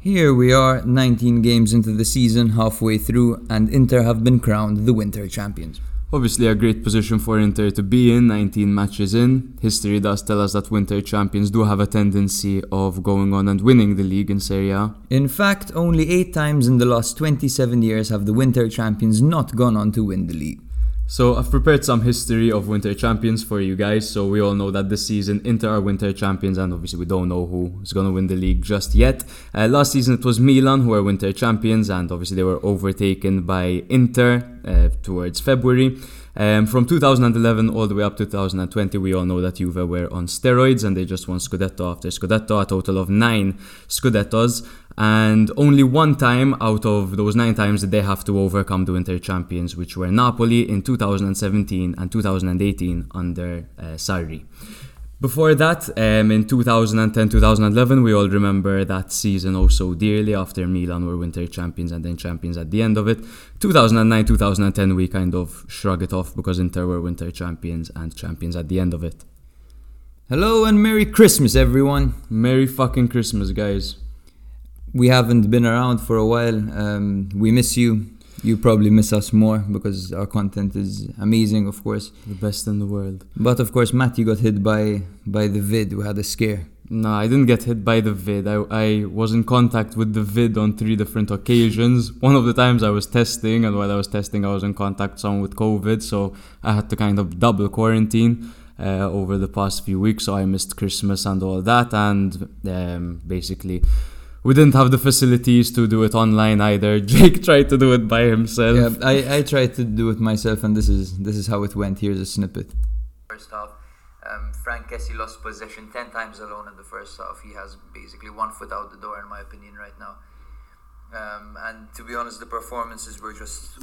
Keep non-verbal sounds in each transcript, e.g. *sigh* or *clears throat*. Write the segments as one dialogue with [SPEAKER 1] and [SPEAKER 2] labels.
[SPEAKER 1] Here we are, 19 games into the season, halfway through, and Inter have been crowned the winter champions.
[SPEAKER 2] Obviously, a great position for Inter to be in, 19 matches in. History does tell us that winter champions do have a tendency of going on and winning the league in Serie A.
[SPEAKER 1] In fact, only 8 times in the last 27 years have the winter champions not gone on to win the league.
[SPEAKER 2] So, I've prepared some history of winter champions for you guys. So, we all know that this season Inter are winter champions, and obviously, we don't know who is going to win the league just yet. Uh, last season, it was Milan who were winter champions, and obviously, they were overtaken by Inter uh, towards February. Um, from 2011 all the way up to 2020, we all know that Juve were on steroids and they just won Scudetto after Scudetto, a total of nine Scudettos. And only one time out of those nine times did they have to overcome the winter champions, which were Napoli in 2017 and 2018 under uh, Sarri. Before that, um, in 2010 2011, we all remember that season oh so dearly after Milan were winter champions and then champions at the end of it. 2009 2010, we kind of shrug it off because Inter were winter champions and champions at the end of it.
[SPEAKER 1] Hello and Merry Christmas, everyone!
[SPEAKER 2] Merry fucking Christmas, guys.
[SPEAKER 1] We haven't been around for a while. Um, we miss you. You probably miss us more because our content is amazing, of course.
[SPEAKER 2] The best in the world.
[SPEAKER 1] But of course, Matty got hit by by the vid. We had a scare.
[SPEAKER 2] No, I didn't get hit by the vid. I, I was in contact with the vid on three different occasions. One of the times I was testing, and while I was testing, I was in contact with someone with COVID, so I had to kind of double quarantine uh, over the past few weeks. So I missed Christmas and all that, and um, basically. We didn't have the facilities to do it online either. *laughs* Jake tried to do it by himself.
[SPEAKER 1] Yeah, I, I tried to do it myself, and this is this is how it went. Here's a snippet.
[SPEAKER 3] first half. Um, Frank Kessie lost possession 10 times alone in the first half. He has basically one foot out the door, in my opinion, right now. Um, and to be honest, the performances were just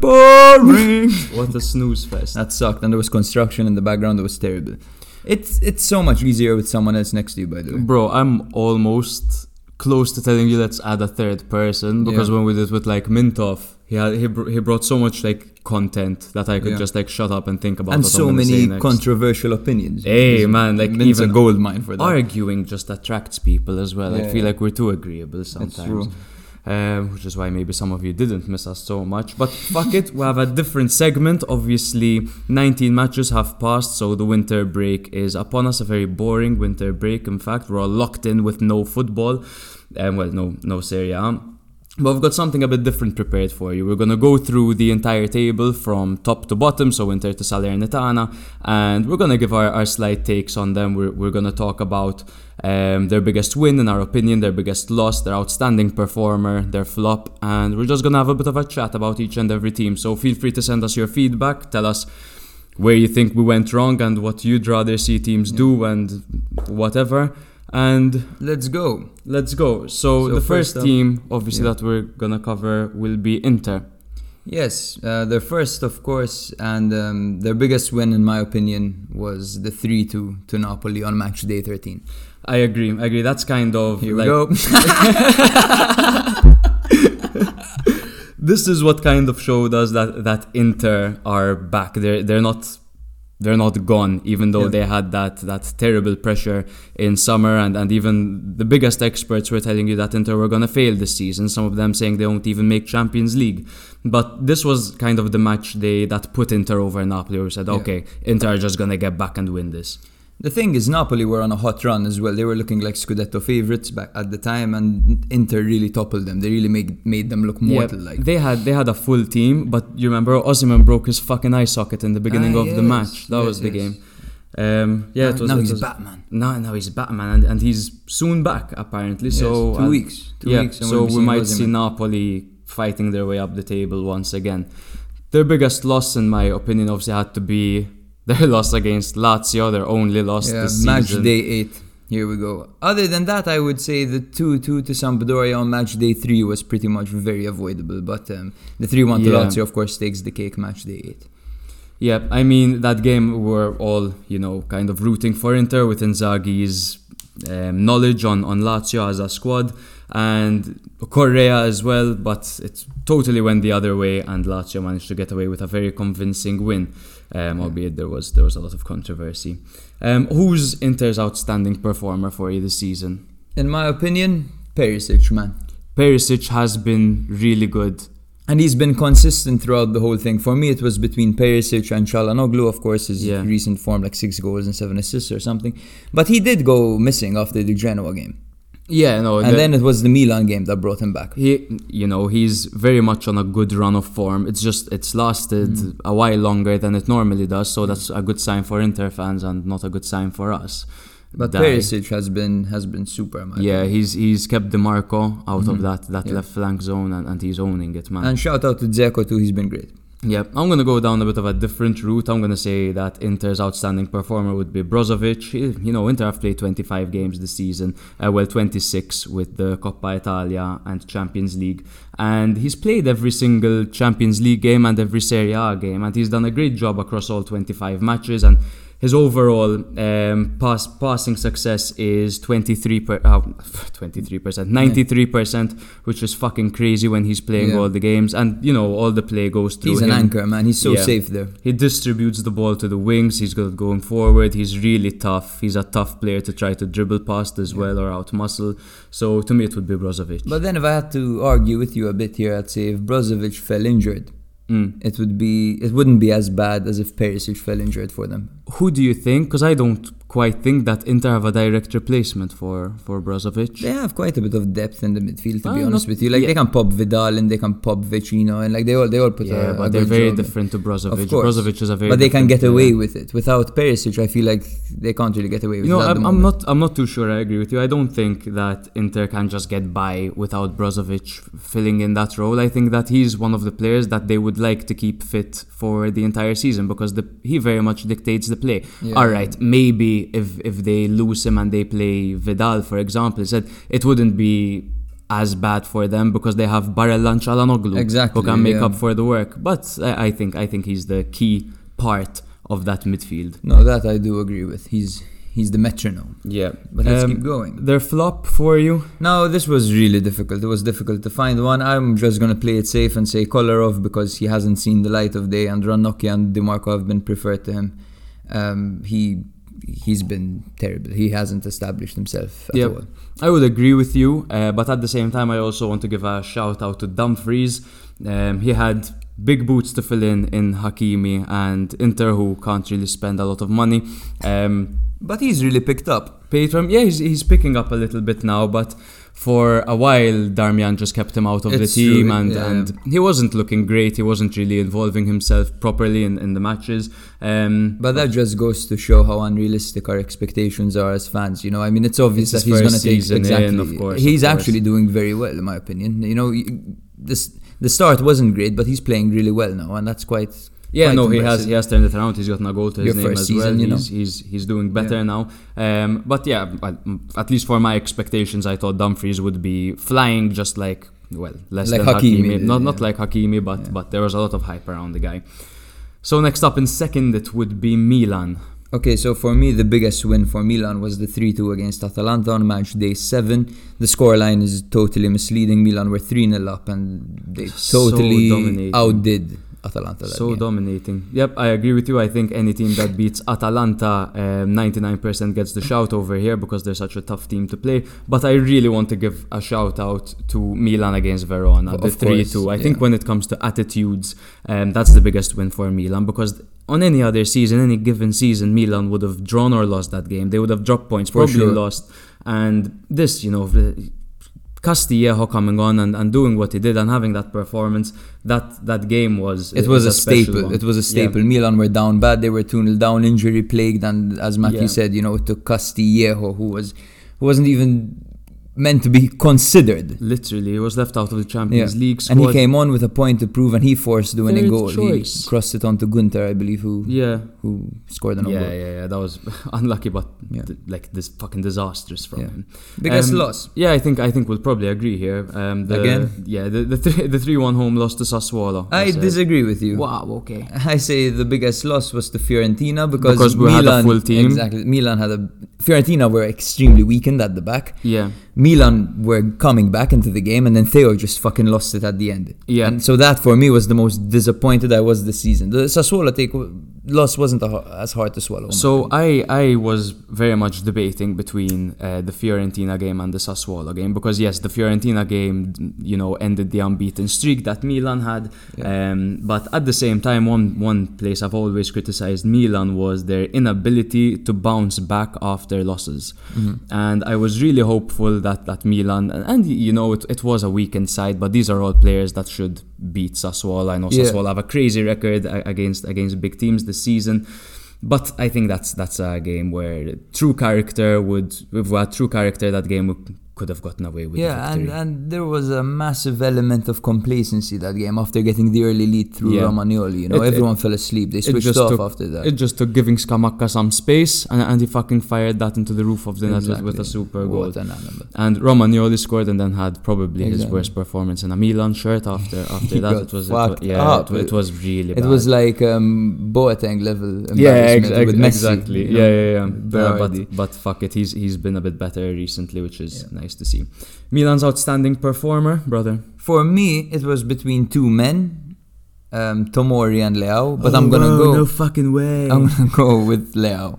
[SPEAKER 1] Boring.
[SPEAKER 2] What a snooze
[SPEAKER 1] *laughs*
[SPEAKER 2] fest.
[SPEAKER 1] That sucked, and there was construction in the background that was terrible. It's it's so much easier with someone else next to you, by the way.
[SPEAKER 2] Bro, I'm almost close to telling you let's add a third person because
[SPEAKER 1] Yeah.
[SPEAKER 2] when we did with like Mintoff, he had, he, br- he brought so much like content that I could
[SPEAKER 1] Yeah.
[SPEAKER 2] just like shut up and think about.
[SPEAKER 1] And
[SPEAKER 2] what
[SPEAKER 1] so
[SPEAKER 2] I'm gonna say
[SPEAKER 1] many
[SPEAKER 2] next.
[SPEAKER 1] controversial opinions.
[SPEAKER 2] Hey, man, like,
[SPEAKER 1] Min's
[SPEAKER 2] even
[SPEAKER 1] a gold mine for that.
[SPEAKER 2] Arguing just attracts people as well. I
[SPEAKER 1] Yeah,
[SPEAKER 2] feel
[SPEAKER 1] yeah.
[SPEAKER 2] like we're too agreeable
[SPEAKER 1] That's
[SPEAKER 2] sometimes.
[SPEAKER 1] true.
[SPEAKER 2] Um, which is why maybe some of you didn't miss us so much. But fuck it, we have a different segment. Obviously, 19 matches have passed, so the winter break is upon us. A very boring winter break, in fact. We're all locked in with no football. Um, well, no, no Serie A. But we've got something a bit different prepared for you. We're going to go through the entire table from top to bottom, so Inter to Salernitana, and we're going to give our, our slight takes on them. We're, we're going to talk about um, their biggest win, in our opinion, their biggest loss, their outstanding performer, their flop, and we're just going to have a bit of a chat about each and every team. So feel free to send us your feedback, tell us where you think we went wrong and what you'd rather see teams do and whatever. And
[SPEAKER 1] Let's go.
[SPEAKER 2] Let's go. So,
[SPEAKER 1] So
[SPEAKER 2] the first,
[SPEAKER 1] first up-
[SPEAKER 2] team, obviously,
[SPEAKER 1] yeah.
[SPEAKER 2] that we're gonna cover will be Inter.
[SPEAKER 1] Yes, uh, their first, of course, and um, their biggest win, in my opinion, was the 3 2 to Napoli on match day 13.
[SPEAKER 2] I agree. I agree. That's kind of
[SPEAKER 1] Here
[SPEAKER 2] like
[SPEAKER 1] we go.
[SPEAKER 2] this is what kind of showed us that that Inter are back. They're they're not they're not gone, even though
[SPEAKER 1] Yeah.
[SPEAKER 2] they had that that terrible pressure in summer, and and even the biggest experts were telling you that Inter were gonna fail this season. Some of them saying they won't even make Champions League. But this was kind of the match day that put Inter over Napoli. We said,
[SPEAKER 1] Yeah.
[SPEAKER 2] okay, Inter are just gonna get back and win this.
[SPEAKER 1] *laughs* The thing is, Napoli were on a hot run as well. They were looking like Scudetto favourites back at the time, and Inter really toppled them. They really made made them look
[SPEAKER 2] Yeah,
[SPEAKER 1] mortal like.
[SPEAKER 2] they had they had a full team, but you remember Osimhen broke his fucking eye socket in the beginning
[SPEAKER 1] Ah,
[SPEAKER 2] of the
[SPEAKER 1] yes,
[SPEAKER 2] match. That
[SPEAKER 1] yes,
[SPEAKER 2] was the
[SPEAKER 1] yes.
[SPEAKER 2] game. Um,
[SPEAKER 1] now,
[SPEAKER 2] yeah, it was.
[SPEAKER 1] now
[SPEAKER 2] it
[SPEAKER 1] he's
[SPEAKER 2] was-
[SPEAKER 1] Batman.
[SPEAKER 2] Now, now he's Batman, and, and he's soon back apparently. so
[SPEAKER 1] Yes, two
[SPEAKER 2] I'll-
[SPEAKER 1] weeks, two
[SPEAKER 2] yeah,
[SPEAKER 1] weeks, and
[SPEAKER 2] so
[SPEAKER 1] we'll be
[SPEAKER 2] we
[SPEAKER 1] seeing
[SPEAKER 2] might see
[SPEAKER 1] Osimhen.
[SPEAKER 2] Napoli fighting their way up the table once again. Their biggest loss, in my opinion, obviously had to be *laughs* their loss against Lazio. Their only loss
[SPEAKER 1] Yeah,
[SPEAKER 2] this
[SPEAKER 1] match
[SPEAKER 2] season.
[SPEAKER 1] day eight. Here we go. Other than that, I would say the two-two to Sampdoria on match day three was pretty much very avoidable. But um, the three-one to
[SPEAKER 2] Yeah.
[SPEAKER 1] Lazio, of course, takes the cake. Match day eight.
[SPEAKER 2] Yeah, I mean that game we're all you know kind of rooting for Inter with Inzaghi's um, knowledge on on Lazio as a squad and Correa as well, but it totally went the other way and Lazio managed to get away with a very convincing win, um, albeit there was there was a lot of controversy. Um, who's Inter's outstanding performer for you this season?
[SPEAKER 1] In my opinion, Perisic, man.
[SPEAKER 2] Perisic has been really good.
[SPEAKER 1] And he's been consistent throughout the whole thing. For me, it was between Perisic and Chalanoglu, of course, his
[SPEAKER 2] Yeah.
[SPEAKER 1] recent form, like six goals and seven assists or something. But he did go missing after the Genoa game.
[SPEAKER 2] Yeah, no,
[SPEAKER 1] And then it was the Milan game that brought him back.
[SPEAKER 2] he you know he's very much on a good run of form it's just it's lasted
[SPEAKER 1] Mm.
[SPEAKER 2] a while longer than it normally does so that's a good sign for inter fans and not a good sign for us
[SPEAKER 1] But
[SPEAKER 2] Dai.
[SPEAKER 1] Perisic has been has been super, man.
[SPEAKER 2] yeah he's he's kept demarco out of that that
[SPEAKER 1] Mm. Yeah.
[SPEAKER 2] left flank zone and, and he's owning it man
[SPEAKER 1] And shout out to Dzeko too. He's been great.
[SPEAKER 2] yeah i'm gonna go down a bit of a different route i'm gonna say that inter's outstanding performer would be brozovic He- you know inter have played 25 games this season uh, well 26 with the coppa italia and champions league and he's played every single champions league game and every serie a game and he's done a great job across all 25 matches and his overall um, pass passing success is 23 per, uh, *laughs* 23 percent 93 percent which is fucking crazy when he's playing
[SPEAKER 1] Yeah.
[SPEAKER 2] all the games and you know all the play goes through
[SPEAKER 1] He's an
[SPEAKER 2] him.
[SPEAKER 1] anchor, man. He's so
[SPEAKER 2] Yeah.
[SPEAKER 1] safe there.
[SPEAKER 2] He distributes the ball to the wings. He's good going forward. He's really tough. He's a tough player to try to dribble past as well or out muscle. So to me, it would be Brozovic.
[SPEAKER 1] But then, if I had to argue with you a bit here, I'd say if Brozovic fell injured,
[SPEAKER 2] Mm.
[SPEAKER 1] it would be it wouldn't be as bad as if Perisic fell injured for them.
[SPEAKER 2] Who do you think? Because I don't quite think that Inter have a direct replacement for for Brozovic.
[SPEAKER 1] They have quite a bit of depth in the midfield, to be
[SPEAKER 2] Ah,
[SPEAKER 1] honest
[SPEAKER 2] not-
[SPEAKER 1] with you. Like
[SPEAKER 2] yeah.
[SPEAKER 1] they can pop Vidal and they can pop Vecino and like they all they all put.
[SPEAKER 2] Yeah,
[SPEAKER 1] a, a
[SPEAKER 2] Uh, but they're
[SPEAKER 1] good
[SPEAKER 2] very
[SPEAKER 1] job in.
[SPEAKER 2] different to Brozovic.
[SPEAKER 1] Of course.
[SPEAKER 2] Brozovic is a very
[SPEAKER 1] But they can
[SPEAKER 2] different
[SPEAKER 1] get
[SPEAKER 2] player.
[SPEAKER 1] away with it. Without Perisic, I feel like they can't really get away with
[SPEAKER 2] You know,
[SPEAKER 1] it. at
[SPEAKER 2] I'm,
[SPEAKER 1] the
[SPEAKER 2] I'm
[SPEAKER 1] moment.
[SPEAKER 2] not. I'm not too sure. I agree with you. I don't think that Inter can just get by without Brozovic filling in that role. I think that he's one of the players that they would like to keep fit for the entire season because the, he very much dictates the play.
[SPEAKER 1] Yeah.
[SPEAKER 2] All right, maybe if if they lose him and they play Vidal, for example, said it wouldn't be as bad for them because they have Barella and Chalanoglu
[SPEAKER 1] Exactly,
[SPEAKER 2] who can make
[SPEAKER 1] yeah.
[SPEAKER 2] up for the work. But I, I think I think he's the key part of that midfield.
[SPEAKER 1] No, that I do agree with. He's he's the metronome.
[SPEAKER 2] Yeah,
[SPEAKER 1] But let's
[SPEAKER 2] Um,
[SPEAKER 1] keep going.
[SPEAKER 2] Their flop for you?
[SPEAKER 1] No, this was really difficult. It was difficult to find one. I'm just gonna play it safe and say Kolarov because he hasn't seen the light of day, and Ranocchi and Demarco have been preferred to him. Um, he he's been terrible. He hasn't established himself at
[SPEAKER 2] Yeah,
[SPEAKER 1] all.
[SPEAKER 2] I would agree with you, uh, but at the same time, I also want to give a shout out to Dumfries. Um, he had big boots to fill in in Hakimi and Inter, who can't really spend a lot of money. Um,
[SPEAKER 1] But he's really picked up.
[SPEAKER 2] paid for him. Yeah, he's, he's picking up a little bit now, but for a while, Darmian just kept him out of
[SPEAKER 1] It's
[SPEAKER 2] the team,
[SPEAKER 1] true,
[SPEAKER 2] and,
[SPEAKER 1] yeah.
[SPEAKER 2] and he wasn't looking great. He wasn't really involving himself properly in, in the matches. Um,
[SPEAKER 1] But that just goes to show how unrealistic our expectations are as fans. You know, I mean, it's obvious
[SPEAKER 2] It's
[SPEAKER 1] that he's
[SPEAKER 2] his
[SPEAKER 1] going to
[SPEAKER 2] first
[SPEAKER 1] take
[SPEAKER 2] season in,
[SPEAKER 1] exactly.
[SPEAKER 2] of course,
[SPEAKER 1] he's
[SPEAKER 2] of course.
[SPEAKER 1] actually doing very well, in my opinion. You know, you- this the start wasn't great, but he's playing really well now, and that's quite.
[SPEAKER 2] Yeah,
[SPEAKER 1] quite
[SPEAKER 2] no, he has
[SPEAKER 1] impressive.
[SPEAKER 2] he has turned it around. He's gotten a goal to his
[SPEAKER 1] Your
[SPEAKER 2] name
[SPEAKER 1] first
[SPEAKER 2] as well.
[SPEAKER 1] season, you know?
[SPEAKER 2] he's, he's he's doing better now. Um, but yeah, at, at least for my expectations, I thought Dumfries would be flying just like well, less
[SPEAKER 1] Like
[SPEAKER 2] than Hakimi.
[SPEAKER 1] Hakimi,
[SPEAKER 2] Not not
[SPEAKER 1] yeah.
[SPEAKER 2] like Hakimi, but but there was a lot of hype around the guy. So next up in second, it would be Milan.
[SPEAKER 1] Okay, so for me, the biggest win for Milan was the 3 2 against Atalanta on match day 7. The scoreline is totally misleading. Milan were 3 0 up and they
[SPEAKER 2] So
[SPEAKER 1] totally
[SPEAKER 2] dominating.
[SPEAKER 1] outdid Atalanta. That
[SPEAKER 2] So
[SPEAKER 1] game.
[SPEAKER 2] dominating. Yep, I agree with you. I think any
[SPEAKER 1] *laughs*
[SPEAKER 2] team that beats Atalanta, um, 99% gets the shout over here because they're such a tough team to play. But I really want to give a shout out to Milan against Verona,
[SPEAKER 1] Of
[SPEAKER 2] the
[SPEAKER 1] course,
[SPEAKER 2] 3 2. I think
[SPEAKER 1] yeah.
[SPEAKER 2] when it comes to attitudes, um, that's the biggest win for Milan because on any other season, any given season, Milan would have drawn or lost that game. They would have dropped points,
[SPEAKER 1] For
[SPEAKER 2] probably
[SPEAKER 1] sure.
[SPEAKER 2] lost. And this, you know, the- Castillejo coming on and, and doing what he did and having that performance, that that game was
[SPEAKER 1] It was a,
[SPEAKER 2] special
[SPEAKER 1] staple.
[SPEAKER 2] one.
[SPEAKER 1] It was a
[SPEAKER 2] Yeah.
[SPEAKER 1] staple. Milan were down bad. They were 2 0 down, injury plagued. And as Matti
[SPEAKER 2] Yeah.
[SPEAKER 1] said, you know, it took Castillejo, who, was, who wasn't even meant to be considered.
[SPEAKER 2] Literally, he was left out of the Champions
[SPEAKER 1] Yeah.
[SPEAKER 2] League squad.
[SPEAKER 1] And he came on with a point to prove, and he forced the winning
[SPEAKER 2] Third
[SPEAKER 1] goal.
[SPEAKER 2] choice.
[SPEAKER 1] He crossed it on to Gunter, I believe, who
[SPEAKER 2] Yeah.
[SPEAKER 1] who scored an own
[SPEAKER 2] Yeah,
[SPEAKER 1] goal.
[SPEAKER 2] yeah, yeah. That was *laughs* unlucky, but
[SPEAKER 1] Yeah.
[SPEAKER 2] th- like this fucking disastrous from
[SPEAKER 1] Yeah.
[SPEAKER 2] him.
[SPEAKER 1] Biggest
[SPEAKER 2] Um,
[SPEAKER 1] loss.
[SPEAKER 2] Yeah, I think I think we'll probably agree here. Um, the,
[SPEAKER 1] Again? Ah,
[SPEAKER 2] Yeah, the the three, the three one home loss to Sassuolo.
[SPEAKER 1] I
[SPEAKER 2] was, uh,
[SPEAKER 1] disagree with you.
[SPEAKER 2] Wow. Okay.
[SPEAKER 1] I say the biggest loss was to Fiorentina because,
[SPEAKER 2] Because we had
[SPEAKER 1] Milan
[SPEAKER 2] a full team.
[SPEAKER 1] Exactly, Milan had a Fiorentina were extremely weakened at the back.
[SPEAKER 2] Yeah.
[SPEAKER 1] Milan were coming back into the game, and then Theo just fucking lost it at the end.
[SPEAKER 2] Yeah.
[SPEAKER 1] and so that for me was the most disappointed I was this season. The Sassuolo take w- loss wasn't a, ho- as hard to swallow.
[SPEAKER 2] So I I was very much debating between uh, the Fiorentina game and the Sassuolo game because yes, the Fiorentina game you know ended the unbeaten streak that Milan had.
[SPEAKER 1] Yeah.
[SPEAKER 2] Um, but at the same time, one one place I've always criticized Milan was their inability to bounce back after losses,
[SPEAKER 1] Mm-hmm.
[SPEAKER 2] and I was really hopeful that that Milan and, and you know it, it was a weakened side, but these are all players that should beat Sassuolo. I know
[SPEAKER 1] Yeah.
[SPEAKER 2] Sassuolo have a crazy record a- against against big teams this season. But I think that's that's a game where true character would with what true character that game would, could have gotten away with.
[SPEAKER 1] yeah,
[SPEAKER 2] the
[SPEAKER 1] and,
[SPEAKER 2] victory.
[SPEAKER 1] and there was a massive element of complacency that game after getting the early lead through
[SPEAKER 2] Yeah.
[SPEAKER 1] Romagnoli. You know,
[SPEAKER 2] It- it-
[SPEAKER 1] everyone fell asleep. They switched
[SPEAKER 2] just
[SPEAKER 1] off
[SPEAKER 2] took-
[SPEAKER 1] after that.
[SPEAKER 2] it just took giving Skamaka some space, and, and he fucking fired that into the roof of the net with- with a
[SPEAKER 1] Exactly.
[SPEAKER 2] super goal.
[SPEAKER 1] What an animal.
[SPEAKER 2] And Romagnoli scored and then had probably his
[SPEAKER 1] Exactly.
[SPEAKER 2] worst performance in a Milan shirt after after
[SPEAKER 1] *laughs* He
[SPEAKER 2] that.
[SPEAKER 1] got
[SPEAKER 2] It was, it was
[SPEAKER 1] fucked
[SPEAKER 2] yeah,
[SPEAKER 1] up.
[SPEAKER 2] it, wa- it was really
[SPEAKER 1] It
[SPEAKER 2] bad.
[SPEAKER 1] was like um, Boateng level
[SPEAKER 2] yeah,
[SPEAKER 1] embarrassment
[SPEAKER 2] ex- ex-
[SPEAKER 1] with Messi.
[SPEAKER 2] exactly.
[SPEAKER 1] you know?
[SPEAKER 2] Yeah, yeah, yeah. Uh,
[SPEAKER 1] Berardi.
[SPEAKER 2] but but fuck it, he's he's been a bit better recently, which is nice to see. Milan's outstanding performer, brother.
[SPEAKER 1] For me, it was between two men, um, Tomori and Leao. But I'm gonna
[SPEAKER 2] wow,
[SPEAKER 1] go.
[SPEAKER 2] Oh, No fucking way.
[SPEAKER 1] *laughs* I'm gonna go with Leao.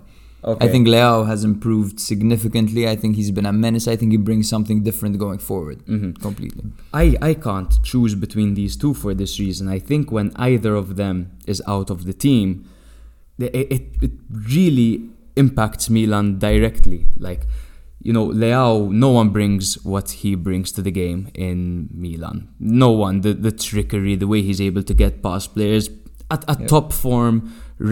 [SPEAKER 2] okay.
[SPEAKER 1] I think Leao has improved significantly. I think he's been a menace. I think he brings something different going forward.
[SPEAKER 2] Mm-hmm.
[SPEAKER 1] Completely.
[SPEAKER 2] I, I can't choose between these two for this reason. I think when either of them is out of the team, the- it, it, it really impacts Milan directly. Like, you know, Leao, no one brings what he brings to the game in Milan. No one. The, the trickery, the way he's able to get past players. At, at top form,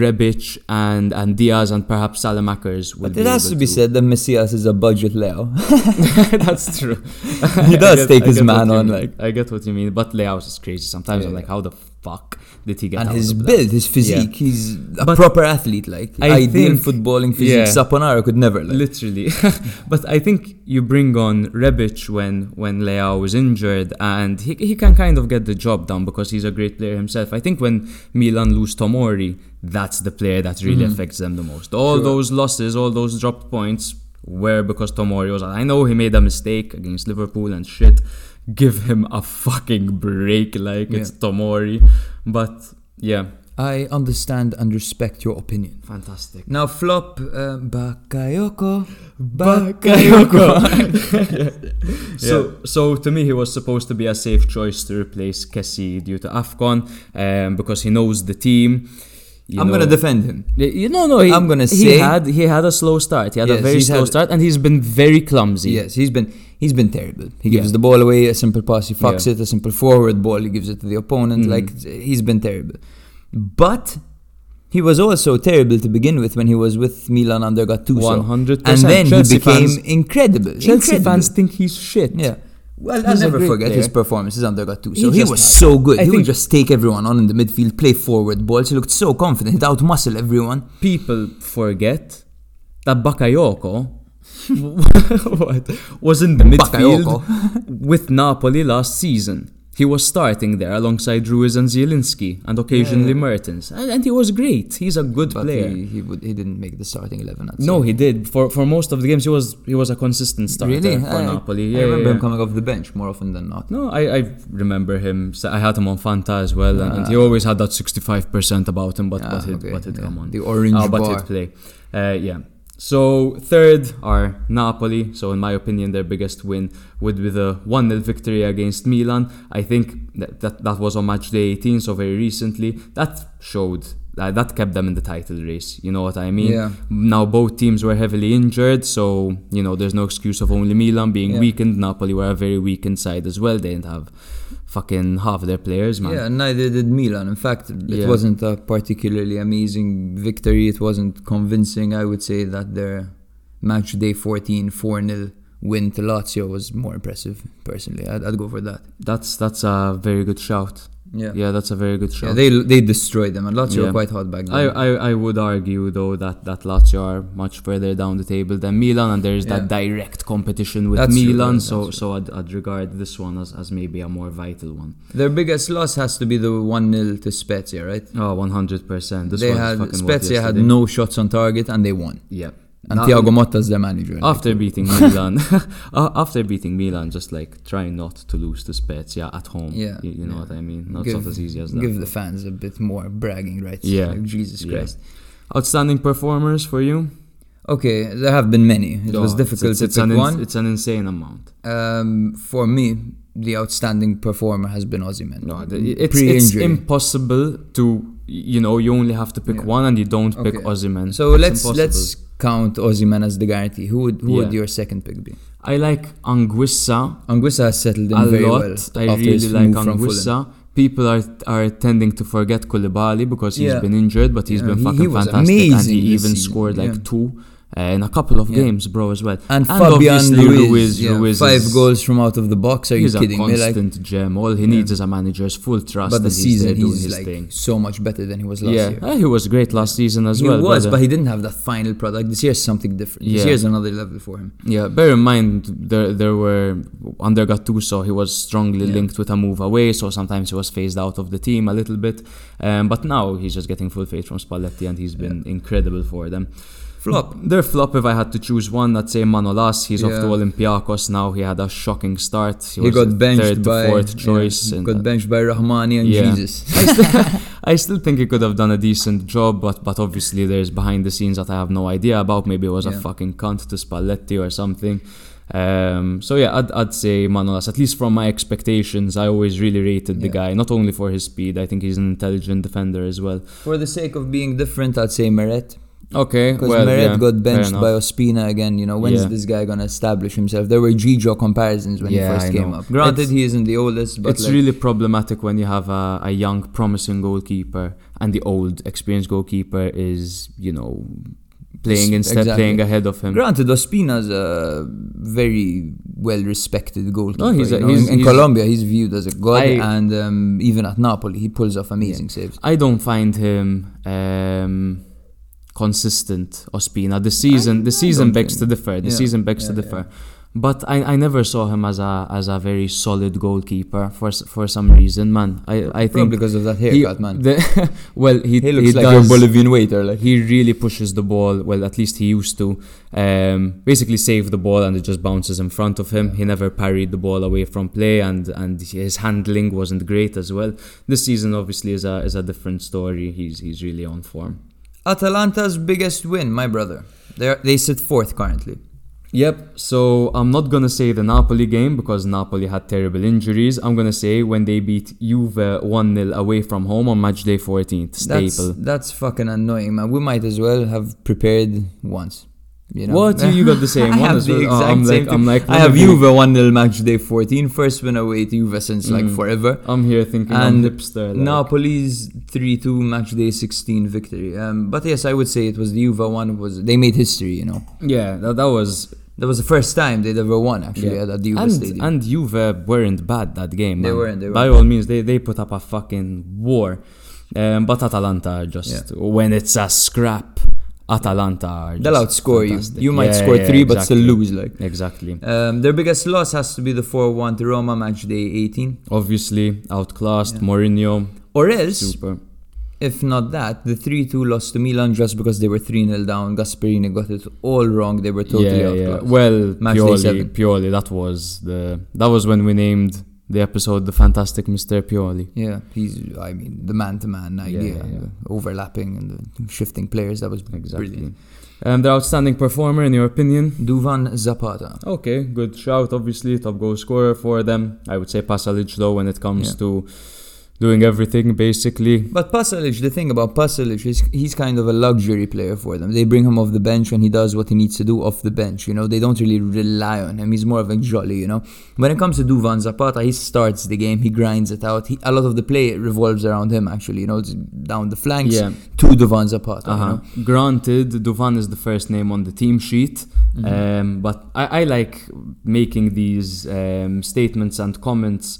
[SPEAKER 2] Rebic and, and Diaz and perhaps Salamakers will
[SPEAKER 1] But
[SPEAKER 2] be
[SPEAKER 1] it has
[SPEAKER 2] able
[SPEAKER 1] to be said that Messias is a budget Leo.
[SPEAKER 2] That's *laughs* true.
[SPEAKER 1] He
[SPEAKER 2] I
[SPEAKER 1] does take
[SPEAKER 2] I
[SPEAKER 1] his
[SPEAKER 2] what
[SPEAKER 1] man
[SPEAKER 2] you
[SPEAKER 1] on,
[SPEAKER 2] mean.
[SPEAKER 1] like-
[SPEAKER 2] I get what you mean, but Leao is crazy. Sometimes I'm
[SPEAKER 1] Yeah.
[SPEAKER 2] like, how the fuck did he
[SPEAKER 1] *laughs*
[SPEAKER 2] get
[SPEAKER 1] and
[SPEAKER 2] out
[SPEAKER 1] his
[SPEAKER 2] of
[SPEAKER 1] build,
[SPEAKER 2] That?
[SPEAKER 1] his physique, he's a
[SPEAKER 2] But
[SPEAKER 1] proper athlete. Like
[SPEAKER 2] I
[SPEAKER 1] ideal
[SPEAKER 2] think-
[SPEAKER 1] footballing physique.
[SPEAKER 2] yeah.
[SPEAKER 1] Saponara could never. Like.
[SPEAKER 2] Literally, *laughs* but I think you bring on Rebic when when Leao is injured, and he, he can kind of get the job done because he's a great player himself. I think when Milan lose Tomori, that's the player that really affects them the most. All
[SPEAKER 1] Mm-hmm. Sure.
[SPEAKER 2] those losses, all those dropped points were because Tomori was. I know he made a mistake against Liverpool and shit. Give him a fucking break, like it's Tomori. But yeah,
[SPEAKER 1] I understand and respect your opinion.
[SPEAKER 2] fantastic.
[SPEAKER 1] Now flop uh, Bakayoko
[SPEAKER 2] So, so to me, he was supposed to be a safe choice to replace Kessie due to Afcon, um, because he knows the team. *laughs*
[SPEAKER 1] *laughs*
[SPEAKER 2] You
[SPEAKER 1] I'm
[SPEAKER 2] know-
[SPEAKER 1] gonna defend him.
[SPEAKER 2] You know, no, he,
[SPEAKER 1] I'm gonna
[SPEAKER 2] he
[SPEAKER 1] say-
[SPEAKER 2] had he had a slow start. He had a
[SPEAKER 1] Yes,
[SPEAKER 2] very
[SPEAKER 1] he's
[SPEAKER 2] slow
[SPEAKER 1] had-
[SPEAKER 2] start, and he's been very clumsy.
[SPEAKER 1] Yes, he's been he's been terrible. He gives
[SPEAKER 2] Yeah.
[SPEAKER 1] the ball away, a simple pass, he fucks
[SPEAKER 2] Yeah. Mm-hmm.
[SPEAKER 1] it, a simple forward ball, he gives it to the opponent. Like he's been terrible. But he was also terrible to begin with when he was with Milan under Gattuso.
[SPEAKER 2] 100%.
[SPEAKER 1] And then
[SPEAKER 2] Chelsea
[SPEAKER 1] he became
[SPEAKER 2] fans-
[SPEAKER 1] incredible.
[SPEAKER 2] Chelsea
[SPEAKER 1] incredible.
[SPEAKER 2] fans think he's shit.
[SPEAKER 1] Yeah. Well, I'll
[SPEAKER 2] He's a
[SPEAKER 1] never
[SPEAKER 2] great
[SPEAKER 1] forget his
[SPEAKER 2] player.
[SPEAKER 1] performances under Gattuso.
[SPEAKER 2] He
[SPEAKER 1] He,
[SPEAKER 2] just
[SPEAKER 1] was
[SPEAKER 2] had-
[SPEAKER 1] so good.
[SPEAKER 2] I
[SPEAKER 1] he would
[SPEAKER 2] think-
[SPEAKER 1] just take everyone on in the midfield, play forward balls. He looked so confident. He'd outmuscle everyone.
[SPEAKER 2] people forget that Bakayoko *laughs* what, was in the midfield with Napoli last season. He was starting there alongside Ruiz and Zielinski and occasionally Mertens. And, and he was great. He's a good
[SPEAKER 1] But
[SPEAKER 2] player.
[SPEAKER 1] he, he, would, he didn't make the starting 11. I'd
[SPEAKER 2] no,
[SPEAKER 1] say.
[SPEAKER 2] he did. For for most of the games, he was he was a consistent starter
[SPEAKER 1] Really?
[SPEAKER 2] for
[SPEAKER 1] I,
[SPEAKER 2] Napoli.
[SPEAKER 1] I
[SPEAKER 2] Yeah,
[SPEAKER 1] remember
[SPEAKER 2] yeah,
[SPEAKER 1] him
[SPEAKER 2] yeah.
[SPEAKER 1] coming off the bench more often than not.
[SPEAKER 2] No, I, I remember him. So I had him on Fanta as well, and, and he always had that 65% about him, but, but
[SPEAKER 1] Ah,
[SPEAKER 2] he'd,
[SPEAKER 1] okay,
[SPEAKER 2] but he'd
[SPEAKER 1] yeah.
[SPEAKER 2] come on.
[SPEAKER 1] The orange
[SPEAKER 2] Ah, but
[SPEAKER 1] bar.
[SPEAKER 2] he'd play. Uh, yeah. So, third are Napoli. So, in my opinion, their biggest win would be the 1 0 victory against Milan. I think that, that, that was on match day 18, so very recently. That showed. That, that kept them in the title race. You know what I mean?
[SPEAKER 1] Yeah.
[SPEAKER 2] Now both teams were heavily injured, so you know there's no excuse of only Milan being
[SPEAKER 1] Yeah.
[SPEAKER 2] weakened. Napoli were a very weakened side as well. They didn't have fucking half their players, man.
[SPEAKER 1] Yeah, neither did Milan. In fact, it
[SPEAKER 2] Yeah.
[SPEAKER 1] wasn't a particularly amazing victory. It wasn't convincing. I would say that their match day 14 4 0 win to Lazio was more impressive, personally. I'd, I'd go for that.
[SPEAKER 2] That's that's a very good shout.
[SPEAKER 1] Yeah.
[SPEAKER 2] Yeah, that's a very good
[SPEAKER 1] Yeah,
[SPEAKER 2] shout.
[SPEAKER 1] they they destroyed them, and Lazio
[SPEAKER 2] Yeah.
[SPEAKER 1] were quite hot back then.
[SPEAKER 2] I, I, I would argue though that, that Lazio are much further down the table than Milan and there is that
[SPEAKER 1] Yeah.
[SPEAKER 2] direct competition with
[SPEAKER 1] That's true,
[SPEAKER 2] Milan
[SPEAKER 1] yeah,
[SPEAKER 2] so
[SPEAKER 1] that's
[SPEAKER 2] so I'd, I'd regard this one as, as maybe a more vital one.
[SPEAKER 1] Their biggest loss has to be the 1 0 to Spezia, right?
[SPEAKER 2] Oh, 100%. This
[SPEAKER 1] they
[SPEAKER 2] one is
[SPEAKER 1] had
[SPEAKER 2] fucking what
[SPEAKER 1] Spezia had
[SPEAKER 2] yesterday.
[SPEAKER 1] no shots on target, and they won.
[SPEAKER 2] Yeah.
[SPEAKER 1] And
[SPEAKER 2] Now-
[SPEAKER 1] Thiago Motta's the manager. like.
[SPEAKER 2] After
[SPEAKER 1] *laughs*
[SPEAKER 2] beating Milan, *laughs* A- after beating Milan, just like try not to lose to Spezia at home.
[SPEAKER 1] Yeah,
[SPEAKER 2] you, you know
[SPEAKER 1] yeah.
[SPEAKER 2] what I mean. Not, it's not as easy as that.
[SPEAKER 1] Give the fans a bit more bragging rights.
[SPEAKER 2] Yeah,
[SPEAKER 1] Like, Jesus
[SPEAKER 2] yeah.
[SPEAKER 1] Christ.
[SPEAKER 2] Outstanding performers for you?
[SPEAKER 1] Okay, there have been many. It
[SPEAKER 2] Oh,
[SPEAKER 1] was
[SPEAKER 2] it's-
[SPEAKER 1] difficult
[SPEAKER 2] it's,
[SPEAKER 1] to
[SPEAKER 2] it's
[SPEAKER 1] pick
[SPEAKER 2] an ins-
[SPEAKER 1] one.
[SPEAKER 2] It's an insane amount.
[SPEAKER 1] Um, for me, the outstanding performer has been Mm, Ozyman.
[SPEAKER 2] No, the- it's, it's impossible to you know you only have to pick
[SPEAKER 1] Yeah.
[SPEAKER 2] one and you don't pick
[SPEAKER 1] Okay.
[SPEAKER 2] Ozyman.
[SPEAKER 1] So
[SPEAKER 2] It's
[SPEAKER 1] let's
[SPEAKER 2] impossible.
[SPEAKER 1] let's count Ozyman as the guarantee. Who would who would
[SPEAKER 2] Yeah.
[SPEAKER 1] your second pick be?
[SPEAKER 2] I like Anguissa
[SPEAKER 1] Anguissa has settled in
[SPEAKER 2] a
[SPEAKER 1] very
[SPEAKER 2] lot.
[SPEAKER 1] well.
[SPEAKER 2] I
[SPEAKER 1] after
[SPEAKER 2] really
[SPEAKER 1] his
[SPEAKER 2] like
[SPEAKER 1] move from Fulham.
[SPEAKER 2] Anguissa. People are are tending to forget Koulibaly because he's
[SPEAKER 1] Yeah.
[SPEAKER 2] been injured, but he's
[SPEAKER 1] Yeah,
[SPEAKER 2] been
[SPEAKER 1] he- he
[SPEAKER 2] fucking
[SPEAKER 1] was
[SPEAKER 2] fantastic, and
[SPEAKER 1] amazing
[SPEAKER 2] he
[SPEAKER 1] this
[SPEAKER 2] even
[SPEAKER 1] season,
[SPEAKER 2] scored like
[SPEAKER 1] yeah.
[SPEAKER 2] two uh, in a couple of
[SPEAKER 1] Yeah.
[SPEAKER 2] games, bro, as well.
[SPEAKER 1] And,
[SPEAKER 2] And
[SPEAKER 1] Fabian
[SPEAKER 2] obviously
[SPEAKER 1] Ruiz,
[SPEAKER 2] Ruiz-
[SPEAKER 1] yeah,
[SPEAKER 2] Ruiz
[SPEAKER 1] five
[SPEAKER 2] is-
[SPEAKER 1] goals from out of the box. Are
[SPEAKER 2] he's
[SPEAKER 1] you
[SPEAKER 2] a
[SPEAKER 1] kidding me? Like,
[SPEAKER 2] constant gem. All he needs is a manager's full trust.
[SPEAKER 1] but the
[SPEAKER 2] and he's there
[SPEAKER 1] season
[SPEAKER 2] doing
[SPEAKER 1] he's
[SPEAKER 2] his
[SPEAKER 1] like
[SPEAKER 2] thing.
[SPEAKER 1] so much better than he was last
[SPEAKER 2] Yeah,
[SPEAKER 1] year.
[SPEAKER 2] Ah, he was great last season as
[SPEAKER 1] he
[SPEAKER 2] well.
[SPEAKER 1] was,
[SPEAKER 2] brother.
[SPEAKER 1] but he didn't have that final product. This year's something different. This
[SPEAKER 2] Yeah.
[SPEAKER 1] year's another level for him.
[SPEAKER 2] Yeah, bear in mind there there were under Gattuso he was strongly
[SPEAKER 1] Yeah.
[SPEAKER 2] linked with a move away, so sometimes he was phased out of the team a little bit, um, but now he's just getting full faith from Spalletti and he's been incredible for them.
[SPEAKER 1] Flop.
[SPEAKER 2] Their flop, if I had to choose one, I'd say Manolas. He's off to
[SPEAKER 1] Yeah.
[SPEAKER 2] Olympiakos now. He had a shocking start.
[SPEAKER 1] He,
[SPEAKER 2] was the
[SPEAKER 1] got benched
[SPEAKER 2] third to
[SPEAKER 1] by
[SPEAKER 2] fourth choice.
[SPEAKER 1] Yeah,
[SPEAKER 2] and
[SPEAKER 1] got
[SPEAKER 2] that-
[SPEAKER 1] benched by Rahmani and
[SPEAKER 2] Yeah.
[SPEAKER 1] Jesus. *laughs*
[SPEAKER 2] I still, I still think he could have done a decent job, but but obviously there's behind the scenes that I have no idea about. Maybe it was a
[SPEAKER 1] Yeah.
[SPEAKER 2] fucking cunt to Spalletti or something. Um, so yeah, I'd, I'd say Manolas. At least from my expectations, I always really rated the
[SPEAKER 1] Yeah.
[SPEAKER 2] guy. Not only for his speed, I think he's an intelligent defender as well.
[SPEAKER 1] For the sake of being different, I'd say Meret
[SPEAKER 2] Okay,
[SPEAKER 1] because
[SPEAKER 2] well,
[SPEAKER 1] Meret
[SPEAKER 2] yeah,
[SPEAKER 1] got
[SPEAKER 2] fair
[SPEAKER 1] benched
[SPEAKER 2] enough.
[SPEAKER 1] by Ospina again. You know, when's
[SPEAKER 2] Yeah.
[SPEAKER 1] this guy gonna establish himself? There were Gijo comparisons when
[SPEAKER 2] Yeah,
[SPEAKER 1] he first
[SPEAKER 2] I
[SPEAKER 1] came
[SPEAKER 2] know.
[SPEAKER 1] up. Granted,
[SPEAKER 2] It's-
[SPEAKER 1] he isn't the oldest, but
[SPEAKER 2] it's
[SPEAKER 1] like,
[SPEAKER 2] really problematic when you have a, a young, promising goalkeeper and the old, experienced goalkeeper is, you know, playing instead,
[SPEAKER 1] Exactly.
[SPEAKER 2] playing ahead of him.
[SPEAKER 1] Granted, Ospina's a very well-respected goalkeeper.
[SPEAKER 2] No, he's a-
[SPEAKER 1] you know.
[SPEAKER 2] he's-
[SPEAKER 1] in, in
[SPEAKER 2] he's-
[SPEAKER 1] Colombia, he's viewed as a god,
[SPEAKER 2] I-
[SPEAKER 1] and um, even at Napoli, he pulls off amazing saves.
[SPEAKER 2] I don't find him um, consistent, Ospina. The season, the season
[SPEAKER 1] don't
[SPEAKER 2] begs
[SPEAKER 1] think-
[SPEAKER 2] to differ. The
[SPEAKER 1] yeah,
[SPEAKER 2] season begs to
[SPEAKER 1] yeah,
[SPEAKER 2] differ. But I, I never saw him as a as a very solid goalkeeper for s- for some reason, man. I I
[SPEAKER 1] Probably
[SPEAKER 2] think
[SPEAKER 1] because of that
[SPEAKER 2] he,
[SPEAKER 1] haircut, man.
[SPEAKER 2] the- *laughs* well he
[SPEAKER 1] He looks like
[SPEAKER 2] does,
[SPEAKER 1] a Bolivian waiter. Like
[SPEAKER 2] he really pushes the ball. Well, at least he used to. Um, basically, save the ball and it just bounces in front of him. He never parried the ball away from play, and and his handling wasn't great as well. This season, obviously, is a is a different story. He's he's really on form.
[SPEAKER 1] Atalanta's biggest win, my brother. They they sit fourth currently.
[SPEAKER 2] Yep. So I'm not gonna say the Napoli game because Napoli had terrible injuries. I'm gonna say when they beat Juve one 0 away from home on match day 14th.
[SPEAKER 1] That's
[SPEAKER 2] Staple.
[SPEAKER 1] that's fucking annoying, man. We might as well have prepared once. You know?
[SPEAKER 2] What you, you
[SPEAKER 1] *laughs*
[SPEAKER 2] got the same
[SPEAKER 1] I
[SPEAKER 2] one
[SPEAKER 1] have
[SPEAKER 2] as
[SPEAKER 1] the
[SPEAKER 2] well? Oh,
[SPEAKER 1] exact
[SPEAKER 2] I'm
[SPEAKER 1] same
[SPEAKER 2] like I'm
[SPEAKER 1] thing.
[SPEAKER 2] like
[SPEAKER 1] I have
[SPEAKER 2] Liverpool.
[SPEAKER 1] Juve one 0 match day 14, first win away to Juve since like forever.
[SPEAKER 2] Mm. I'm here thinking
[SPEAKER 1] And
[SPEAKER 2] I'm hipster. Like.
[SPEAKER 1] Napoli's 3-2 match day 16 victory. Um, but yes, I would say it was the Juve one. Was they made history? You know,
[SPEAKER 2] Yeah, that, that was
[SPEAKER 1] that was the first time they'd ever won actually
[SPEAKER 2] yeah.
[SPEAKER 1] at, at the Juve
[SPEAKER 2] and
[SPEAKER 1] stadium.
[SPEAKER 2] and Juve weren't bad that game.
[SPEAKER 1] They
[SPEAKER 2] man.
[SPEAKER 1] weren't, they
[SPEAKER 2] By
[SPEAKER 1] weren't.
[SPEAKER 2] all means, they they put up a fucking war. Um, but Atalanta are just when it's a scrap, Atalanta are.
[SPEAKER 1] They'll
[SPEAKER 2] just
[SPEAKER 1] outscore you.
[SPEAKER 2] fantastic.
[SPEAKER 1] You might
[SPEAKER 2] Yeah,
[SPEAKER 1] score
[SPEAKER 2] yeah,
[SPEAKER 1] three, but
[SPEAKER 2] exactly.
[SPEAKER 1] still lose. Like
[SPEAKER 2] Exactly.
[SPEAKER 1] um, their biggest loss has to be the 4-1 to Roma match day 18.
[SPEAKER 2] Obviously outclassed. Mourinho
[SPEAKER 1] Or else,
[SPEAKER 2] super.
[SPEAKER 1] if not that, the 3 2 loss to Milan just because they were 3 0 down. Gasperini got it all wrong. They were totally
[SPEAKER 2] yeah, yeah.
[SPEAKER 1] outclassed.
[SPEAKER 2] Well,
[SPEAKER 1] Match day
[SPEAKER 2] purely,
[SPEAKER 1] seven.
[SPEAKER 2] purely that was the that was when we named the episode the fantastic Mr. Pioli.
[SPEAKER 1] Yeah, he's, I mean, the man to man idea,
[SPEAKER 2] yeah,
[SPEAKER 1] and
[SPEAKER 2] yeah.
[SPEAKER 1] the overlapping and the shifting players. That was
[SPEAKER 2] Exactly.
[SPEAKER 1] brilliant.
[SPEAKER 2] Um, the outstanding performer in your opinion?
[SPEAKER 1] Duvan Zapata.
[SPEAKER 2] Okay, good shout. Obviously, top goal scorer for them. I would say Pasalic though when it comes
[SPEAKER 1] Yeah.
[SPEAKER 2] to doing everything basically.
[SPEAKER 1] But Pasalic, the thing about Pasalic is he's kind of a luxury player for them. They bring him off the bench and he does what he needs to do off the bench. You know, they don't really rely on him. He's more of a jolly. You know, when it comes to Duvan Zapata, he starts the game. He grinds it out. He, a lot of the play revolves around him. Actually, you know, it's down the flanks
[SPEAKER 2] Yeah.
[SPEAKER 1] to Duvan Zapata. You
[SPEAKER 2] Uh-huh.
[SPEAKER 1] know?
[SPEAKER 2] Granted, Duvan is the first name on the team sheet,
[SPEAKER 1] Mm-hmm.
[SPEAKER 2] um, but I, I like making these um, statements and comments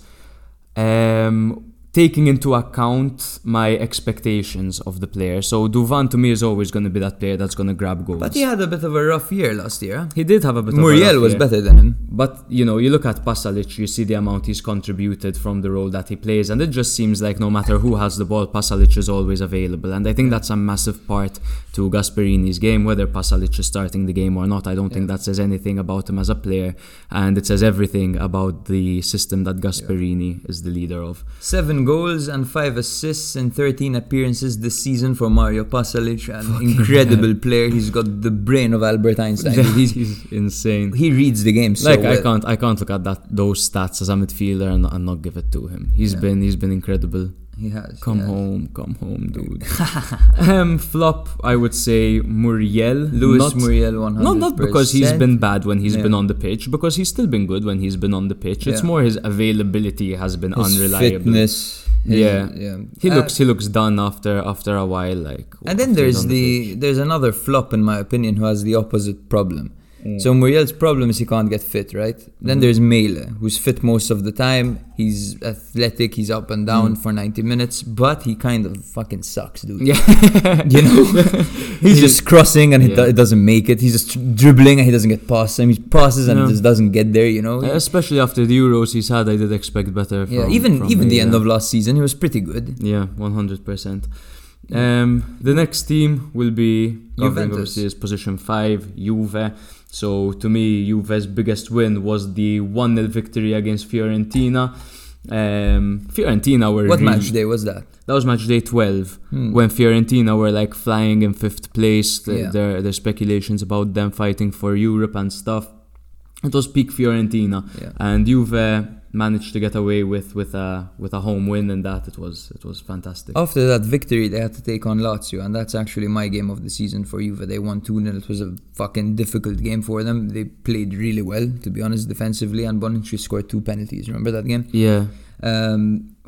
[SPEAKER 2] um, taking into account my expectations of the player. So Duvan to me is always going to be that player that's going to grab goals.
[SPEAKER 1] But he had a bit of a rough year last year. huh?
[SPEAKER 2] He did have a bit. of a
[SPEAKER 1] Muriel
[SPEAKER 2] rough
[SPEAKER 1] was
[SPEAKER 2] year.
[SPEAKER 1] better than him.
[SPEAKER 2] But you know, you look at Pasalic, you see the amount he's contributed from the role that he plays, and it just seems like no matter who has the ball, Pasalic is always available. And I think that's a massive part to Gasperini's game, whether Pasalic is starting the game or not. I don't think that says anything about him as a player, and it says everything about the system that Gasperini is the leader of.
[SPEAKER 1] Seven goals and five assists in 13 appearances this season for Mario Pasalic, an incredible player. He's got the brain of Albert
[SPEAKER 2] *laughs*
[SPEAKER 1] Einstein.
[SPEAKER 2] he's,
[SPEAKER 1] He's,
[SPEAKER 2] *laughs* he's insane.
[SPEAKER 1] he reads the game so
[SPEAKER 2] like I
[SPEAKER 1] well.
[SPEAKER 2] can't, I can't look at that those stats as a midfielder and, and not give it to him. He's been, he's been incredible.
[SPEAKER 1] He has.
[SPEAKER 2] Come
[SPEAKER 1] yeah.
[SPEAKER 2] home, come home, dude.
[SPEAKER 1] *laughs*
[SPEAKER 2] um, flop, I would say Muriel.
[SPEAKER 1] Luis
[SPEAKER 2] not,
[SPEAKER 1] Muriel 100
[SPEAKER 2] No, not because he's been bad when he's been
[SPEAKER 1] Yeah.
[SPEAKER 2] on the pitch, because he's still been good when he's been on the pitch. It's
[SPEAKER 1] Yeah.
[SPEAKER 2] more his availability has been
[SPEAKER 1] his
[SPEAKER 2] unreliable.
[SPEAKER 1] fitness. his-
[SPEAKER 2] Yeah.
[SPEAKER 1] yeah.
[SPEAKER 2] He
[SPEAKER 1] Uh,
[SPEAKER 2] looks he looks done after after a while, like
[SPEAKER 1] And
[SPEAKER 2] after
[SPEAKER 1] then
[SPEAKER 2] he's
[SPEAKER 1] there's
[SPEAKER 2] on
[SPEAKER 1] the there's another flop in my opinion who has the opposite problem.
[SPEAKER 2] Mm.
[SPEAKER 1] So Muriel's problem is he can't get fit, right?
[SPEAKER 2] Mm-hmm.
[SPEAKER 1] Then there's Mele, who's fit most of the time. He's athletic, he's up and down for 90 minutes, but he kind of fucking sucks, dude.
[SPEAKER 2] Mm. *laughs* Yeah.
[SPEAKER 1] you
[SPEAKER 2] *laughs*
[SPEAKER 1] know, *laughs* he's just crossing and he
[SPEAKER 2] Yeah.
[SPEAKER 1] do- doesn't make it. He's just dribbling and he doesn't get past him. He passes and
[SPEAKER 2] Yeah.
[SPEAKER 1] it just doesn't get there, you know.
[SPEAKER 2] pitch. especially after the Euros he's had. I did expect better. From,
[SPEAKER 1] yeah, even
[SPEAKER 2] from
[SPEAKER 1] even the
[SPEAKER 2] Muriel.
[SPEAKER 1] end of last season, he was pretty good.
[SPEAKER 2] Yeah, one hundred percent. Um, the next team will be covering
[SPEAKER 1] Juventus.
[SPEAKER 2] obviously is position five, Juve. So to me, Juve's biggest win was the one 0 victory against Fiorentina. Um, Fiorentina were
[SPEAKER 1] What
[SPEAKER 2] really-
[SPEAKER 1] match day was that?
[SPEAKER 2] That was match day twelve
[SPEAKER 1] Hmm.
[SPEAKER 2] when Fiorentina were like flying in fifth place. The,
[SPEAKER 1] Yeah.
[SPEAKER 2] There, there's speculations about them fighting for Europe and stuff. It was peak Fiorentina,
[SPEAKER 1] Yeah.
[SPEAKER 2] and Juve managed to get away with with a with a home win, and that it was it was fantastic.
[SPEAKER 1] After that victory, they had to take on Lazio, and that's actually my game of the season for Juve. They won 2 0. It was a fucking difficult game for them. They played really well, to be honest, defensively, and Bonucci scored two penalties. Remember that game?
[SPEAKER 2] Yeah,
[SPEAKER 1] Um,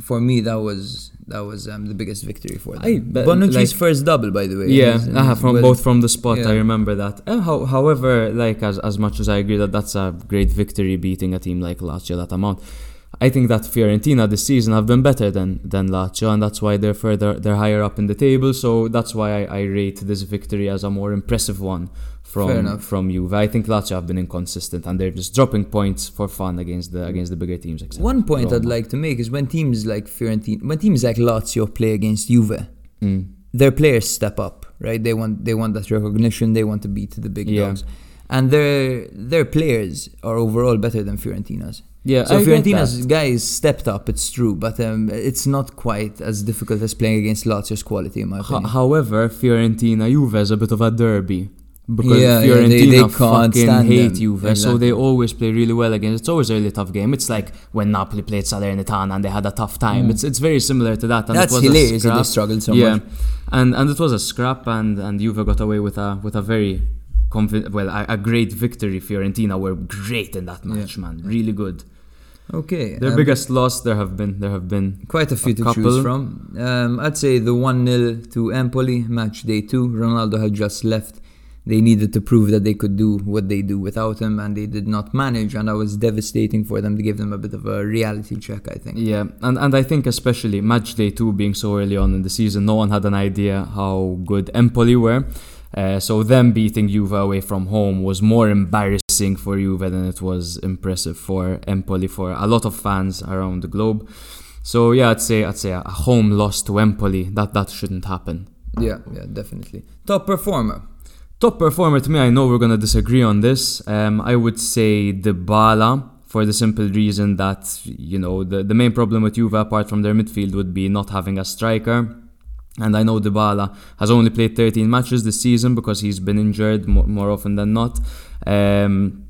[SPEAKER 1] for me, that was that was um, the biggest victory for them.
[SPEAKER 2] I bet,
[SPEAKER 1] Bonucci's
[SPEAKER 2] like-
[SPEAKER 1] first double, by the way.
[SPEAKER 2] yeah,
[SPEAKER 1] is-
[SPEAKER 2] ah,
[SPEAKER 1] is
[SPEAKER 2] from
[SPEAKER 1] well-
[SPEAKER 2] both from the spot. I
[SPEAKER 1] yeah.
[SPEAKER 2] remember that. Uh, how, however, like as as much as I agree that that's a great victory, beating a team like Lazio that amount. I think that Fiorentina this season have been better than than Lazio, and that's why they're further they're higher up in the table. So that's why I, I rate this victory as a more impressive one
[SPEAKER 1] Fair
[SPEAKER 2] from
[SPEAKER 1] enough.
[SPEAKER 2] from Juve. I think Lazio have been inconsistent, and they're just dropping points for fun against the against the bigger teams. Except
[SPEAKER 1] One point I'd
[SPEAKER 2] Roma.
[SPEAKER 1] like to make is when teams like Fiorentina, when teams like Lazio play against Juve,
[SPEAKER 2] Mm.
[SPEAKER 1] their players step up, right? They want they want that recognition. They want to beat the big
[SPEAKER 2] Yeah.
[SPEAKER 1] dogs, and their their players are overall better than Fiorentina's.
[SPEAKER 2] Yeah,
[SPEAKER 1] so
[SPEAKER 2] I get
[SPEAKER 1] Fiorentina's guys stepped up. It's true, but um, it's not quite as difficult as playing against Lazio's quality, in my
[SPEAKER 2] Ho-
[SPEAKER 1] opinion.
[SPEAKER 2] however, Fiorentina Juve is a bit of a derby because
[SPEAKER 1] Yeah, yeah,
[SPEAKER 2] Fiorentina
[SPEAKER 1] they- they can't
[SPEAKER 2] fucking
[SPEAKER 1] stand
[SPEAKER 2] hate
[SPEAKER 1] them.
[SPEAKER 2] Juve, so
[SPEAKER 1] Exactly.
[SPEAKER 2] they always play really well against. It's always a really tough game. It's like when Napoli played Salernitana and they had a tough time. It's it's very similar to that. And
[SPEAKER 1] Mm. That's
[SPEAKER 2] it was a
[SPEAKER 1] hilarious that
[SPEAKER 2] scrap.
[SPEAKER 1] they struggled so
[SPEAKER 2] yeah,
[SPEAKER 1] much.
[SPEAKER 2] and and it was a scrap, and and Juve got away with a with a very. Convi- well, a, a great victory. Fiorentina were great in that match, man. Really good.
[SPEAKER 1] Okay,
[SPEAKER 2] Their
[SPEAKER 1] um,
[SPEAKER 2] biggest loss there have been there have been
[SPEAKER 1] Quite a few
[SPEAKER 2] a
[SPEAKER 1] to
[SPEAKER 2] couple.
[SPEAKER 1] choose from. Um, I'd say the 1 0 to Empoli, match day two. Ronaldo had just left. They needed to prove that they could do what they do without him, and they did not manage. And that was devastating for them to give them a bit of a reality check, I think.
[SPEAKER 2] Yeah, and, and I think especially match day two being so early on in the season, no one had an idea how good Empoli were. Uh, so them beating Juve away from home was more embarrassing for Juve than it was impressive for Empoli for a lot of fans around the globe. So yeah, I'd say I'd say a home loss to Empoli that that shouldn't happen.
[SPEAKER 1] Yeah, yeah, definitely. Top performer.
[SPEAKER 2] Top performer to me, I know we're gonna disagree on this. Um, I would say Dybala for the simple reason that you know the, the main problem with Juve apart from their midfield would be not having a striker. And I know Dybala has only played 13 matches this season because he's been injured more, more often than not. Um,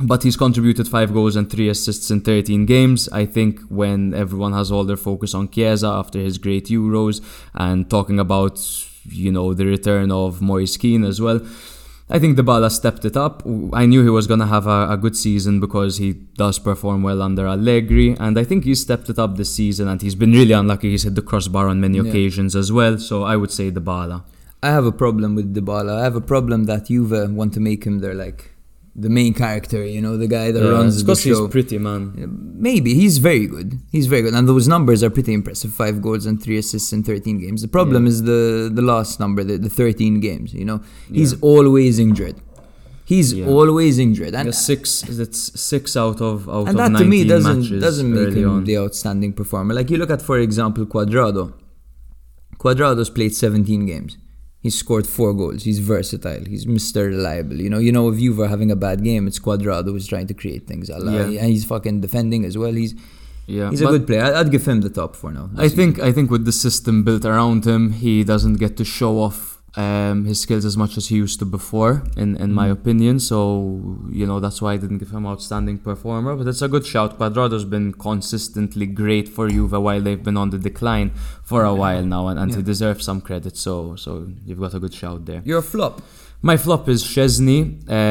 [SPEAKER 2] but he's contributed five goals and three assists in 13 games. I think when everyone has all their focus on Chiesa after his great Euros and talking about, you know, the return of Moise Keane as well, I think Dybala stepped it up. I knew he was going to have a, a good season because he does perform well under Allegri, and I think he stepped it up this season. And he's been really unlucky. He's hit the crossbar on many occasions as well. So I would say Dybala.
[SPEAKER 1] I have a problem with Dybala. I have a problem that Juve want to make him their like the main character, you know, the guy that
[SPEAKER 2] Yeah,
[SPEAKER 1] runs
[SPEAKER 2] it's
[SPEAKER 1] the
[SPEAKER 2] 'cause
[SPEAKER 1] show.
[SPEAKER 2] he's Uh, pretty, man.
[SPEAKER 1] Maybe he's very good. He's very good, and those numbers are pretty impressive: five goals and three assists in thirteen games. The problem is the the last number, the, the thirteen games. You know, he's always injured. He's
[SPEAKER 2] Yeah.
[SPEAKER 1] always injured, and
[SPEAKER 2] Yeah, six. That's six out of out
[SPEAKER 1] and
[SPEAKER 2] of
[SPEAKER 1] that to me
[SPEAKER 2] 19
[SPEAKER 1] doesn't
[SPEAKER 2] matches
[SPEAKER 1] doesn't make
[SPEAKER 2] early
[SPEAKER 1] him
[SPEAKER 2] on.
[SPEAKER 1] the outstanding performer. Like you look at, for example, Cuadrado. Cuadrado's played 17 games. He's scored four goals. He's versatile. He's Mr. Reliable. You know, you know, if you were having a bad game, it's Cuadrado who's trying to create things. Allah.
[SPEAKER 2] Yeah.
[SPEAKER 1] And he's fucking defending as well. He's
[SPEAKER 2] yeah,
[SPEAKER 1] he's a
[SPEAKER 2] but-
[SPEAKER 1] good player. I- I'd give him the top for now.
[SPEAKER 2] I think I think with the system built around him, he doesn't get to show off um, his skills as much as he used to before, in in my
[SPEAKER 1] Mm.
[SPEAKER 2] opinion. So you know that's why I didn't give him outstanding performer. But it's a good shout. Cuadrado's been consistently great for Juve while they've been on the decline for a while now, and, and he deserves some credit. So so you've got a good shout there.
[SPEAKER 1] you're a flop.
[SPEAKER 2] My flop is Chesney.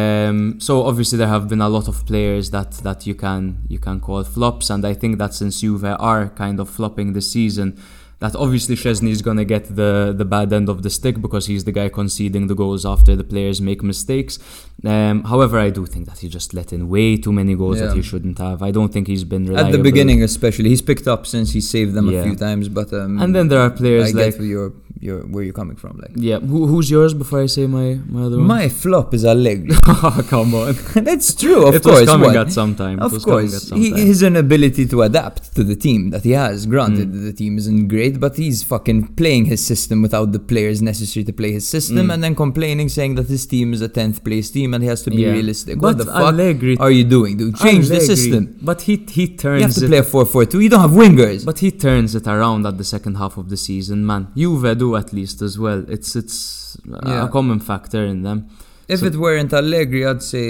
[SPEAKER 2] Um, so obviously there have been a lot of players that, that you can you can call flops, and I think that since Juve are kind of flopping this season, that obviously Chesney is gonna get the the bad end of the stick because he's the guy conceding the goals after the players make mistakes. Um, however, I do think that he just let in way too many goals
[SPEAKER 1] Yeah.
[SPEAKER 2] that he shouldn't have. I don't think he's been reliable.
[SPEAKER 1] At the beginning, especially, he's picked up since he saved them a
[SPEAKER 2] Yeah.
[SPEAKER 1] few times. But um,
[SPEAKER 2] and then there are players
[SPEAKER 1] I
[SPEAKER 2] like
[SPEAKER 1] get where you're, you're where you're coming from. Like
[SPEAKER 2] yeah. Who, who's yours before I say my my other *laughs* one? Oh,
[SPEAKER 1] my flop is Allegri.
[SPEAKER 2] *laughs* come on.
[SPEAKER 1] That's true, of
[SPEAKER 2] it
[SPEAKER 1] course.
[SPEAKER 2] was coming
[SPEAKER 1] what?
[SPEAKER 2] at some time. It
[SPEAKER 1] Of
[SPEAKER 2] was coming at
[SPEAKER 1] course,
[SPEAKER 2] some
[SPEAKER 1] he,
[SPEAKER 2] time.
[SPEAKER 1] his inability to adapt to the team that he has. Granted,
[SPEAKER 2] Mm.
[SPEAKER 1] the team isn't great, but he's fucking playing his system without the players necessary to play his
[SPEAKER 2] Mm.
[SPEAKER 1] system, and then complaining, saying that his team is a tenth place team and he has to be
[SPEAKER 2] Yeah.
[SPEAKER 1] realistic. what
[SPEAKER 2] But
[SPEAKER 1] the fuck
[SPEAKER 2] Allegri-
[SPEAKER 1] are you doing? Dude, change the
[SPEAKER 2] Allegri.
[SPEAKER 1] system.
[SPEAKER 2] But he he turns
[SPEAKER 1] You have to
[SPEAKER 2] it.
[SPEAKER 1] play a 4-4-2. You don't have wingers.
[SPEAKER 2] But he turns it around at the second half of the season, man. Juve do at least as well. It's it's a-
[SPEAKER 1] Yeah.
[SPEAKER 2] a common factor in them.
[SPEAKER 1] if
[SPEAKER 2] so-
[SPEAKER 1] it weren't Allegri, I'd say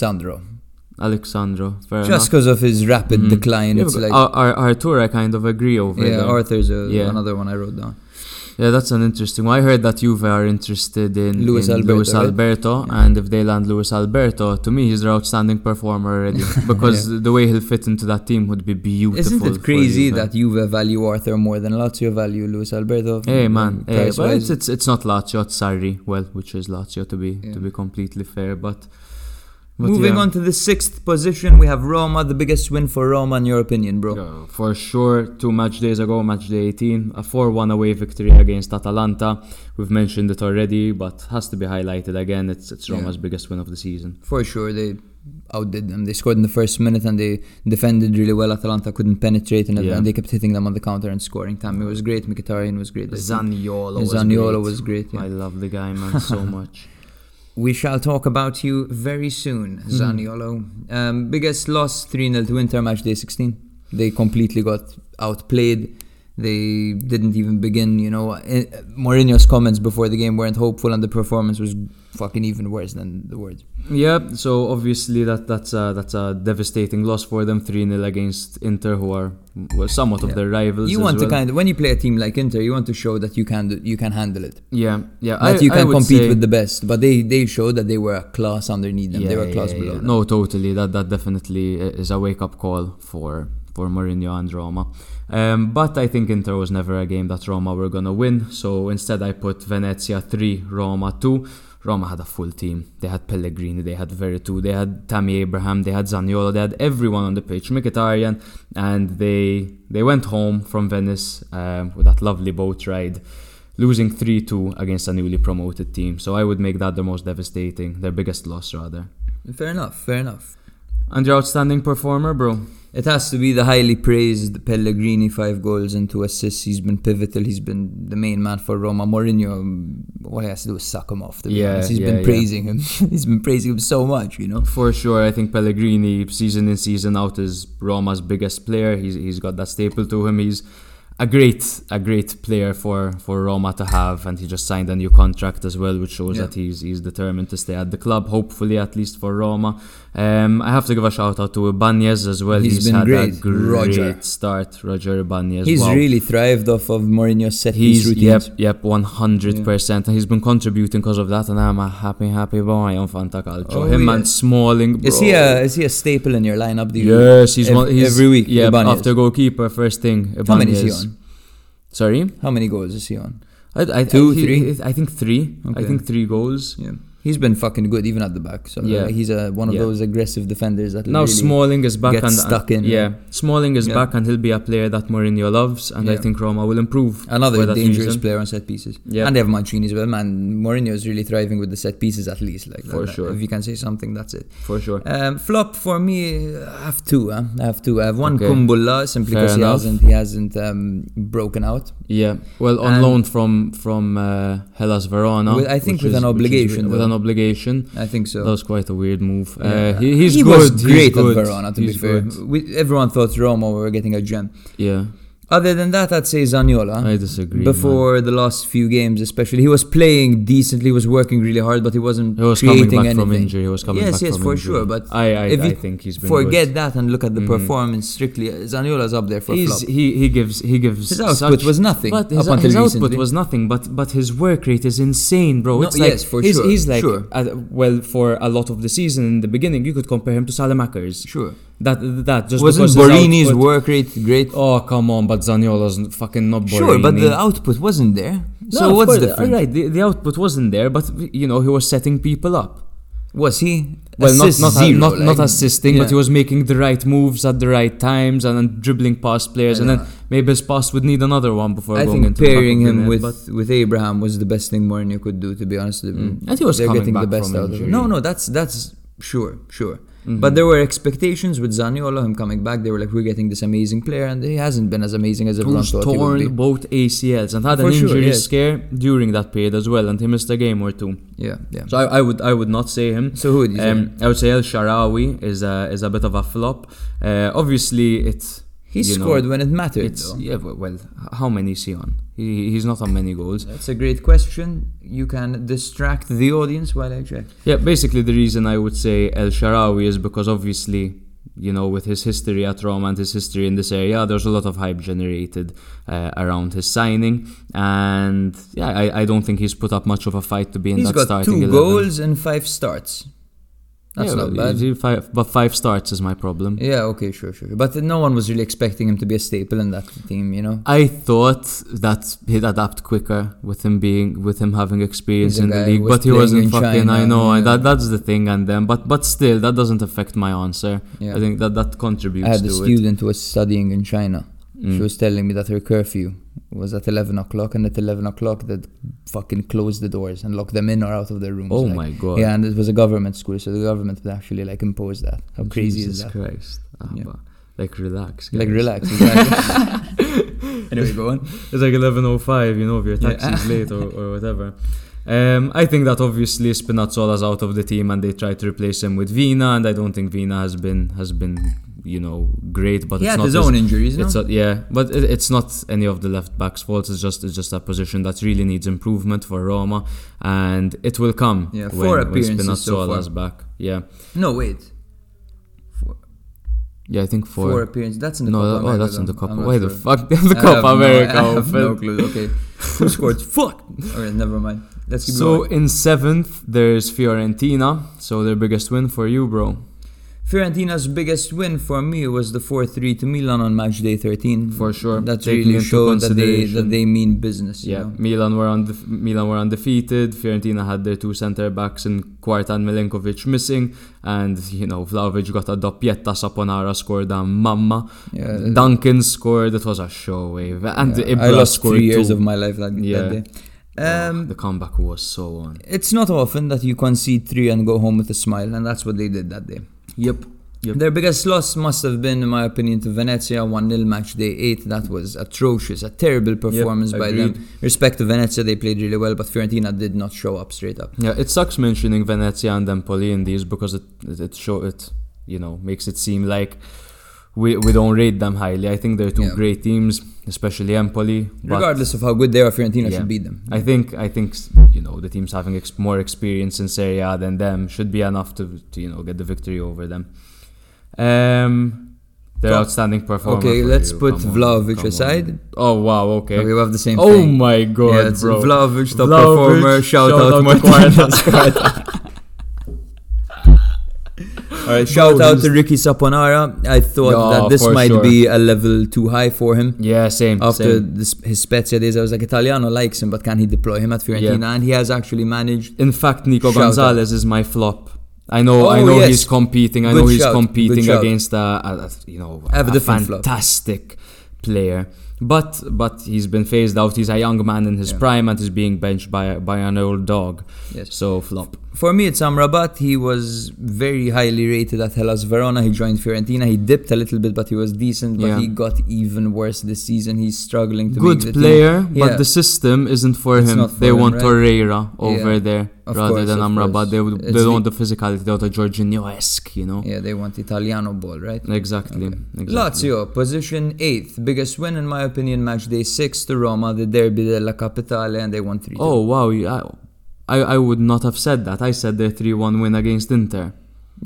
[SPEAKER 1] Sandro,
[SPEAKER 2] Alexandro, fair
[SPEAKER 1] just
[SPEAKER 2] enough. Mm-hmm.
[SPEAKER 1] because of his rapid decline.
[SPEAKER 2] Yeah,
[SPEAKER 1] it's
[SPEAKER 2] but
[SPEAKER 1] like
[SPEAKER 2] Ar- Ar- Artur, I kind of agree over
[SPEAKER 1] yeah,
[SPEAKER 2] there.
[SPEAKER 1] Arthur's a,
[SPEAKER 2] Yeah.
[SPEAKER 1] another one I wrote down.
[SPEAKER 2] yeah, that's an interesting one. I heard that Juve are interested in
[SPEAKER 1] Luis
[SPEAKER 2] in
[SPEAKER 1] Alberto,
[SPEAKER 2] Luis
[SPEAKER 1] right?
[SPEAKER 2] Alberto, and if they land Luis Alberto, to me he's their outstanding performer
[SPEAKER 1] *laughs*
[SPEAKER 2] already because the way he'll fit into that team would be beautiful.
[SPEAKER 1] Isn't
[SPEAKER 2] for
[SPEAKER 1] it crazy
[SPEAKER 2] Juve.
[SPEAKER 1] that Juve value Arthur more than Lazio value Luis Alberto?
[SPEAKER 2] Hey Eh, man, hey,
[SPEAKER 1] price-wise?
[SPEAKER 2] but it's, it's it's not Lazio, it's Sarri. Well, which is Lazio to be to be completely fair, but, but
[SPEAKER 1] Moving
[SPEAKER 2] yeah.
[SPEAKER 1] on to the sixth position, we have Roma, the biggest win for Roma in your opinion, bro.
[SPEAKER 2] Yeah, for sure, two match days ago, match day 18, a 4 1 away victory against Atalanta. We've mentioned it already, but has to be highlighted again. It's it's Roma's biggest win of the season.
[SPEAKER 1] For sure, they outdid them. They scored in the first minute and they defended really well. Atalanta couldn't penetrate and,
[SPEAKER 2] Yeah.
[SPEAKER 1] and they kept hitting them on the counter and scoring. Tammy was great, Mkhitaryan was great.
[SPEAKER 2] Zaniolo
[SPEAKER 1] was Zaniolo great. was great, yeah.
[SPEAKER 2] I love the guy, man, *laughs* so much.
[SPEAKER 1] We shall talk about you very soon, Zaniolo. Um, biggest loss 3 0 to Inter match day 16. They completely got outplayed. They didn't even begin, you know. eh, Mourinho's comments before the game weren't hopeful, and the performance was fucking even worse than the words.
[SPEAKER 2] Yeah, so obviously that that's a that's a devastating loss for them, three 0 against Inter, who are well, somewhat of their rivals.
[SPEAKER 1] You
[SPEAKER 2] as
[SPEAKER 1] want
[SPEAKER 2] well.
[SPEAKER 1] to kind of when you play a team like Inter, you want to show that you can do, you can handle it,
[SPEAKER 2] Yeah, yeah.
[SPEAKER 1] that you can
[SPEAKER 2] would
[SPEAKER 1] compete
[SPEAKER 2] say-
[SPEAKER 1] with the best. But they they showed that they were a class underneath them. they were a class below. them.
[SPEAKER 2] No, totally. That that definitely i- is a wake up call for for Mourinho and Roma. Um, but I think Inter was never a game that Roma were gonna win. So instead, I put Venezia three, Roma two. Roma had a full team. They had Pellegrini, they had Veretout, they had Tammy Abraham, they had Zaniolo, they had everyone on the pitch, Mkhitaryan, and they they went home from Venice um, with that lovely boat ride losing 3-2 against a newly promoted team. So I would make that the most devastating, their biggest loss rather.
[SPEAKER 1] Fair enough. Fair enough.
[SPEAKER 2] And your outstanding performer, bro.
[SPEAKER 1] It has to be the highly praised Pellegrini, five goals and two assists. He's been pivotal. He's been the main man for Roma. Mourinho, um, all he has to do is suck him off. To be
[SPEAKER 2] Yeah,
[SPEAKER 1] honest, he's
[SPEAKER 2] yeah,
[SPEAKER 1] been
[SPEAKER 2] yeah.
[SPEAKER 1] praising him. *laughs* he's been praising him so much, you know.
[SPEAKER 2] For sure, I think Pellegrini, season in season out, is Roma's biggest player. He's he's got that staple to him. He's a great a great player for for Roma to have, and he just signed a new contract as well, which shows
[SPEAKER 1] Yeah.
[SPEAKER 2] that he's he's determined to stay at the club. Hopefully, at least for Roma. Um, I have to give a shout out to Ibanez as well.
[SPEAKER 1] He's been
[SPEAKER 2] had a
[SPEAKER 1] great. Roger.
[SPEAKER 2] great start, Roger Ibanez.
[SPEAKER 1] He's
[SPEAKER 2] wow.
[SPEAKER 1] really thrived off of Mourinho's set piece
[SPEAKER 2] He's
[SPEAKER 1] routines.
[SPEAKER 2] yep, yep, one hundred percent, and he's been contributing because of that. And I'm a happy, happy boy on Fanta Calcio.
[SPEAKER 1] Oh,
[SPEAKER 2] Him
[SPEAKER 1] yeah.
[SPEAKER 2] and Smalling. Bro.
[SPEAKER 1] Is he a is he a staple in your lineup? Do you-
[SPEAKER 2] Yes, he's
[SPEAKER 1] ev-
[SPEAKER 2] one. He's,
[SPEAKER 1] every week.
[SPEAKER 2] Yeah,
[SPEAKER 1] Ibanez.
[SPEAKER 2] after goalkeeper, first thing. Ibanez.
[SPEAKER 1] how many is he on?
[SPEAKER 2] Sorry,
[SPEAKER 1] How many goals is he on?
[SPEAKER 2] I, I,
[SPEAKER 1] Two,
[SPEAKER 2] he-
[SPEAKER 1] three?
[SPEAKER 2] I think three. I
[SPEAKER 1] Okay.
[SPEAKER 2] think three goals.
[SPEAKER 1] Yeah. He's been fucking good even at the back. So
[SPEAKER 2] Yeah.
[SPEAKER 1] yeah. he's a, one of
[SPEAKER 2] Yeah.
[SPEAKER 1] those aggressive defenders that
[SPEAKER 2] Now
[SPEAKER 1] really,
[SPEAKER 2] Smalling is back
[SPEAKER 1] gets
[SPEAKER 2] and
[SPEAKER 1] stuck in.
[SPEAKER 2] Yeah, Smalling is
[SPEAKER 1] Yeah.
[SPEAKER 2] back and he'll be a player that Mourinho loves, and I
[SPEAKER 1] Yeah.
[SPEAKER 2] think Roma will improve. for
[SPEAKER 1] Another
[SPEAKER 2] that
[SPEAKER 1] dangerous
[SPEAKER 2] reason.
[SPEAKER 1] player on set pieces.
[SPEAKER 2] Yeah.
[SPEAKER 1] And they have Mancini as well, man. Mourinho is really thriving with the set pieces at least. Like
[SPEAKER 2] For
[SPEAKER 1] that-
[SPEAKER 2] sure.
[SPEAKER 1] If you can say something, that's it.
[SPEAKER 2] for sure.
[SPEAKER 1] Um, flop for me, I have two. Huh? I have two. I have one
[SPEAKER 2] Okay.
[SPEAKER 1] Kumbulla simply
[SPEAKER 2] Fair
[SPEAKER 1] because he
[SPEAKER 2] enough.
[SPEAKER 1] hasn't he hasn't um, broken out.
[SPEAKER 2] Yeah, well, on
[SPEAKER 1] And-
[SPEAKER 2] loan from from uh, Hellas Verona.
[SPEAKER 1] With- I think
[SPEAKER 2] which
[SPEAKER 1] with
[SPEAKER 2] is-
[SPEAKER 1] an
[SPEAKER 2] which is
[SPEAKER 1] obligation,
[SPEAKER 2] re- with
[SPEAKER 1] though.
[SPEAKER 2] an obligation.
[SPEAKER 1] I think so.
[SPEAKER 2] That was quite a weird move. Uh,
[SPEAKER 1] Yeah.
[SPEAKER 2] he, he's
[SPEAKER 1] he
[SPEAKER 2] good.
[SPEAKER 1] was
[SPEAKER 2] he's
[SPEAKER 1] great
[SPEAKER 2] good,
[SPEAKER 1] at Verona. To
[SPEAKER 2] he's
[SPEAKER 1] be fair,
[SPEAKER 2] good.
[SPEAKER 1] we, everyone thought Roma were getting a gem.
[SPEAKER 2] Yeah,
[SPEAKER 1] Other than that, I'd say Zaniola.
[SPEAKER 2] I disagree.
[SPEAKER 1] before the last few games, especially. He was playing decently, he was working really hard, but he wasn't
[SPEAKER 2] man. he was coming
[SPEAKER 1] creating
[SPEAKER 2] back
[SPEAKER 1] anything.
[SPEAKER 2] from injury. He was coming
[SPEAKER 1] Yes,
[SPEAKER 2] back
[SPEAKER 1] yes,
[SPEAKER 2] from
[SPEAKER 1] for
[SPEAKER 2] injury.
[SPEAKER 1] sure, but
[SPEAKER 2] I, I,
[SPEAKER 1] if
[SPEAKER 2] I
[SPEAKER 1] you
[SPEAKER 2] think he's been
[SPEAKER 1] Forget
[SPEAKER 2] good.
[SPEAKER 1] that and look at the
[SPEAKER 2] Mhm.
[SPEAKER 1] performance strictly. Zaniola's up there for
[SPEAKER 2] He's-
[SPEAKER 1] flop.
[SPEAKER 2] he he gives he gives
[SPEAKER 1] His output
[SPEAKER 2] such-
[SPEAKER 1] was nothing
[SPEAKER 2] But his,
[SPEAKER 1] up until
[SPEAKER 2] his output
[SPEAKER 1] recently.
[SPEAKER 2] was nothing. But but his work rate is insane, bro.
[SPEAKER 1] No,
[SPEAKER 2] It's like,
[SPEAKER 1] yes, for
[SPEAKER 2] he's,
[SPEAKER 1] sure,
[SPEAKER 2] He's like
[SPEAKER 1] sure.
[SPEAKER 2] uh, well for a lot of the season in the beginning, you could compare him to Salamakers.
[SPEAKER 1] sure.
[SPEAKER 2] That that just
[SPEAKER 1] Wasn't
[SPEAKER 2] because his
[SPEAKER 1] Borini's
[SPEAKER 2] output-
[SPEAKER 1] work rate great?
[SPEAKER 2] Oh come on, but Zaniola's n- fucking not Borini.
[SPEAKER 1] Sure, but the output wasn't there.
[SPEAKER 2] No,
[SPEAKER 1] So
[SPEAKER 2] of
[SPEAKER 1] what's
[SPEAKER 2] course,
[SPEAKER 1] different?
[SPEAKER 2] Right, the, the output wasn't there, but you know he was setting people up.
[SPEAKER 1] Was he
[SPEAKER 2] Well, not
[SPEAKER 1] assist
[SPEAKER 2] not
[SPEAKER 1] zero,
[SPEAKER 2] not, not
[SPEAKER 1] like-
[SPEAKER 2] assisting, but
[SPEAKER 1] yeah.
[SPEAKER 2] he was making the right moves at the right times and then dribbling past players, and then maybe his pass would need another one before
[SPEAKER 1] I
[SPEAKER 2] going
[SPEAKER 1] think
[SPEAKER 2] into the back
[SPEAKER 1] pairing
[SPEAKER 2] of the
[SPEAKER 1] him
[SPEAKER 2] net,
[SPEAKER 1] with
[SPEAKER 2] but- Mm.
[SPEAKER 1] with Abraham was the best thing Mourinho could do. To be honest, with you.
[SPEAKER 2] And he was
[SPEAKER 1] they're
[SPEAKER 2] coming
[SPEAKER 1] getting the
[SPEAKER 2] back
[SPEAKER 1] best
[SPEAKER 2] from
[SPEAKER 1] out of
[SPEAKER 2] injury. Mm-hmm.
[SPEAKER 1] him. No, no, that's that's sure, sure. But there were expectations with Zaniolo him coming back. They were like, we're getting this amazing player, and he hasn't been as amazing as everyone
[SPEAKER 2] who's
[SPEAKER 1] thought he would
[SPEAKER 2] torn
[SPEAKER 1] be.
[SPEAKER 2] both ACLs and had
[SPEAKER 1] For
[SPEAKER 2] an
[SPEAKER 1] sure,
[SPEAKER 2] injury
[SPEAKER 1] yes.
[SPEAKER 2] scare during that period as well, and he missed a game or two.
[SPEAKER 1] Yeah, yeah.
[SPEAKER 2] So I, I would I would not say him.
[SPEAKER 1] So who would you say?
[SPEAKER 2] Um, I would say El Sharawi is a is a bit of a flop. Uh, obviously, it's
[SPEAKER 1] He
[SPEAKER 2] you know,
[SPEAKER 1] scored when it mattered.
[SPEAKER 2] It's
[SPEAKER 1] though.
[SPEAKER 2] yeah. Well, well, h- how many is he on? He, he's not on many goals.
[SPEAKER 1] That's a great question. You can distract the audience while I check.
[SPEAKER 2] Yeah, basically the reason I would say El Sharawi is because obviously, you know, with his history at Roma and his history in this area, there's a lot of hype generated uh, around his signing, and yeah, I, I don't think he's put up much of a fight to be in
[SPEAKER 1] He's
[SPEAKER 2] that
[SPEAKER 1] got
[SPEAKER 2] starting
[SPEAKER 1] two
[SPEAKER 2] 11.
[SPEAKER 1] goals and five starts. That's
[SPEAKER 2] yeah,
[SPEAKER 1] not
[SPEAKER 2] well,
[SPEAKER 1] bad.
[SPEAKER 2] he- Five, but five starts is my problem.
[SPEAKER 1] Yeah, okay, sure, sure. But no one was really expecting him to be a staple in that team, you know?
[SPEAKER 2] I thought that he'd adapt quicker with him being with him having experience
[SPEAKER 1] He's a
[SPEAKER 2] in the
[SPEAKER 1] guy
[SPEAKER 2] league,
[SPEAKER 1] who was
[SPEAKER 2] but he
[SPEAKER 1] playing
[SPEAKER 2] wasn't
[SPEAKER 1] in
[SPEAKER 2] fucking.
[SPEAKER 1] China,
[SPEAKER 2] I know, and
[SPEAKER 1] yeah.
[SPEAKER 2] that that's the thing. And then, but but still, that doesn't affect my answer.
[SPEAKER 1] Yeah.
[SPEAKER 2] I think that that contributes
[SPEAKER 1] I had
[SPEAKER 2] to
[SPEAKER 1] a
[SPEAKER 2] it.
[SPEAKER 1] student who was studying in China.
[SPEAKER 2] Mm.
[SPEAKER 1] She was telling me that her curfew was at 11 o'clock, and at 11 o'clock, they'd fucking close the doors and lock them in or out of their rooms.
[SPEAKER 2] Oh
[SPEAKER 1] like-
[SPEAKER 2] my god!
[SPEAKER 1] Yeah, and it was a government school, so the government would actually like impose that. How crazy
[SPEAKER 2] Jesus
[SPEAKER 1] is that?
[SPEAKER 2] Christ! Ah,
[SPEAKER 1] Yeah.
[SPEAKER 2] but, like relax.
[SPEAKER 1] Like,
[SPEAKER 2] guys. *laughs*
[SPEAKER 1] relax. Exactly. anyway, go on.
[SPEAKER 2] It's like eleven oh five. You know, if your
[SPEAKER 1] Yeah.
[SPEAKER 2] taxi's late or, or
[SPEAKER 1] *laughs*
[SPEAKER 2] whatever. Um, I think that obviously Spinazzola's out of the team, and they try to replace him with Vina, and I don't think Vina has been has been you know great, but
[SPEAKER 1] he
[SPEAKER 2] it's
[SPEAKER 1] had
[SPEAKER 2] not
[SPEAKER 1] his own injuries, no?
[SPEAKER 2] It's not, yeah, but it, it's not any of the left back's fault. It's just it's just a position that really needs improvement for Roma, and it will come.
[SPEAKER 1] Yeah,
[SPEAKER 2] when,
[SPEAKER 1] four
[SPEAKER 2] when
[SPEAKER 1] appearances so
[SPEAKER 2] Spinazzola is back. Yeah,
[SPEAKER 1] no, wait. Four,
[SPEAKER 2] yeah, I think four.
[SPEAKER 1] four appearances. That's in the
[SPEAKER 2] no,
[SPEAKER 1] Copa
[SPEAKER 2] that- oh,
[SPEAKER 1] America,
[SPEAKER 2] that's in the
[SPEAKER 1] though.
[SPEAKER 2] Copa.
[SPEAKER 1] I'm not
[SPEAKER 2] Why the
[SPEAKER 1] sure.
[SPEAKER 2] fuck *laughs* the
[SPEAKER 1] I have
[SPEAKER 2] Copa
[SPEAKER 1] no-
[SPEAKER 2] America?
[SPEAKER 1] *laughs* I have
[SPEAKER 2] Phil?
[SPEAKER 1] no clue. Okay.
[SPEAKER 2] *laughs*
[SPEAKER 1] Who scored? Fuck. All right, never mind. Let's keep
[SPEAKER 2] So
[SPEAKER 1] going.
[SPEAKER 2] in seventh, there's Fiorentina. So their biggest win for you, bro.
[SPEAKER 1] Fiorentina's biggest win for me was the 4-3 to Milan on match day 13.
[SPEAKER 2] For sure.
[SPEAKER 1] That
[SPEAKER 2] Taking
[SPEAKER 1] really
[SPEAKER 2] into
[SPEAKER 1] showed that they
[SPEAKER 2] consideration-
[SPEAKER 1] that they mean business. you
[SPEAKER 2] Yeah,
[SPEAKER 1] know?
[SPEAKER 2] Milan were on Milan were undefeated. Fiorentina had their two centre backs in Quarta and Milinkovic missing, and you know Vlahovic got a doppietta. Saponara scored a mamma.
[SPEAKER 1] Yeah. uh,
[SPEAKER 2] Duncan scored. It was a show wave, and
[SPEAKER 1] Yeah,
[SPEAKER 2] Ibra
[SPEAKER 1] I lost
[SPEAKER 2] scored
[SPEAKER 1] three years
[SPEAKER 2] two.
[SPEAKER 1] of my life that,
[SPEAKER 2] Yeah.
[SPEAKER 1] that day.
[SPEAKER 2] Ah,
[SPEAKER 1] Um,
[SPEAKER 2] the comeback was so on.
[SPEAKER 1] it's not often that you concede three and go home with a smile, and that's what they did that day.
[SPEAKER 2] Yep. Yep.
[SPEAKER 1] Their biggest loss must have been, in my opinion, to Venezia 1 0 match day 8. That was atrocious, a terrible performance by
[SPEAKER 2] agreed.
[SPEAKER 1] them. Respect to Venezia, they played really well, but Fiorentina did not show up straight up.
[SPEAKER 2] Yeah, it sucks mentioning Venezia and Empoli in these because it it, it show it you know makes it seem like we we don't rate them highly. I think they're two
[SPEAKER 1] Yeah.
[SPEAKER 2] great teams, especially Empoli. but-
[SPEAKER 1] Regardless of how good they are, Fiorentina
[SPEAKER 2] Yeah.
[SPEAKER 1] should beat them.
[SPEAKER 2] I think I think s- you know the teams having ex- more experience in Serie A than them should be enough to, to you know get the victory over them. Um, their
[SPEAKER 1] Come-
[SPEAKER 2] outstanding performance.
[SPEAKER 1] Okay, let's put Vlahovic aside.
[SPEAKER 2] Oh wow, okay.
[SPEAKER 1] Okay, we have the same
[SPEAKER 2] oh
[SPEAKER 1] thing.
[SPEAKER 2] my God,
[SPEAKER 1] yeah, it's
[SPEAKER 2] bro!
[SPEAKER 1] Vlahovic, top *laughs*
[SPEAKER 2] Vlahovic,
[SPEAKER 1] performer. Shout,
[SPEAKER 2] shout
[SPEAKER 1] out,
[SPEAKER 2] out to
[SPEAKER 1] Martinez.
[SPEAKER 2] right,
[SPEAKER 1] Shout
[SPEAKER 2] so
[SPEAKER 1] out
[SPEAKER 2] who's-
[SPEAKER 1] to Ricky Saponara. I thought
[SPEAKER 2] Yeah,
[SPEAKER 1] that this
[SPEAKER 2] for
[SPEAKER 1] might
[SPEAKER 2] sure.
[SPEAKER 1] be a level too high for him.
[SPEAKER 2] *laughs* Yeah, same.
[SPEAKER 1] After
[SPEAKER 2] same.
[SPEAKER 1] this, his Spezia days, I was like, Italiano likes him, but can he deploy him at Fiorentina? And he has actually managed.
[SPEAKER 2] In fact, Nico
[SPEAKER 1] Shout out.
[SPEAKER 2] Gonzalez is my flop. I know, I
[SPEAKER 1] Oh,
[SPEAKER 2] know
[SPEAKER 1] yes.
[SPEAKER 2] he's competing. I
[SPEAKER 1] Good
[SPEAKER 2] know he's
[SPEAKER 1] shout, good
[SPEAKER 2] competing
[SPEAKER 1] shout.
[SPEAKER 2] against a, a a- you know
[SPEAKER 1] I have a
[SPEAKER 2] a,
[SPEAKER 1] different flop.
[SPEAKER 2] fantastic player. But but he's been phased out. He's a young man in his prime and is being benched by by an old dog.
[SPEAKER 1] Yes.
[SPEAKER 2] So flop.
[SPEAKER 1] For me, it's Amrabat. He was very highly rated at Hellas Verona. He joined Fiorentina. He dipped a little bit, but he was decent. But
[SPEAKER 2] Yeah.
[SPEAKER 1] he got even worse this season. He's struggling to make
[SPEAKER 2] Good
[SPEAKER 1] the team.
[SPEAKER 2] player,
[SPEAKER 1] Yeah.
[SPEAKER 2] but the system isn't for
[SPEAKER 1] It's
[SPEAKER 2] him.
[SPEAKER 1] not for
[SPEAKER 2] they
[SPEAKER 1] him,
[SPEAKER 2] want
[SPEAKER 1] right?
[SPEAKER 2] Torreira over
[SPEAKER 1] Yeah.
[SPEAKER 2] there
[SPEAKER 1] Of
[SPEAKER 2] rather
[SPEAKER 1] course,
[SPEAKER 2] than
[SPEAKER 1] of
[SPEAKER 2] Amrabat.
[SPEAKER 1] course.
[SPEAKER 2] They would,
[SPEAKER 1] It's
[SPEAKER 2] they don't
[SPEAKER 1] the-
[SPEAKER 2] want the physicality. They want a Jorginho-esque, you know.
[SPEAKER 1] Yeah, they want Italiano ball, right?
[SPEAKER 2] Exactly. exactly.
[SPEAKER 1] Lazio, position 8th. Biggest win, in my opinion, match day 6 to Roma, the Derby della Capitale, and they won 3
[SPEAKER 2] Oh wow! you- I, I I would not have said that. I said their three-one win against Inter.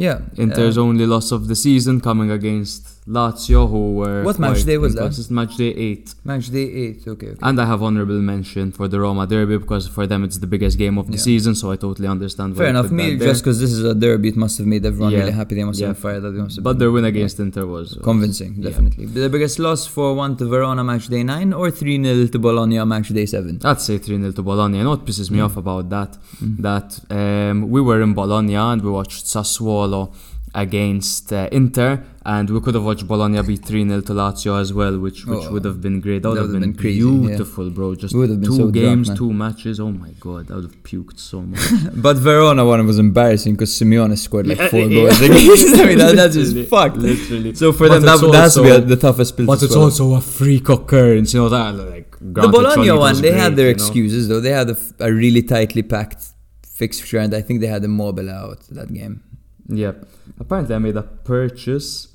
[SPEAKER 1] Yeah. uh,
[SPEAKER 2] Inter's only loss of the season coming against Lazio, who were
[SPEAKER 1] What match
[SPEAKER 2] quite
[SPEAKER 1] day was that?
[SPEAKER 2] inconsistent. Match day eight.
[SPEAKER 1] Match day 8th, okay, okay.
[SPEAKER 2] And I have honourable mention for the Roma derby because for them it's the biggest game of the
[SPEAKER 1] Yeah.
[SPEAKER 2] season, so I totally understand. why
[SPEAKER 1] Fair
[SPEAKER 2] they
[SPEAKER 1] enough.
[SPEAKER 2] put
[SPEAKER 1] Me,
[SPEAKER 2] that there.
[SPEAKER 1] just because this is a derby, it must have made everyone
[SPEAKER 2] Yeah.
[SPEAKER 1] really happy. They must
[SPEAKER 2] Yeah.
[SPEAKER 1] have been fired. That they must have
[SPEAKER 2] but
[SPEAKER 1] been
[SPEAKER 2] their win against Inter was
[SPEAKER 1] convincing,
[SPEAKER 2] Yeah.
[SPEAKER 1] definitely. The biggest loss 4 1 to Verona, match day 9, or 3 0 to Bologna, match day
[SPEAKER 2] *laughs*
[SPEAKER 1] 7.
[SPEAKER 2] I'd say 3 0 to Bologna. You know what pisses me
[SPEAKER 1] Mm.
[SPEAKER 2] off about that? That um, we were in Bologna and we watched Sassuolo against uh, Inter, and we could have watched Bologna beat 3 0 to Lazio as well, which, which
[SPEAKER 1] Oh,
[SPEAKER 2] would have been great. That would have been,
[SPEAKER 1] crazy, yeah.
[SPEAKER 2] beautiful, bro. Just
[SPEAKER 1] We would have been
[SPEAKER 2] two
[SPEAKER 1] so drunk,
[SPEAKER 2] games,
[SPEAKER 1] man.
[SPEAKER 2] two matches. Oh my god, I would have puked so much.
[SPEAKER 1] But Verona one was embarrassing because Simeone scored like 4
[SPEAKER 2] *laughs* Yeah.
[SPEAKER 1] goals against them. *laughs* That, that's
[SPEAKER 2] Literally,
[SPEAKER 1] just fucked.
[SPEAKER 2] Literally.
[SPEAKER 1] So for
[SPEAKER 2] But
[SPEAKER 1] them, that,
[SPEAKER 2] it's
[SPEAKER 1] that has to be
[SPEAKER 2] also-
[SPEAKER 1] the toughest pill
[SPEAKER 2] But
[SPEAKER 1] to
[SPEAKER 2] it's
[SPEAKER 1] swallow.
[SPEAKER 2] also a freak occurrence, you know that like
[SPEAKER 1] the
[SPEAKER 2] granted, Chelsea
[SPEAKER 1] Bologna
[SPEAKER 2] was
[SPEAKER 1] one, they had
[SPEAKER 2] great,
[SPEAKER 1] their
[SPEAKER 2] you know?
[SPEAKER 1] excuses though. They had a, f- a really tightly packed fixture, and I think they had Immobile out that game.
[SPEAKER 2] Yeah. Apparently, I made a purchase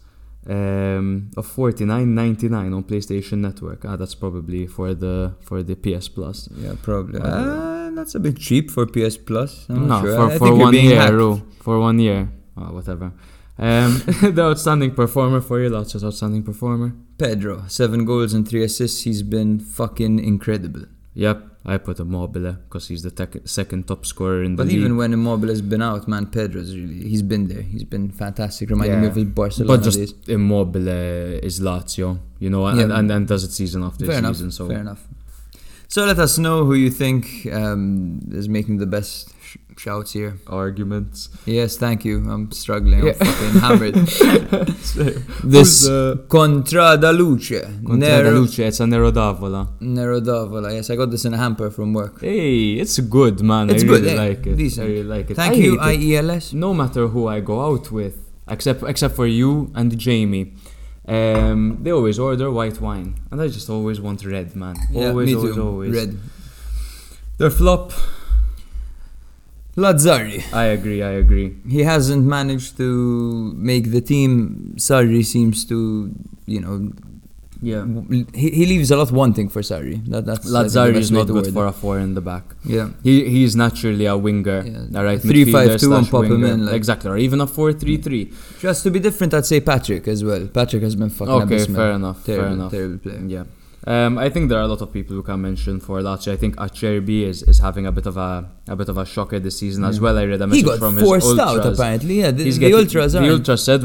[SPEAKER 2] um, of forty nine ninety nine on PlayStation Network. Ah, that's probably for the for the PS Plus.
[SPEAKER 1] Yeah, probably. Uh, that's a bit cheap for PS Plus. I'm
[SPEAKER 2] no,
[SPEAKER 1] not Oh, sure. I-
[SPEAKER 2] for,
[SPEAKER 1] I
[SPEAKER 2] for
[SPEAKER 1] think you're
[SPEAKER 2] one
[SPEAKER 1] being
[SPEAKER 2] year, oh.
[SPEAKER 1] hacked.
[SPEAKER 2] Ru, for one year. Ah, whatever. Um, *laughs* the outstanding performer for you, Lazio's outstanding performer.
[SPEAKER 1] Pedro, seven goals and three assists. He's been fucking incredible.
[SPEAKER 2] Yep, I put Immobile because he's the tec- second top scorer in the
[SPEAKER 1] But
[SPEAKER 2] league.
[SPEAKER 1] even when Immobile has been out, man, Pedro's really he's been there. He's been fantastic. Reminding me
[SPEAKER 2] Yeah.
[SPEAKER 1] of his Barcelona
[SPEAKER 2] but
[SPEAKER 1] days.
[SPEAKER 2] just Immobile is Lazio, you know, and,
[SPEAKER 1] Yeah.
[SPEAKER 2] and, and does it season after
[SPEAKER 1] Fair enough.
[SPEAKER 2] season. so
[SPEAKER 1] Fair enough. So let us know who you think um, is making the best sh- shouts here.
[SPEAKER 2] arguments.
[SPEAKER 1] Yes, thank you. I'm struggling.
[SPEAKER 2] Yeah.
[SPEAKER 1] I'm fucking
[SPEAKER 2] *laughs*
[SPEAKER 1] hammered.
[SPEAKER 2] Who's *laughs*
[SPEAKER 1] this
[SPEAKER 2] the-
[SPEAKER 1] Contra da Luce.
[SPEAKER 2] Contra
[SPEAKER 1] uh, Nero,
[SPEAKER 2] Luce, it's a Nero d'Avola.
[SPEAKER 1] Nero d'Avola. Yes, I got this in a hamper from work.
[SPEAKER 2] Hey, it's good, man.
[SPEAKER 1] It's
[SPEAKER 2] I
[SPEAKER 1] good,
[SPEAKER 2] really
[SPEAKER 1] eh?
[SPEAKER 2] like it.
[SPEAKER 1] Decent.
[SPEAKER 2] I really like it.
[SPEAKER 1] Thank
[SPEAKER 2] I
[SPEAKER 1] you, E
[SPEAKER 2] hate it.
[SPEAKER 1] IELS.
[SPEAKER 2] No matter who I go out with, except except for you and Jamie, um, they always order white wine, and I just always want red, man.
[SPEAKER 1] Yeah,
[SPEAKER 2] always,
[SPEAKER 1] me
[SPEAKER 2] always,
[SPEAKER 1] too.
[SPEAKER 2] always.
[SPEAKER 1] Red.
[SPEAKER 2] Their flop.
[SPEAKER 1] Lazzari.
[SPEAKER 2] I agree. I agree.
[SPEAKER 1] He hasn't managed to make the team. Sarri seems to, you know,
[SPEAKER 2] Yeah.
[SPEAKER 1] w- he, he leaves a lot wanting for Sarri. That, that's I think, the
[SPEAKER 2] Lazzari
[SPEAKER 1] best
[SPEAKER 2] is
[SPEAKER 1] way
[SPEAKER 2] not
[SPEAKER 1] to word
[SPEAKER 2] good for
[SPEAKER 1] it.
[SPEAKER 2] a four in the back.
[SPEAKER 1] Yeah.
[SPEAKER 2] He he's naturally a winger.
[SPEAKER 1] Yeah.
[SPEAKER 2] All right,
[SPEAKER 1] Three, five,
[SPEAKER 2] midfielder
[SPEAKER 1] two and
[SPEAKER 2] slash
[SPEAKER 1] pop him
[SPEAKER 2] winger.
[SPEAKER 1] in, like-
[SPEAKER 2] exactly, or even a four-three-three.
[SPEAKER 1] Just to be different, I'd say Patrick as well. Patrick has been fucking
[SPEAKER 2] Okay,
[SPEAKER 1] abysmal.
[SPEAKER 2] fair enough.
[SPEAKER 1] Terrible,
[SPEAKER 2] fair enough.
[SPEAKER 1] terrible player.
[SPEAKER 2] Yeah. Um, I think there are a lot of people who can mention for Lazio. I think Acerbi is, is having a bit of a a bit of a shocker this season as well. I read a
[SPEAKER 1] He
[SPEAKER 2] message
[SPEAKER 1] got
[SPEAKER 2] from
[SPEAKER 1] forced
[SPEAKER 2] his ultras.
[SPEAKER 1] out apparently. Yeah, the,
[SPEAKER 2] He's
[SPEAKER 1] the
[SPEAKER 2] getting-
[SPEAKER 1] ultras are.
[SPEAKER 2] The ultras said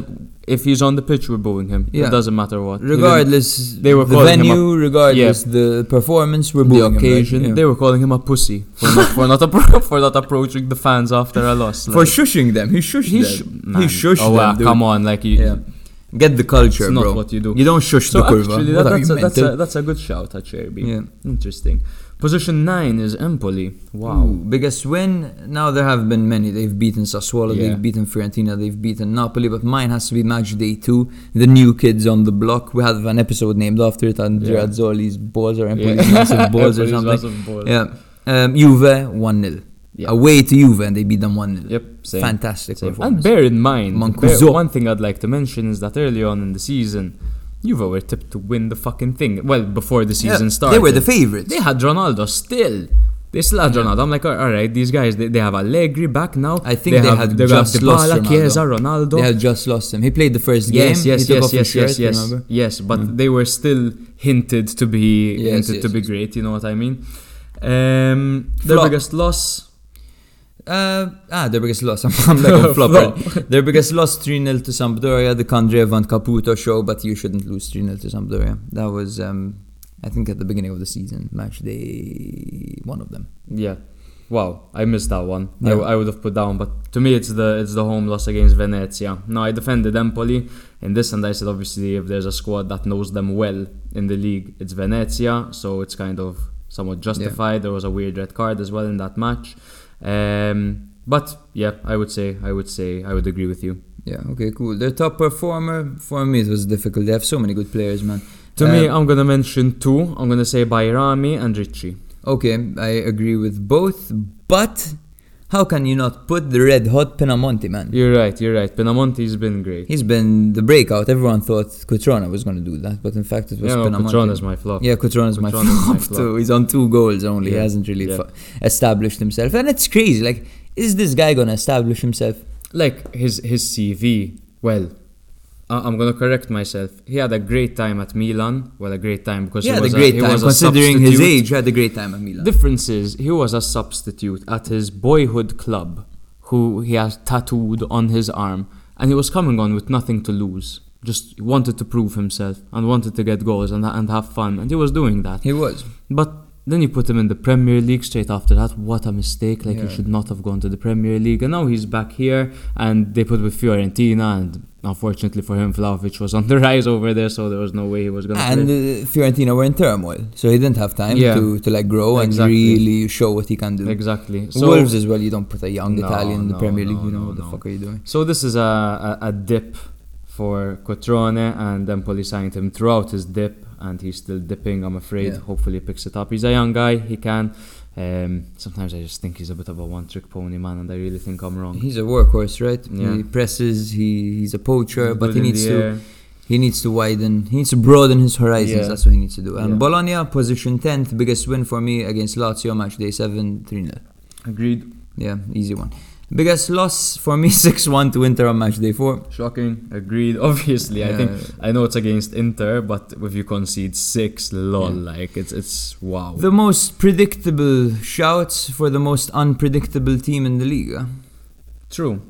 [SPEAKER 2] if he's on the pitch, we're booing him. It
[SPEAKER 1] Yeah.
[SPEAKER 2] doesn't matter what. He didn't-
[SPEAKER 1] regardless
[SPEAKER 2] They were
[SPEAKER 1] the
[SPEAKER 2] calling him
[SPEAKER 1] venue, regardless the performance, we're
[SPEAKER 2] the
[SPEAKER 1] booing him,
[SPEAKER 2] occasion,
[SPEAKER 1] right? Yeah.
[SPEAKER 2] they were calling him a pussy for not for not, appro- *laughs* for not approaching the fans after a loss.
[SPEAKER 1] for
[SPEAKER 2] like,
[SPEAKER 1] shushing them. He shushed
[SPEAKER 2] he sh-
[SPEAKER 1] them.
[SPEAKER 2] man.
[SPEAKER 1] he shushed
[SPEAKER 2] oh,
[SPEAKER 1] them.
[SPEAKER 2] wow,
[SPEAKER 1] dude.
[SPEAKER 2] come on, like you,
[SPEAKER 1] Yeah. Get the culture,
[SPEAKER 2] it's not
[SPEAKER 1] bro.
[SPEAKER 2] what you do.
[SPEAKER 1] You don't shush
[SPEAKER 2] So
[SPEAKER 1] the curva.
[SPEAKER 2] actually, that,
[SPEAKER 1] uh, what are
[SPEAKER 2] that's,
[SPEAKER 1] you
[SPEAKER 2] a, that's,
[SPEAKER 1] mental?
[SPEAKER 2] a, that's a good shout, Acerbi.
[SPEAKER 1] Yeah.
[SPEAKER 2] Interesting. Position nine is Empoli. Wow.
[SPEAKER 1] Ooh, biggest win. Now there have been many. They've beaten Sassuolo,
[SPEAKER 2] Yeah.
[SPEAKER 1] they've beaten Fiorentina, they've beaten Napoli, but mine has to be match day two. The new kids on the block. We have an episode named after it, and
[SPEAKER 2] Yeah.
[SPEAKER 1] Girazzoli's balls or Empoli's *laughs*
[SPEAKER 2] *laughs*
[SPEAKER 1] massive balls or
[SPEAKER 2] Empoli's
[SPEAKER 1] something.
[SPEAKER 2] massive balls.
[SPEAKER 1] Yeah. Um, Juve one 0
[SPEAKER 2] Yeah.
[SPEAKER 1] Away to Juve and they beat them one 0
[SPEAKER 2] Yep. Same.
[SPEAKER 1] Fantastic
[SPEAKER 2] Same. And
[SPEAKER 1] performance.
[SPEAKER 2] bear in mind,
[SPEAKER 1] Mancuso.
[SPEAKER 2] bear- one thing I'd like to mention is that early on in the season, Juve were tipped to win the fucking thing. Well, before the season
[SPEAKER 1] Yeah,
[SPEAKER 2] started,
[SPEAKER 1] They were the favorites.
[SPEAKER 2] They had Ronaldo still. They still had Ronaldo. I'm like, all all right, these guys, they, they have Allegri back now.
[SPEAKER 1] I think they,
[SPEAKER 2] have,
[SPEAKER 1] had
[SPEAKER 2] they
[SPEAKER 1] just
[SPEAKER 2] have
[SPEAKER 1] lost
[SPEAKER 2] Dybala,
[SPEAKER 1] Ronaldo.
[SPEAKER 2] Chiesa, Ronaldo.
[SPEAKER 1] They had just lost him. He played the first game.
[SPEAKER 2] Yes, yes,
[SPEAKER 1] he took
[SPEAKER 2] yes,
[SPEAKER 1] off
[SPEAKER 2] yes,
[SPEAKER 1] his shirt,
[SPEAKER 2] yes, yes,
[SPEAKER 1] remember?
[SPEAKER 2] yes. But they were still hinted to be
[SPEAKER 1] Yes,
[SPEAKER 2] hinted
[SPEAKER 1] yes,
[SPEAKER 2] to be great. You know what I mean? Um, their
[SPEAKER 1] Flop.
[SPEAKER 2] biggest loss.
[SPEAKER 1] Uh, ah, their biggest loss. *laughs* I'm, I'm
[SPEAKER 2] *laughs*
[SPEAKER 1] like a flopper. their biggest loss 3 0 to Sampdoria, the Kondrevan Caputo show, but you shouldn't lose 3 0 to Sampdoria. That was, um, I think, at the beginning of the season, match day one of them.
[SPEAKER 2] Yeah. Wow, I missed that one. I,
[SPEAKER 1] Yeah.
[SPEAKER 2] I would have put down, but to me, it's the it's the home loss against Venezia. Now I defended Empoli in this, and I said obviously if there's a squad that knows them well in the league, it's Venezia, so it's kind of somewhat justified. There was a weird red card as well in that match, um, but yeah, I would say I would say I would agree with you.
[SPEAKER 1] Yeah, okay, cool. Their top performer, for me, it was difficult. They have so many good players, man.
[SPEAKER 2] To me,
[SPEAKER 1] Uh,
[SPEAKER 2] I'm gonna mention two. I'm gonna say Bayrami and Ricci.
[SPEAKER 1] okay, I agree with both, but how can you not put the red hot Pinamonti, man?
[SPEAKER 2] You're right. You're right. Pinamonti's been great.
[SPEAKER 1] He's been the breakout. Everyone thought Cutrona was going to do that, but in fact, it was
[SPEAKER 2] Yeah, no,
[SPEAKER 1] Pinamonti.
[SPEAKER 2] Cutrona's my flop.
[SPEAKER 1] Yeah, Cutrona's my
[SPEAKER 2] Cutrone is my
[SPEAKER 1] flop
[SPEAKER 2] flop.
[SPEAKER 1] too. He's on two goals only. He
[SPEAKER 2] Yeah,
[SPEAKER 1] hasn't really
[SPEAKER 2] yeah.
[SPEAKER 1] fu- established himself, and it's crazy. Like, is this guy going to establish himself?
[SPEAKER 2] like his his CV. Well, I- I'm gonna correct myself. He had a great time at Milan. Well, a great time because
[SPEAKER 1] Yeah,
[SPEAKER 2] he
[SPEAKER 1] the
[SPEAKER 2] was
[SPEAKER 1] great
[SPEAKER 2] a, he
[SPEAKER 1] time
[SPEAKER 2] was a
[SPEAKER 1] considering his
[SPEAKER 2] substitute.
[SPEAKER 1] age. Had a great time at Milan.
[SPEAKER 2] Difference is he was a substitute at his boyhood club, who he has tattooed on his arm, and he was coming on with nothing to lose. Just wanted to prove himself and wanted to get goals and and have fun, and he was doing that.
[SPEAKER 1] he was.
[SPEAKER 2] But then you put him in the Premier League straight after that. What a mistake! Like he
[SPEAKER 1] Yeah.
[SPEAKER 2] should not have gone to the Premier League, and now he's back here. And they put with Fiorentina, and unfortunately for him, Vlahovic was *laughs* on the rise over there, so there was no way he was going to.
[SPEAKER 1] And
[SPEAKER 2] play.
[SPEAKER 1] uh, Fiorentina were in turmoil, so he didn't have time
[SPEAKER 2] Yeah.
[SPEAKER 1] to, to like grow
[SPEAKER 2] Exactly.
[SPEAKER 1] and really show what he can do.
[SPEAKER 2] exactly. So
[SPEAKER 1] Wolves as well. You don't put a young
[SPEAKER 2] No,
[SPEAKER 1] Italian in the
[SPEAKER 2] no,
[SPEAKER 1] Premier League.
[SPEAKER 2] no,
[SPEAKER 1] you know
[SPEAKER 2] no,
[SPEAKER 1] what the
[SPEAKER 2] no.
[SPEAKER 1] fuck are you doing?
[SPEAKER 2] So this is a, a, a dip for Cotrone, and Empoli signed him throughout his dip, and he's still dipping. I'm afraid.
[SPEAKER 1] Yeah.
[SPEAKER 2] Hopefully, he picks it up. He's a young guy. He can. Um, sometimes I just think he's a bit of a one-trick pony man, and I really think I'm wrong.
[SPEAKER 1] He's a workhorse, right?
[SPEAKER 2] Yeah.
[SPEAKER 1] He presses. He he's a poacher, but
[SPEAKER 2] Good
[SPEAKER 1] he
[SPEAKER 2] in
[SPEAKER 1] needs
[SPEAKER 2] the
[SPEAKER 1] to.
[SPEAKER 2] air.
[SPEAKER 1] He needs to widen. He needs to broaden his horizons.
[SPEAKER 2] Yeah.
[SPEAKER 1] That's what he needs to do. And
[SPEAKER 2] Yeah.
[SPEAKER 1] Bologna position tenth, biggest win for me against Lazio match day seven, three 0
[SPEAKER 2] Agreed.
[SPEAKER 1] Yeah, easy one. Biggest loss for me *laughs* six one to Inter on match day four.
[SPEAKER 2] Shocking. Agreed. *laughs* Obviously, I think
[SPEAKER 1] Yeah.
[SPEAKER 2] I know it's against Inter, but if you concede six, lol,
[SPEAKER 1] Yeah.
[SPEAKER 2] like it's it's wow.
[SPEAKER 1] The most predictable shouts for the most unpredictable team in the league.
[SPEAKER 2] true,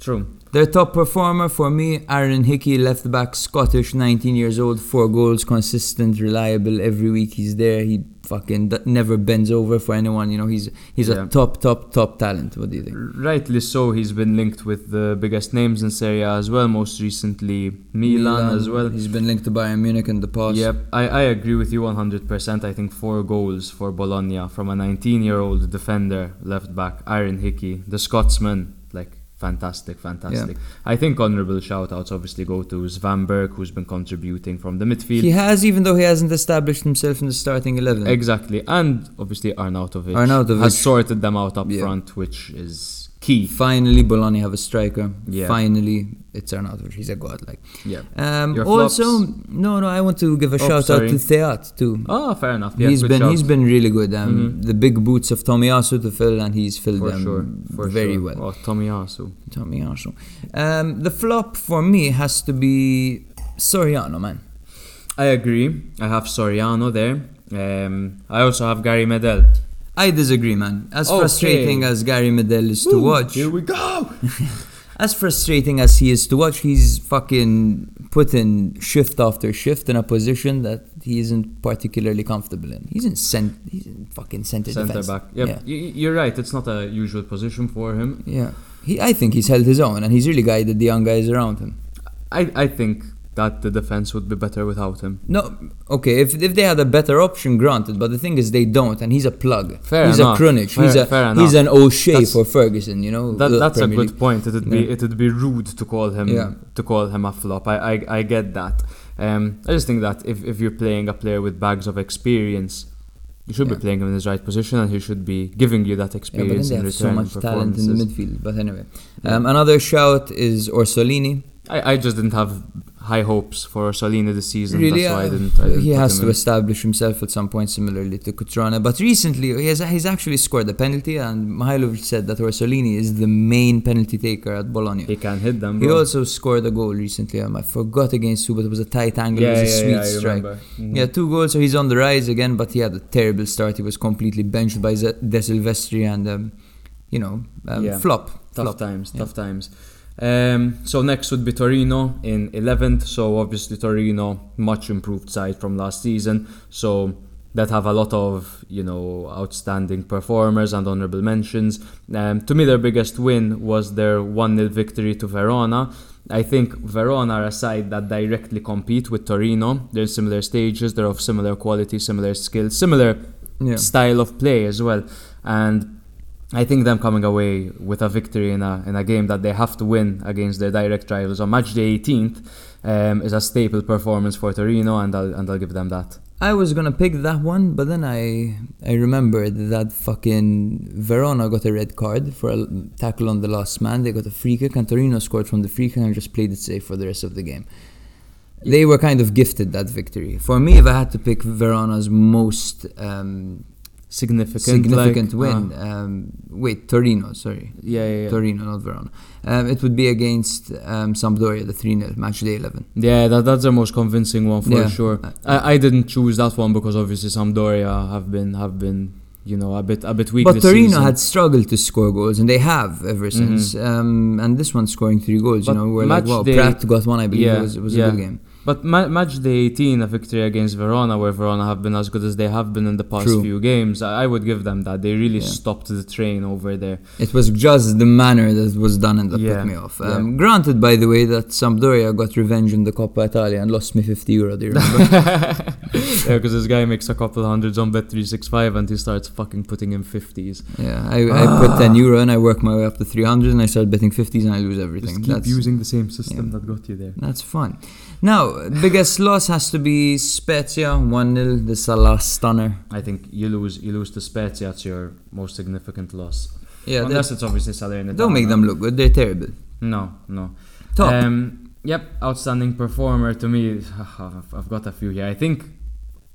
[SPEAKER 2] true.
[SPEAKER 1] Their top performer for me, Aaron Hickey, left back, Scottish, 19 years old, four goals, consistent, reliable. Every week he's there. He fucking d- never bends over for anyone. You know, he's he's
[SPEAKER 2] Yeah.
[SPEAKER 1] a top, top, top talent. What do you think?
[SPEAKER 2] Rightly so, he's been linked with the biggest names in Serie A as well. Most recently, Milan, as well.
[SPEAKER 1] He's been linked to Bayern Munich in the past.
[SPEAKER 2] Yep, I, I agree with you 100%. I think four goals for Bologna from a 19 year old defender, left back, Aaron Hickey, the Scotsman. Like, fantastic, fantastic. I think honourable shout outs obviously go to Svanberg, who's been contributing from the midfield.
[SPEAKER 1] He has, even though he hasn't established himself in the starting 11.
[SPEAKER 2] Exactly, and obviously Arnautovic,
[SPEAKER 1] Arnautovic.
[SPEAKER 2] has sorted them out up
[SPEAKER 1] Yeah.
[SPEAKER 2] front, which is key.
[SPEAKER 1] Finally, Bologna have a striker.
[SPEAKER 2] Yeah.
[SPEAKER 1] Finally, it's Arnautovic. He's a god. Like.
[SPEAKER 2] Yeah.
[SPEAKER 1] Um,
[SPEAKER 2] Your
[SPEAKER 1] also,
[SPEAKER 2] flops?
[SPEAKER 1] no, no, I want to give a
[SPEAKER 2] Oh,
[SPEAKER 1] shout
[SPEAKER 2] sorry.
[SPEAKER 1] out to Theat, too.
[SPEAKER 2] Oh, fair enough. Yeah,
[SPEAKER 1] he's
[SPEAKER 2] good
[SPEAKER 1] been
[SPEAKER 2] shout.
[SPEAKER 1] he's been really good. Um, The big boots of Tomiyasu to fill, and he's filled
[SPEAKER 2] for
[SPEAKER 1] them
[SPEAKER 2] sure, for
[SPEAKER 1] very
[SPEAKER 2] sure.
[SPEAKER 1] well.
[SPEAKER 2] Oh, Tomiyasu.
[SPEAKER 1] Tomiyasu. Um, the flop for me has to be Soriano, man.
[SPEAKER 2] I agree. I have Soriano there. Um, I also have Gary Medel.
[SPEAKER 1] I disagree, man. As
[SPEAKER 2] Okay.
[SPEAKER 1] frustrating as Gary Medel is to watch,
[SPEAKER 2] Here we go. *laughs*
[SPEAKER 1] as frustrating as he is to watch, he's fucking put in shift after shift in a position that he isn't particularly comfortable in. He's in cent- he's in fucking center,
[SPEAKER 2] Centre
[SPEAKER 1] defense.
[SPEAKER 2] back. Yep.
[SPEAKER 1] Yeah.
[SPEAKER 2] Y- y- you're right. It's not a usual position for him.
[SPEAKER 1] Yeah. He, I think he's held his own, and he's really guided the young guys around him.
[SPEAKER 2] I I think that the defense would be better without him.
[SPEAKER 1] No, okay. If if they had a better option, granted. But the thing is, they don't, and he's a plug.
[SPEAKER 2] Fair
[SPEAKER 1] he's a
[SPEAKER 2] enough.
[SPEAKER 1] Krunic.
[SPEAKER 2] Fair-
[SPEAKER 1] he's a
[SPEAKER 2] fair
[SPEAKER 1] he's
[SPEAKER 2] enough.
[SPEAKER 1] an O'Shea
[SPEAKER 2] That's-
[SPEAKER 1] for Ferguson. You know
[SPEAKER 2] That,
[SPEAKER 1] the
[SPEAKER 2] that's a
[SPEAKER 1] Premier
[SPEAKER 2] good
[SPEAKER 1] League.
[SPEAKER 2] point. It'd be
[SPEAKER 1] Yeah.
[SPEAKER 2] it'd be rude to call him
[SPEAKER 1] Yeah.
[SPEAKER 2] to call him a flop. I I, I get that. Um, I just think that if, if you're playing a player with bags of experience, you should be
[SPEAKER 1] Yeah.
[SPEAKER 2] playing him in his right position, and he should be giving you that
[SPEAKER 1] Yeah, but then
[SPEAKER 2] experience
[SPEAKER 1] they
[SPEAKER 2] in
[SPEAKER 1] have so
[SPEAKER 2] return.
[SPEAKER 1] much talent in the
[SPEAKER 2] performances.
[SPEAKER 1] midfield. But anyway,
[SPEAKER 2] Yeah.
[SPEAKER 1] um, another shout is Orsolini.
[SPEAKER 2] I, I just didn't have high hopes for Solina this season.
[SPEAKER 1] Really,
[SPEAKER 2] that's why I
[SPEAKER 1] uh,
[SPEAKER 2] didn't. I didn't
[SPEAKER 1] he
[SPEAKER 2] put
[SPEAKER 1] has
[SPEAKER 2] him
[SPEAKER 1] to
[SPEAKER 2] in.
[SPEAKER 1] establish himself at some point, similarly to Kutrana. But recently, he has he's actually scored a penalty, and Mihailovic said that Orsolini is the main penalty taker at Bologna.
[SPEAKER 2] He can hit them.
[SPEAKER 1] He
[SPEAKER 2] bro.
[SPEAKER 1] also scored a goal recently. Um, I forgot against who, but it was a tight angle.
[SPEAKER 2] yeah,
[SPEAKER 1] it
[SPEAKER 2] yeah,
[SPEAKER 1] was a
[SPEAKER 2] yeah, I
[SPEAKER 1] sweet strike.
[SPEAKER 2] remember. Mhm.
[SPEAKER 1] Yeah, two goals, so he's on the rise again, but he had a terrible start. He was completely benched by Z- De Silvestri, and um, you know, um,
[SPEAKER 2] Yeah.
[SPEAKER 1] flop.
[SPEAKER 2] Tough
[SPEAKER 1] flop.
[SPEAKER 2] times,
[SPEAKER 1] yeah.
[SPEAKER 2] tough times. Um, so next would be Torino in 11th. So obviously Torino, much improved side from last season. So that have a lot of you know outstanding performers and honourable mentions. Um, to me, their biggest win was their one 0 victory to Verona. I think Verona are a side that directly compete with Torino. They're in similar stages. They're of similar quality, similar skill, similar
[SPEAKER 1] Yeah.
[SPEAKER 2] style of play as well. And I think them coming away with a victory in a, in a game that they have to win against their direct rivals on match day 18th um, is a staple performance for Torino, and I'll, and I'll give them that.
[SPEAKER 1] I was gonna pick that one, but then I I remembered that fucking Verona got a red card for a l- tackle on the last man. They got a free kick, and Torino scored from the free kick and just played it safe for the rest of the game. They were kind of gifted that victory. For me, if I had to pick Verona's most um,
[SPEAKER 2] Significant,
[SPEAKER 1] significant
[SPEAKER 2] like,
[SPEAKER 1] win,
[SPEAKER 2] uh,
[SPEAKER 1] um, wait, Torino, sorry,
[SPEAKER 2] yeah, yeah, yeah.
[SPEAKER 1] Torino, not Verona. Um, it would be against um, Sampdoria, the three 0 match day eleven.
[SPEAKER 2] Yeah, that, that's the most convincing one for
[SPEAKER 1] Yeah.
[SPEAKER 2] sure. I, I didn't choose that one because obviously Sampdoria have been have been you know a bit a bit weak.
[SPEAKER 1] But
[SPEAKER 2] this
[SPEAKER 1] Torino
[SPEAKER 2] season.
[SPEAKER 1] had struggled to score goals, and they have ever since. Um, and this one scoring three goals,
[SPEAKER 2] Mm-hmm. But
[SPEAKER 1] you know, we're like,
[SPEAKER 2] match
[SPEAKER 1] wow,
[SPEAKER 2] day-
[SPEAKER 1] Pratt got one, I believe.
[SPEAKER 2] Yeah,
[SPEAKER 1] it was, it was
[SPEAKER 2] yeah.
[SPEAKER 1] a good game.
[SPEAKER 2] But ma- match day 18, a victory against Verona, where Verona have been as good as they have been in the past
[SPEAKER 1] True.
[SPEAKER 2] few games, I, I would give them that. They really
[SPEAKER 1] Yeah.
[SPEAKER 2] stopped the train over there.
[SPEAKER 1] It was just the manner that was done and that
[SPEAKER 2] Yeah,
[SPEAKER 1] put me off. Um, Granted, by the way, that Sampdoria got revenge in the Coppa Italia and lost me 50 euro, do you
[SPEAKER 2] *laughs*
[SPEAKER 1] remember?
[SPEAKER 2] yeah, because this guy makes a couple hundreds on Bet365 and he starts fucking putting in 50s.
[SPEAKER 1] yeah, I, I put
[SPEAKER 2] Ah.
[SPEAKER 1] 10 euro and I work my way up to 300 and I start betting 50s and I lose everything.
[SPEAKER 2] Just keep
[SPEAKER 1] That's,
[SPEAKER 2] using the same system
[SPEAKER 1] yeah.
[SPEAKER 2] that got you there.
[SPEAKER 1] that's fun. Now, biggest loss has to be Spezia 1 0, the Salah stunner.
[SPEAKER 2] I think you lose you lose to Spezia, that's your most significant loss.
[SPEAKER 1] Yeah, they-
[SPEAKER 2] Unless it's obviously Salernitana.
[SPEAKER 1] don't make them look good, they're terrible.
[SPEAKER 2] No, no.
[SPEAKER 1] Top.
[SPEAKER 2] Um, yep, outstanding performer to me. *sighs* I've, I've got a few here. I think,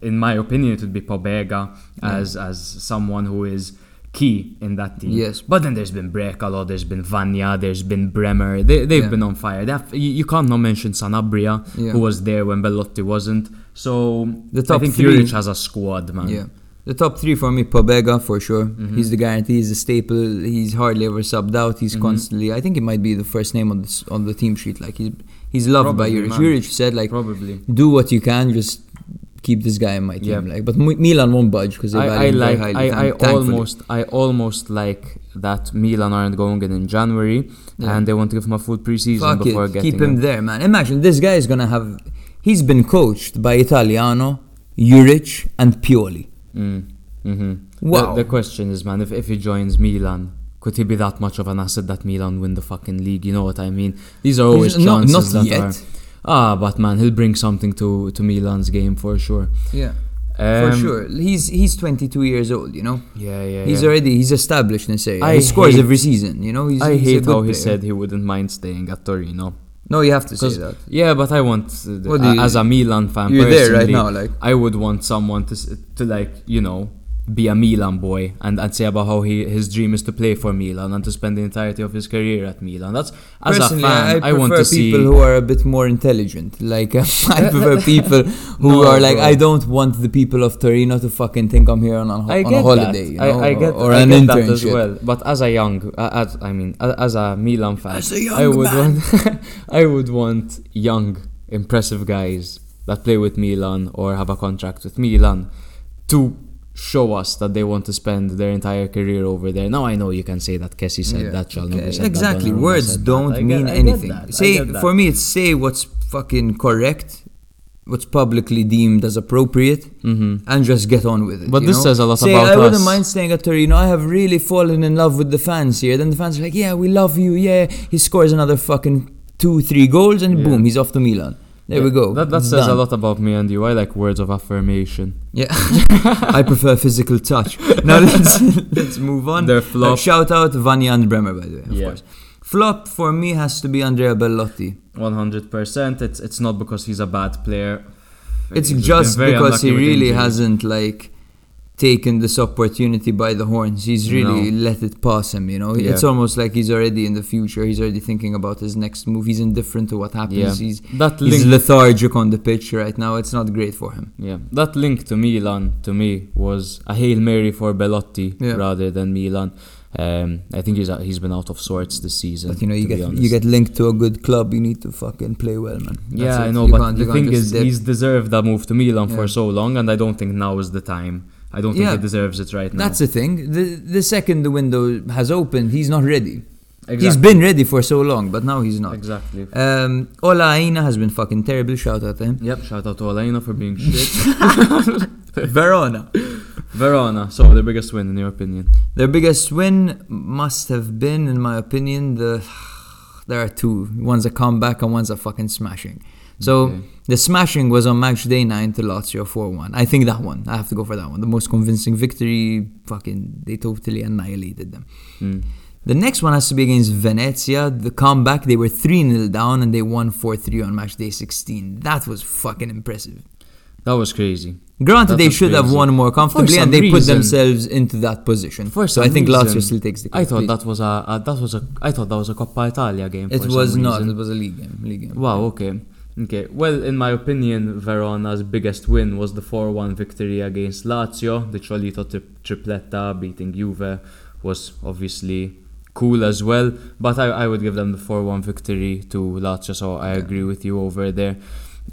[SPEAKER 2] in my opinion, it would be Pobega
[SPEAKER 1] Mm.
[SPEAKER 2] as as someone who is key in that team.
[SPEAKER 1] Yes.
[SPEAKER 2] But then there's been Brekalo, there's been Vanya, there's been Bremer. They, they've
[SPEAKER 1] Yeah.
[SPEAKER 2] been on fire. They have, you, you can't not mention Sanabria,
[SPEAKER 1] Yeah.
[SPEAKER 2] who was there when Bellotti wasn't. So
[SPEAKER 1] The
[SPEAKER 2] I
[SPEAKER 1] top
[SPEAKER 2] think
[SPEAKER 1] three-
[SPEAKER 2] Juric has a squad, man.
[SPEAKER 1] Yeah. Um, The top three for me, Pobega for sure.
[SPEAKER 2] Mm-hmm.
[SPEAKER 1] He's the guarantee. He's a staple. He's hardly ever subbed out.
[SPEAKER 2] Mm-hmm.
[SPEAKER 1] He's constantly. I think he might be the first name on the s- on the team sheet. Like he's he's loved by
[SPEAKER 2] Probably,
[SPEAKER 1] Juric.
[SPEAKER 2] man.
[SPEAKER 1] Juric said like,
[SPEAKER 2] Probably.
[SPEAKER 1] do what you can, just keep this guy in my team.
[SPEAKER 2] Yeah.
[SPEAKER 1] Like, but M- Milan won't budge because they
[SPEAKER 2] I,
[SPEAKER 1] value
[SPEAKER 2] I
[SPEAKER 1] him
[SPEAKER 2] like
[SPEAKER 1] very
[SPEAKER 2] I,
[SPEAKER 1] highly.
[SPEAKER 2] I
[SPEAKER 1] thank- thankfully.
[SPEAKER 2] almost I almost like that Milan aren't going in in January
[SPEAKER 1] Yeah.
[SPEAKER 2] and they want to give him a full preseason
[SPEAKER 1] Fuck
[SPEAKER 2] before
[SPEAKER 1] it.
[SPEAKER 2] getting
[SPEAKER 1] Keep him there, man. Imagine this guy is gonna have. He's been coached by Italiano, Juric, and Pioli.
[SPEAKER 2] Mm, mhm.
[SPEAKER 1] Wow.
[SPEAKER 2] The, the question is, man, if, if he joins Milan, could he be that much of an asset that Milan win the fucking league? You know what I mean? These are always
[SPEAKER 1] He's not-
[SPEAKER 2] chances
[SPEAKER 1] not
[SPEAKER 2] that
[SPEAKER 1] yet.
[SPEAKER 2] are. Ah, but man, he'll bring something to to Milan's game for sure.
[SPEAKER 1] Yeah, for
[SPEAKER 2] Um,
[SPEAKER 1] sure. He's he's 22 years old. You know.
[SPEAKER 2] Yeah, yeah.
[SPEAKER 1] He's
[SPEAKER 2] yeah.
[SPEAKER 1] already he's established in this area.
[SPEAKER 2] I
[SPEAKER 1] he scores
[SPEAKER 2] hate-
[SPEAKER 1] every season. You know, he's,
[SPEAKER 2] I
[SPEAKER 1] he's a
[SPEAKER 2] hate
[SPEAKER 1] good
[SPEAKER 2] how he
[SPEAKER 1] player.
[SPEAKER 2] said he wouldn't mind staying at Torino.
[SPEAKER 1] No, you have to say
[SPEAKER 2] 'Cause-
[SPEAKER 1] that.
[SPEAKER 2] Yeah, but I want uh,
[SPEAKER 1] What do you-
[SPEAKER 2] as a Milan fan.
[SPEAKER 1] You're there right
[SPEAKER 2] personally,
[SPEAKER 1] now, like-
[SPEAKER 2] I would want someone to s- to like you know be a Milan boy and, and say about how he his dream is to play for Milan and to spend the entirety of his career at Milan. That's as
[SPEAKER 1] Personally,
[SPEAKER 2] a fan,
[SPEAKER 1] I,
[SPEAKER 2] I, want
[SPEAKER 1] prefer
[SPEAKER 2] to see.
[SPEAKER 1] people who are a bit more intelligent. Like *laughs* I
[SPEAKER 2] *laughs*
[SPEAKER 1] prefer people who
[SPEAKER 2] No,
[SPEAKER 1] are like,
[SPEAKER 2] bro.
[SPEAKER 1] I don't want the people of Torino to fucking think I'm here on, on,
[SPEAKER 2] I
[SPEAKER 1] on
[SPEAKER 2] get
[SPEAKER 1] a holiday,
[SPEAKER 2] that.
[SPEAKER 1] you
[SPEAKER 2] I-
[SPEAKER 1] know,
[SPEAKER 2] I, get,
[SPEAKER 1] or
[SPEAKER 2] I
[SPEAKER 1] an
[SPEAKER 2] get
[SPEAKER 1] internship.
[SPEAKER 2] that as well. But as a young, uh, as, I mean, a- as a Milan fan,
[SPEAKER 1] As a young
[SPEAKER 2] I would
[SPEAKER 1] man.
[SPEAKER 2] want, *laughs* I would want young, impressive guys that play with Milan or have a contract with Milan to show us that they want to spend their entire career over there. Now I know you can say that Kessie said
[SPEAKER 1] Yeah,
[SPEAKER 2] that, Chalmers
[SPEAKER 1] okay.
[SPEAKER 2] said that,
[SPEAKER 1] Exactly.
[SPEAKER 2] Donnarumma
[SPEAKER 1] Words
[SPEAKER 2] said that.
[SPEAKER 1] don't
[SPEAKER 2] I get-
[SPEAKER 1] mean
[SPEAKER 2] I get
[SPEAKER 1] anything.
[SPEAKER 2] that, I
[SPEAKER 1] Say
[SPEAKER 2] get that.
[SPEAKER 1] for me, it's say what's fucking correct, what's publicly deemed as appropriate,
[SPEAKER 2] Mm-hmm.
[SPEAKER 1] and just get on with it.
[SPEAKER 2] But
[SPEAKER 1] you
[SPEAKER 2] this
[SPEAKER 1] know?
[SPEAKER 2] says a lot
[SPEAKER 1] say,
[SPEAKER 2] about
[SPEAKER 1] I wouldn't
[SPEAKER 2] us."
[SPEAKER 1] mind staying at Torino. I have really fallen in love with the fans here. Then the fans are like, "Yeah, we love you. Yeah." He scores another fucking two, three goals, and boom, he's off to Milan. There we
[SPEAKER 2] Yeah,
[SPEAKER 1] go.
[SPEAKER 2] That, that
[SPEAKER 1] It's
[SPEAKER 2] says a
[SPEAKER 1] done.
[SPEAKER 2] lot about me and you. I like words of affirmation. *laughs*
[SPEAKER 1] Yeah, I prefer physical touch. Now let's *laughs* let's move on.
[SPEAKER 2] Their flop.
[SPEAKER 1] Uh, shout out Vanya and Bremer, by the way, of
[SPEAKER 2] Yeah.
[SPEAKER 1] course. Flop for me has to be Andrea Bellotti.
[SPEAKER 2] 100%. It's it's not because he's a bad player.
[SPEAKER 1] It's
[SPEAKER 2] He's been
[SPEAKER 1] just
[SPEAKER 2] very
[SPEAKER 1] because he
[SPEAKER 2] unlucky with
[SPEAKER 1] really
[SPEAKER 2] injuries.
[SPEAKER 1] hasn't like taken this opportunity by the horns. He's really let it pass him. You know,
[SPEAKER 2] Yeah.
[SPEAKER 1] it's almost like he's already in the future. He's already thinking about his next move. He's indifferent to what happens.
[SPEAKER 2] Yeah.
[SPEAKER 1] He's
[SPEAKER 2] That
[SPEAKER 1] he's
[SPEAKER 2] link-
[SPEAKER 1] lethargic on the pitch right now. It's not great for him.
[SPEAKER 2] Yeah, that link to Milan to me was a hail mary for Belotti
[SPEAKER 1] Yeah.
[SPEAKER 2] rather than Milan. Um, I think he's he's been out of sorts this season.
[SPEAKER 1] But you know, you
[SPEAKER 2] to be
[SPEAKER 1] get
[SPEAKER 2] honest.
[SPEAKER 1] you get linked to a good club, you need to fucking play well, man. That's
[SPEAKER 2] yeah,
[SPEAKER 1] it.
[SPEAKER 2] I know,
[SPEAKER 1] You
[SPEAKER 2] but
[SPEAKER 1] can't- you
[SPEAKER 2] the
[SPEAKER 1] can't
[SPEAKER 2] thing
[SPEAKER 1] just
[SPEAKER 2] is,
[SPEAKER 1] dip.
[SPEAKER 2] he's deserved that move to Milan for
[SPEAKER 1] Yeah.
[SPEAKER 2] so long, and I don't think now is the time. I don't think
[SPEAKER 1] Yeah.
[SPEAKER 2] he deserves it right now.
[SPEAKER 1] that's the thing. The the second the window has opened, he's not ready.
[SPEAKER 2] exactly.
[SPEAKER 1] He's been ready for so long, but now he's not.
[SPEAKER 2] exactly.
[SPEAKER 1] Um, Ola Aina has been fucking terrible. Shout out to
[SPEAKER 2] *laughs*
[SPEAKER 1] him.
[SPEAKER 2] Yep. Shout out to Alena for
[SPEAKER 1] *laughs*
[SPEAKER 2] being shit.
[SPEAKER 1] Verona.
[SPEAKER 2] Verona, so the biggest win in your opinion?
[SPEAKER 1] Their biggest win must have been, in my opinion, the. There are two. One's a comeback and one's a fucking smashing. So
[SPEAKER 2] Okay.
[SPEAKER 1] the smashing was on match day nine to Lazio four one. I think that one. I have to go for that one. The most convincing victory. Fucking, they totally annihilated them.
[SPEAKER 2] Mm.
[SPEAKER 1] The next one has to be against Venezia. The comeback, they were 3 0 down and they won 4 3 on match day 16. That was fucking impressive.
[SPEAKER 2] That was crazy.
[SPEAKER 1] Granted,
[SPEAKER 2] That
[SPEAKER 1] they
[SPEAKER 2] was
[SPEAKER 1] should have
[SPEAKER 2] crazy.
[SPEAKER 1] won more comfortably
[SPEAKER 2] some
[SPEAKER 1] and they put
[SPEAKER 2] reason-
[SPEAKER 1] themselves into that position.
[SPEAKER 2] For
[SPEAKER 1] so
[SPEAKER 2] some
[SPEAKER 1] I think Lazio
[SPEAKER 2] reason,
[SPEAKER 1] still takes the
[SPEAKER 2] I
[SPEAKER 1] cup.
[SPEAKER 2] thought
[SPEAKER 1] Please.
[SPEAKER 2] that was a, a that was a I thought that was a Coppa Italia game.
[SPEAKER 1] It
[SPEAKER 2] for some
[SPEAKER 1] was not.
[SPEAKER 2] reason.
[SPEAKER 1] It was a league game. League game.
[SPEAKER 2] Wow. Okay. Okay. Well, in my opinion, Verona's biggest win was the 4-1 victory against Lazio. The Cholito tri- tripletta beating Juve was obviously cool as well, but I, I would give them the 4-1 victory to Lazio. So I agree with you over there.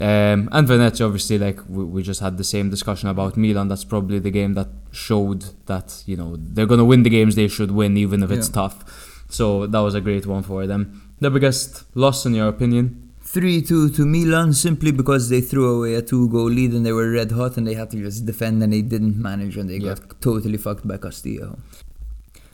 [SPEAKER 2] Um, and Venezia, obviously, like we, we just had the same discussion about Milan. That's probably the game that showed that you know they're gonna win the games they should win, even if it's
[SPEAKER 1] Yeah.
[SPEAKER 2] tough. So that was a great one for them. The biggest loss, in your opinion?
[SPEAKER 1] 3 2 to Milan simply because they threw away a two goal lead and they were red hot and they had to just defend and they didn't manage and they
[SPEAKER 2] Yeah.
[SPEAKER 1] got totally fucked by Castillo.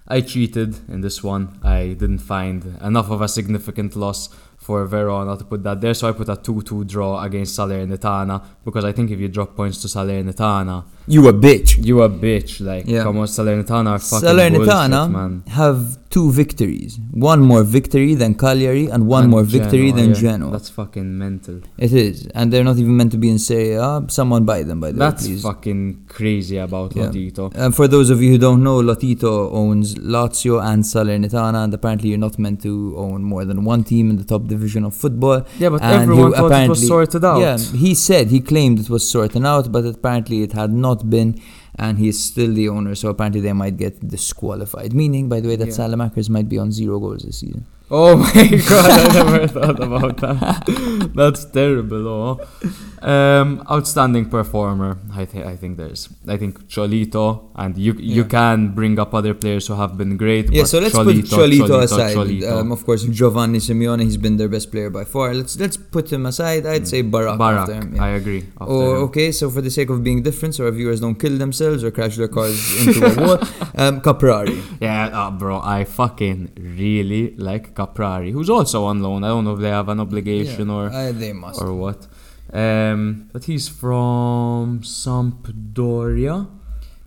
[SPEAKER 2] I cheated in this one. I didn't find enough of a significant loss for Verona to put that there, so I put a 2 2 draw against Salernitana because I think if you drop points to Salernitana,
[SPEAKER 1] You a bitch.
[SPEAKER 2] you a bitch. Like,
[SPEAKER 1] Yeah.
[SPEAKER 2] come on, Salernitana are fucking
[SPEAKER 1] Salernitana
[SPEAKER 2] bullshit, man.
[SPEAKER 1] have two victories. One more victory than Cagliari and one
[SPEAKER 2] And
[SPEAKER 1] more victory
[SPEAKER 2] Genoa,
[SPEAKER 1] than
[SPEAKER 2] yeah.
[SPEAKER 1] Genoa.
[SPEAKER 2] That's fucking mental.
[SPEAKER 1] It is. And they're not even meant to be in Serie A. Someone buy them, by the
[SPEAKER 2] That's
[SPEAKER 1] way, please.
[SPEAKER 2] fucking crazy about
[SPEAKER 1] Yeah.
[SPEAKER 2] Lotito.
[SPEAKER 1] Um, for those of you who don't know, Lotito owns Lazio and Salernitana, and apparently you're not meant to own more than one team in the top division of football.
[SPEAKER 2] Yeah, but
[SPEAKER 1] And
[SPEAKER 2] everyone
[SPEAKER 1] who
[SPEAKER 2] thought it was
[SPEAKER 1] apparently-
[SPEAKER 2] sorted out.
[SPEAKER 1] Yeah, he said he claimed it was sorted out, but apparently it had not been, and he is still the owner. So apparently they might get disqualified. Meaning, by the way, that
[SPEAKER 2] Yeah.
[SPEAKER 1] Salamakers might be on zero goals this season.
[SPEAKER 2] Oh *laughs* my god, I never thought about that. That's terrible. Oh. Um, outstanding performer. I think I think there's. I think Cholito and you you
[SPEAKER 1] Yeah.
[SPEAKER 2] can bring up other players who have been great.
[SPEAKER 1] Yeah,
[SPEAKER 2] but
[SPEAKER 1] so let's
[SPEAKER 2] Cholito,
[SPEAKER 1] put Cholito,
[SPEAKER 2] Cholito
[SPEAKER 1] aside.
[SPEAKER 2] Cholito.
[SPEAKER 1] Um, of course, Giovanni Simeone, he's been their best player by far. Let's let's put him aside. I'd say Barak.
[SPEAKER 2] Barak,
[SPEAKER 1] after him, yeah.
[SPEAKER 2] Hmm. I agree. After
[SPEAKER 1] Or
[SPEAKER 2] him.
[SPEAKER 1] okay, so for the sake of being different, so our viewers don't kill themselves or crash their cars into a
[SPEAKER 2] *laughs*
[SPEAKER 1] wall, um, Caprari.
[SPEAKER 2] Yeah, uh, bro, I fucking really like Caprari, who's also on loan. I don't know if they have an obligation
[SPEAKER 1] Yeah,
[SPEAKER 2] or
[SPEAKER 1] uh, they must.
[SPEAKER 2] or what. Um, but he's from Sampdoria.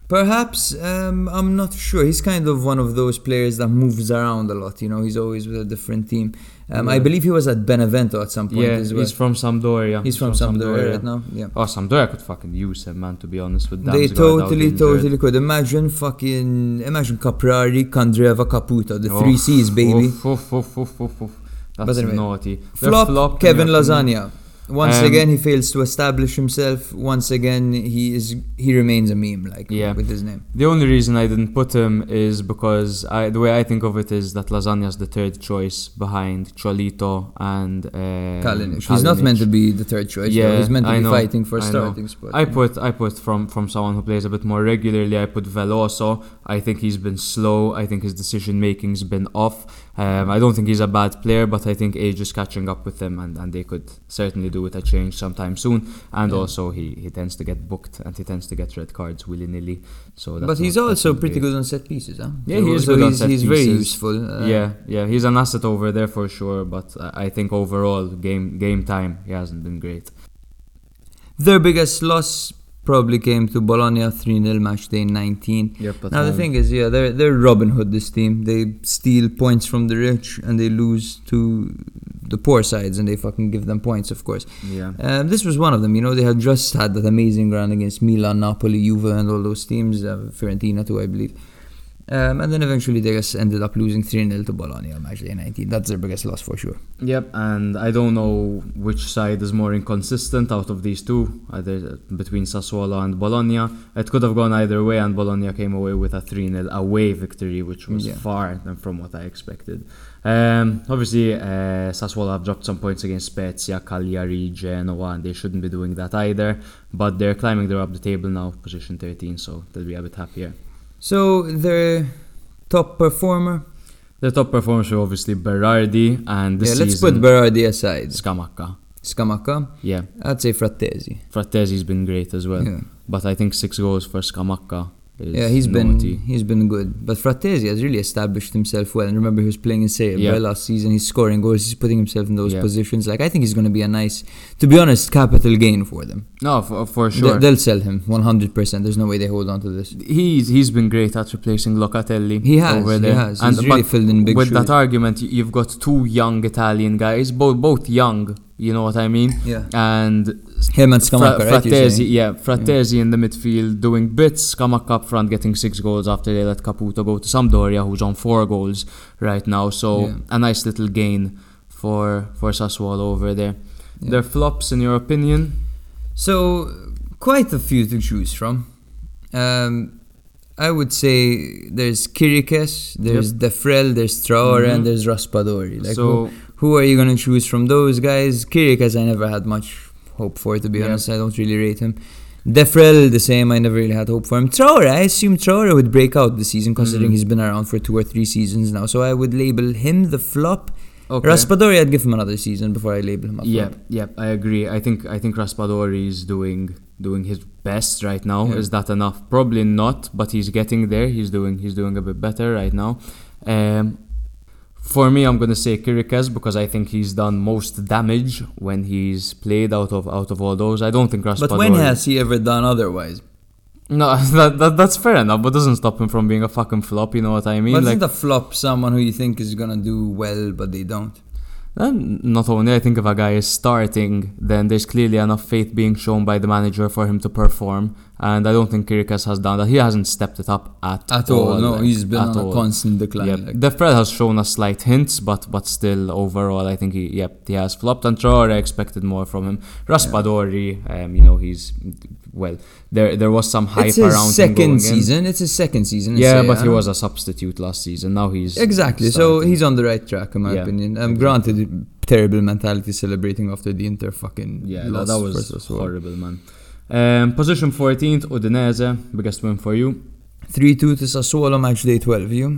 [SPEAKER 1] Perhaps um, I'm not sure. He's kind of one of those players that moves around a lot. You know, he's always with a different team. Um, I
[SPEAKER 2] Yeah.
[SPEAKER 1] believe he was at Benevento at some point
[SPEAKER 2] Yeah,
[SPEAKER 1] as well.
[SPEAKER 2] he's from Sampdoria.
[SPEAKER 1] He's from Sampdoria right now. Yeah.
[SPEAKER 2] Oh, Sampdoria could fucking use him, man. To be honest with
[SPEAKER 1] they
[SPEAKER 2] Damsgaard out
[SPEAKER 1] totally,
[SPEAKER 2] injured.
[SPEAKER 1] totally could. Imagine fucking, imagine Caprari, Kandreva, Caputo, the three
[SPEAKER 2] Oof,
[SPEAKER 1] C's, baby.
[SPEAKER 2] Oh, Oof, oof, oof, oof, oof, oof. oh, That's
[SPEAKER 1] But anyway,
[SPEAKER 2] naughty. They're
[SPEAKER 1] Flop,
[SPEAKER 2] in
[SPEAKER 1] Kevin
[SPEAKER 2] your opinion.
[SPEAKER 1] Lasagna. Once
[SPEAKER 2] Um,
[SPEAKER 1] again, he fails to establish himself. Once again, he is he remains a meme, like
[SPEAKER 2] Yeah.
[SPEAKER 1] with his name.
[SPEAKER 2] The only reason I didn't put him is because I, the way I think of it is that Lasagna's the third choice behind Cholito and um,
[SPEAKER 1] Kalinic. He's not meant to
[SPEAKER 2] Kalinic.
[SPEAKER 1] be the third choice. though.
[SPEAKER 2] Yeah,
[SPEAKER 1] he's meant to
[SPEAKER 2] I
[SPEAKER 1] be
[SPEAKER 2] know,
[SPEAKER 1] fighting for
[SPEAKER 2] I know.
[SPEAKER 1] starting spot.
[SPEAKER 2] I put I put from from someone who plays a bit more regularly. I put Veloso. I think he's been slow. I think his decision making's been off. Um, I don't think he's a bad player, but I think age is catching up with him, and, and they could certainly do with a change sometime soon. And
[SPEAKER 1] Yeah.
[SPEAKER 2] also, he, he tends to get booked and he tends to get red cards willy nilly. So that's
[SPEAKER 1] but he's
[SPEAKER 2] not- that's
[SPEAKER 1] also
[SPEAKER 2] not
[SPEAKER 1] pretty
[SPEAKER 2] great.
[SPEAKER 1] good on set pieces, huh?
[SPEAKER 2] Yeah, he is
[SPEAKER 1] so
[SPEAKER 2] good on
[SPEAKER 1] he's,
[SPEAKER 2] set
[SPEAKER 1] he's very
[SPEAKER 2] pieces.
[SPEAKER 1] useful. Uh,
[SPEAKER 2] yeah, yeah, he's an asset over there for sure. But I I think overall, game game time, he hasn't been great.
[SPEAKER 1] Their biggest loss probably came to Bologna 3 0 match day 19.
[SPEAKER 2] Yep.
[SPEAKER 1] Now the thing is, yeah, they're they're Robin Hood. This team, they steal points from the rich and they lose to the poor sides, and they fucking give them points, of course.
[SPEAKER 2] yeah.
[SPEAKER 1] Um, this was one of them. You know, they had just had that amazing run against Milan, Napoli, Juve, and all those teams, uh, Fiorentina too, I believe. Um, and then eventually they just ended up losing 3 0 to Bologna on match day 19. That's their biggest loss for sure.
[SPEAKER 2] Yep, and I don't know which side is more inconsistent out of these two, either between Sassuolo and Bologna. It could have gone either way, and Bologna came away with a 3 0 away victory, which was
[SPEAKER 1] Yeah.
[SPEAKER 2] far than from what I expected. Um, obviously, uh, Sassuolo have dropped some points against Spezia, Cagliari, Genoa, and they shouldn't be doing that either. But they're climbing, they're up the table now, position 13, so they'll be a bit happier.
[SPEAKER 1] So their top performer.
[SPEAKER 2] The top performers were obviously Berardi and this
[SPEAKER 1] yeah, let's put
[SPEAKER 2] season
[SPEAKER 1] Berardi aside.
[SPEAKER 2] Scamacca.
[SPEAKER 1] Scamacca.
[SPEAKER 2] Yeah,
[SPEAKER 1] I'd say Frattesi.
[SPEAKER 2] Frattesi's been great as well.
[SPEAKER 1] Yeah.
[SPEAKER 2] But I think six goals for Scamacca is
[SPEAKER 1] Yeah, he's been
[SPEAKER 2] naughty.
[SPEAKER 1] he's been good, but Frattesi has really established himself well. And remember, he was playing in Serie
[SPEAKER 2] Yeah.
[SPEAKER 1] B last season. He's scoring goals. He's putting himself in those
[SPEAKER 2] Yeah.
[SPEAKER 1] positions. Like I think he's going to be a nice, to be honest, capital gain for them.
[SPEAKER 2] No, for, for
[SPEAKER 1] They-
[SPEAKER 2] sure.
[SPEAKER 1] they'll sell him 100. percent There's no way they hold on to this.
[SPEAKER 2] he's he's been great at replacing Locatelli.
[SPEAKER 1] He has,
[SPEAKER 2] over
[SPEAKER 1] he
[SPEAKER 2] there.
[SPEAKER 1] has. He's really
[SPEAKER 2] but
[SPEAKER 1] filled in big
[SPEAKER 2] with
[SPEAKER 1] shoes.
[SPEAKER 2] that argument, y- you've got two young Italian guys, both both young. You know what I mean?
[SPEAKER 1] Yeah,
[SPEAKER 2] And
[SPEAKER 1] him and Scamacca,
[SPEAKER 2] Fra-
[SPEAKER 1] right? you're
[SPEAKER 2] Frattesi,
[SPEAKER 1] saying? Mm.
[SPEAKER 2] yeah, Frattesi in the midfield doing bits. Kamak up front getting six goals after they let Caputo go to Sampdoria, who's on four goals right now. So
[SPEAKER 1] Yeah.
[SPEAKER 2] a nice little gain for for Sassuolo over there.
[SPEAKER 1] Yeah.
[SPEAKER 2] Their flops, in your opinion?
[SPEAKER 1] So, quite a few to choose from. Um, I would say there's Kirikes, there's Defrel, there's Traore,
[SPEAKER 2] Mhm.
[SPEAKER 1] and there's Raspadori. Like,
[SPEAKER 2] so
[SPEAKER 1] who are you going to choose from those guys? Kirikas, I never had much hope for, to be
[SPEAKER 2] Yeah.
[SPEAKER 1] honest. I don't really rate him. Defrel, the same. I never really had hope for him. Traore, I assume Traore would break out this season, considering
[SPEAKER 2] Mm.
[SPEAKER 1] he's been around for two or three seasons now. So I would label him the flop.
[SPEAKER 2] okay.
[SPEAKER 1] Raspadori, I'd give him another season before I label him a flop.
[SPEAKER 2] yeah, yeah, I agree. I think I think Raspadori is doing doing his best right now.
[SPEAKER 1] Yeah.
[SPEAKER 2] Is that enough? Probably not, but he's getting there. He's doing he's doing a bit better right now. Um, for me, I'm gonna say Kirikes because I think he's done most damage when he's played out of out of all those. I don't think Raspadori.
[SPEAKER 1] But when has he ever done otherwise?
[SPEAKER 2] no? *laughs* That, that that's fair enough, but doesn't stop him from being a fucking flop. You know what I mean?
[SPEAKER 1] but
[SPEAKER 2] like
[SPEAKER 1] isn't a flop someone who you think is gonna do well but they don't?
[SPEAKER 2] And not only I think if a guy is starting, then there's clearly enough faith being shown by the manager for him to perform. And I don't think Kirikas has done that. He hasn't stepped it up at,
[SPEAKER 1] At all? no,
[SPEAKER 2] like,
[SPEAKER 1] he's been
[SPEAKER 2] at
[SPEAKER 1] on
[SPEAKER 2] all.
[SPEAKER 1] a constant decline.
[SPEAKER 2] Yep.
[SPEAKER 1] like-
[SPEAKER 2] Defred has shown us slight hints, but but still overall, I think he yep he has flopped. And Traore I expected more from him. Raspadori, um, you know he's well there there was some hype
[SPEAKER 1] it's
[SPEAKER 2] around
[SPEAKER 1] his
[SPEAKER 2] him going in.
[SPEAKER 1] second season. It's his second season. in
[SPEAKER 2] Yeah,
[SPEAKER 1] Serie
[SPEAKER 2] but
[SPEAKER 1] A,
[SPEAKER 2] he
[SPEAKER 1] no?
[SPEAKER 2] was a substitute last season. Now he's
[SPEAKER 1] Exactly. So
[SPEAKER 2] starting.
[SPEAKER 1] he's on the right track, in my
[SPEAKER 2] Yeah,
[SPEAKER 1] opinion. Um, granted, terrible mentality celebrating after the Inter fucking
[SPEAKER 2] Yeah, that-
[SPEAKER 1] loss
[SPEAKER 2] that
[SPEAKER 1] versus
[SPEAKER 2] was
[SPEAKER 1] Wolves.
[SPEAKER 2] horrible, man. Um, position 14th, Udinese, biggest win for you.
[SPEAKER 1] Three two to Sassuolo match day twelve. You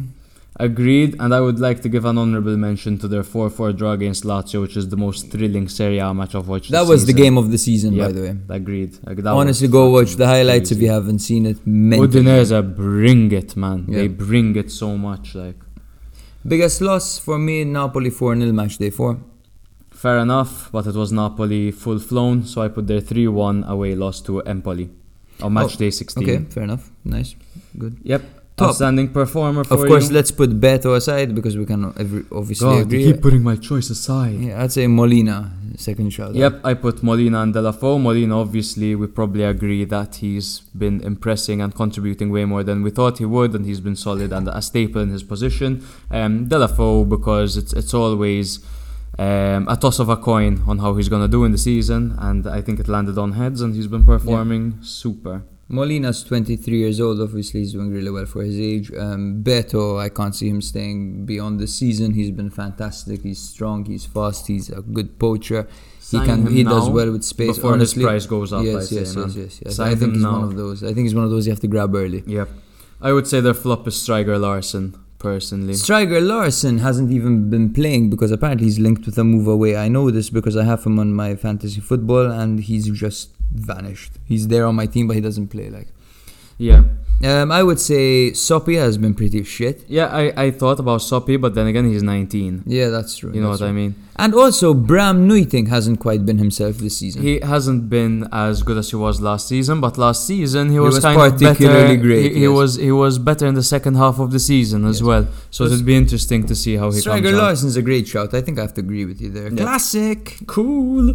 [SPEAKER 2] Agreed, and I would like to give an honourable mention to their 4 4 draw against Lazio, which is the most thrilling Serie A match I've watched.
[SPEAKER 1] that
[SPEAKER 2] this
[SPEAKER 1] was the
[SPEAKER 2] season.
[SPEAKER 1] game of the season, by
[SPEAKER 2] Yep,
[SPEAKER 1] the way.
[SPEAKER 2] Agreed. Like, that
[SPEAKER 1] Honestly,
[SPEAKER 2] was
[SPEAKER 1] go
[SPEAKER 2] fucking
[SPEAKER 1] watch the highlights if
[SPEAKER 2] crazy.
[SPEAKER 1] you haven't seen it. Mental.
[SPEAKER 2] Udinese bring it, man. They
[SPEAKER 1] Yeah.
[SPEAKER 2] bring it so much. Like,
[SPEAKER 1] Biggest loss for me: Napoli four 0 match day four.
[SPEAKER 2] fair enough, but it was Napoli full flown, so I put their 3 1 away loss to Empoli on match day 16.
[SPEAKER 1] Oh, Okay, fair enough. Nice, good.
[SPEAKER 2] Yep.
[SPEAKER 1] Top.
[SPEAKER 2] Outstanding performer for
[SPEAKER 1] Of course,
[SPEAKER 2] you.
[SPEAKER 1] let's put Beto aside because we can every, obviously
[SPEAKER 2] God, you
[SPEAKER 1] agree.
[SPEAKER 2] keep putting my choice aside.
[SPEAKER 1] Yeah, I'd say Molina second shout.
[SPEAKER 2] Yep, I put Molina and Delafoe. Molina, obviously, we probably agree that he's been impressing and contributing way more than we thought he would, and he's been solid and a staple in his position. Um, Delafoe, because it's it's always um, a toss of a coin on how he's gonna do in the season, and I think it landed on heads, and he's been performing super.
[SPEAKER 1] Molina's 23 years old. Obviously, he's doing really well for his age. Um, Beto, I can't see him staying beyond the season. He's been fantastic. He's strong. He's fast. He's a good poacher.
[SPEAKER 2] Sign
[SPEAKER 1] he can.
[SPEAKER 2] him
[SPEAKER 1] He does
[SPEAKER 2] now
[SPEAKER 1] well with space.
[SPEAKER 2] before his
[SPEAKER 1] honestly,
[SPEAKER 2] price goes up, I
[SPEAKER 1] Yes,
[SPEAKER 2] say,
[SPEAKER 1] yes,
[SPEAKER 2] man.
[SPEAKER 1] yes, yes, yes.
[SPEAKER 2] Sign
[SPEAKER 1] I think
[SPEAKER 2] him
[SPEAKER 1] he's
[SPEAKER 2] now.
[SPEAKER 1] one of those. I think he's one of those you have to grab early.
[SPEAKER 2] Yep, I would say their flop is Striger Larson personally.
[SPEAKER 1] Striker Larson hasn't even been playing because apparently he's linked with a move away. I know this because I have him on my fantasy football and he's just vanished. He's there on my team, but he doesn't play. Like,
[SPEAKER 2] yeah.
[SPEAKER 1] um, I would say Soppy has been pretty shit.
[SPEAKER 2] Yeah, I, I thought about Soppy, but then again, he's 19.
[SPEAKER 1] Yeah, that's true.
[SPEAKER 2] You know
[SPEAKER 1] that's
[SPEAKER 2] what I
[SPEAKER 1] true.
[SPEAKER 2] mean?
[SPEAKER 1] And also, Bram Nuiting hasn't quite been himself this season.
[SPEAKER 2] He hasn't been as good as he was last season, but last season he was,
[SPEAKER 1] was
[SPEAKER 2] kind of
[SPEAKER 1] particularly
[SPEAKER 2] better.
[SPEAKER 1] great,
[SPEAKER 2] he, he
[SPEAKER 1] yes.
[SPEAKER 2] was he was better in the second half of the season as
[SPEAKER 1] Yes.
[SPEAKER 2] well. So
[SPEAKER 1] Was-
[SPEAKER 2] it'd be interesting to see how he
[SPEAKER 1] Striker
[SPEAKER 2] comes out.
[SPEAKER 1] Larson's a great shout. I think I have to agree with you there.
[SPEAKER 2] Yeah.
[SPEAKER 1] Classic.
[SPEAKER 2] Cool.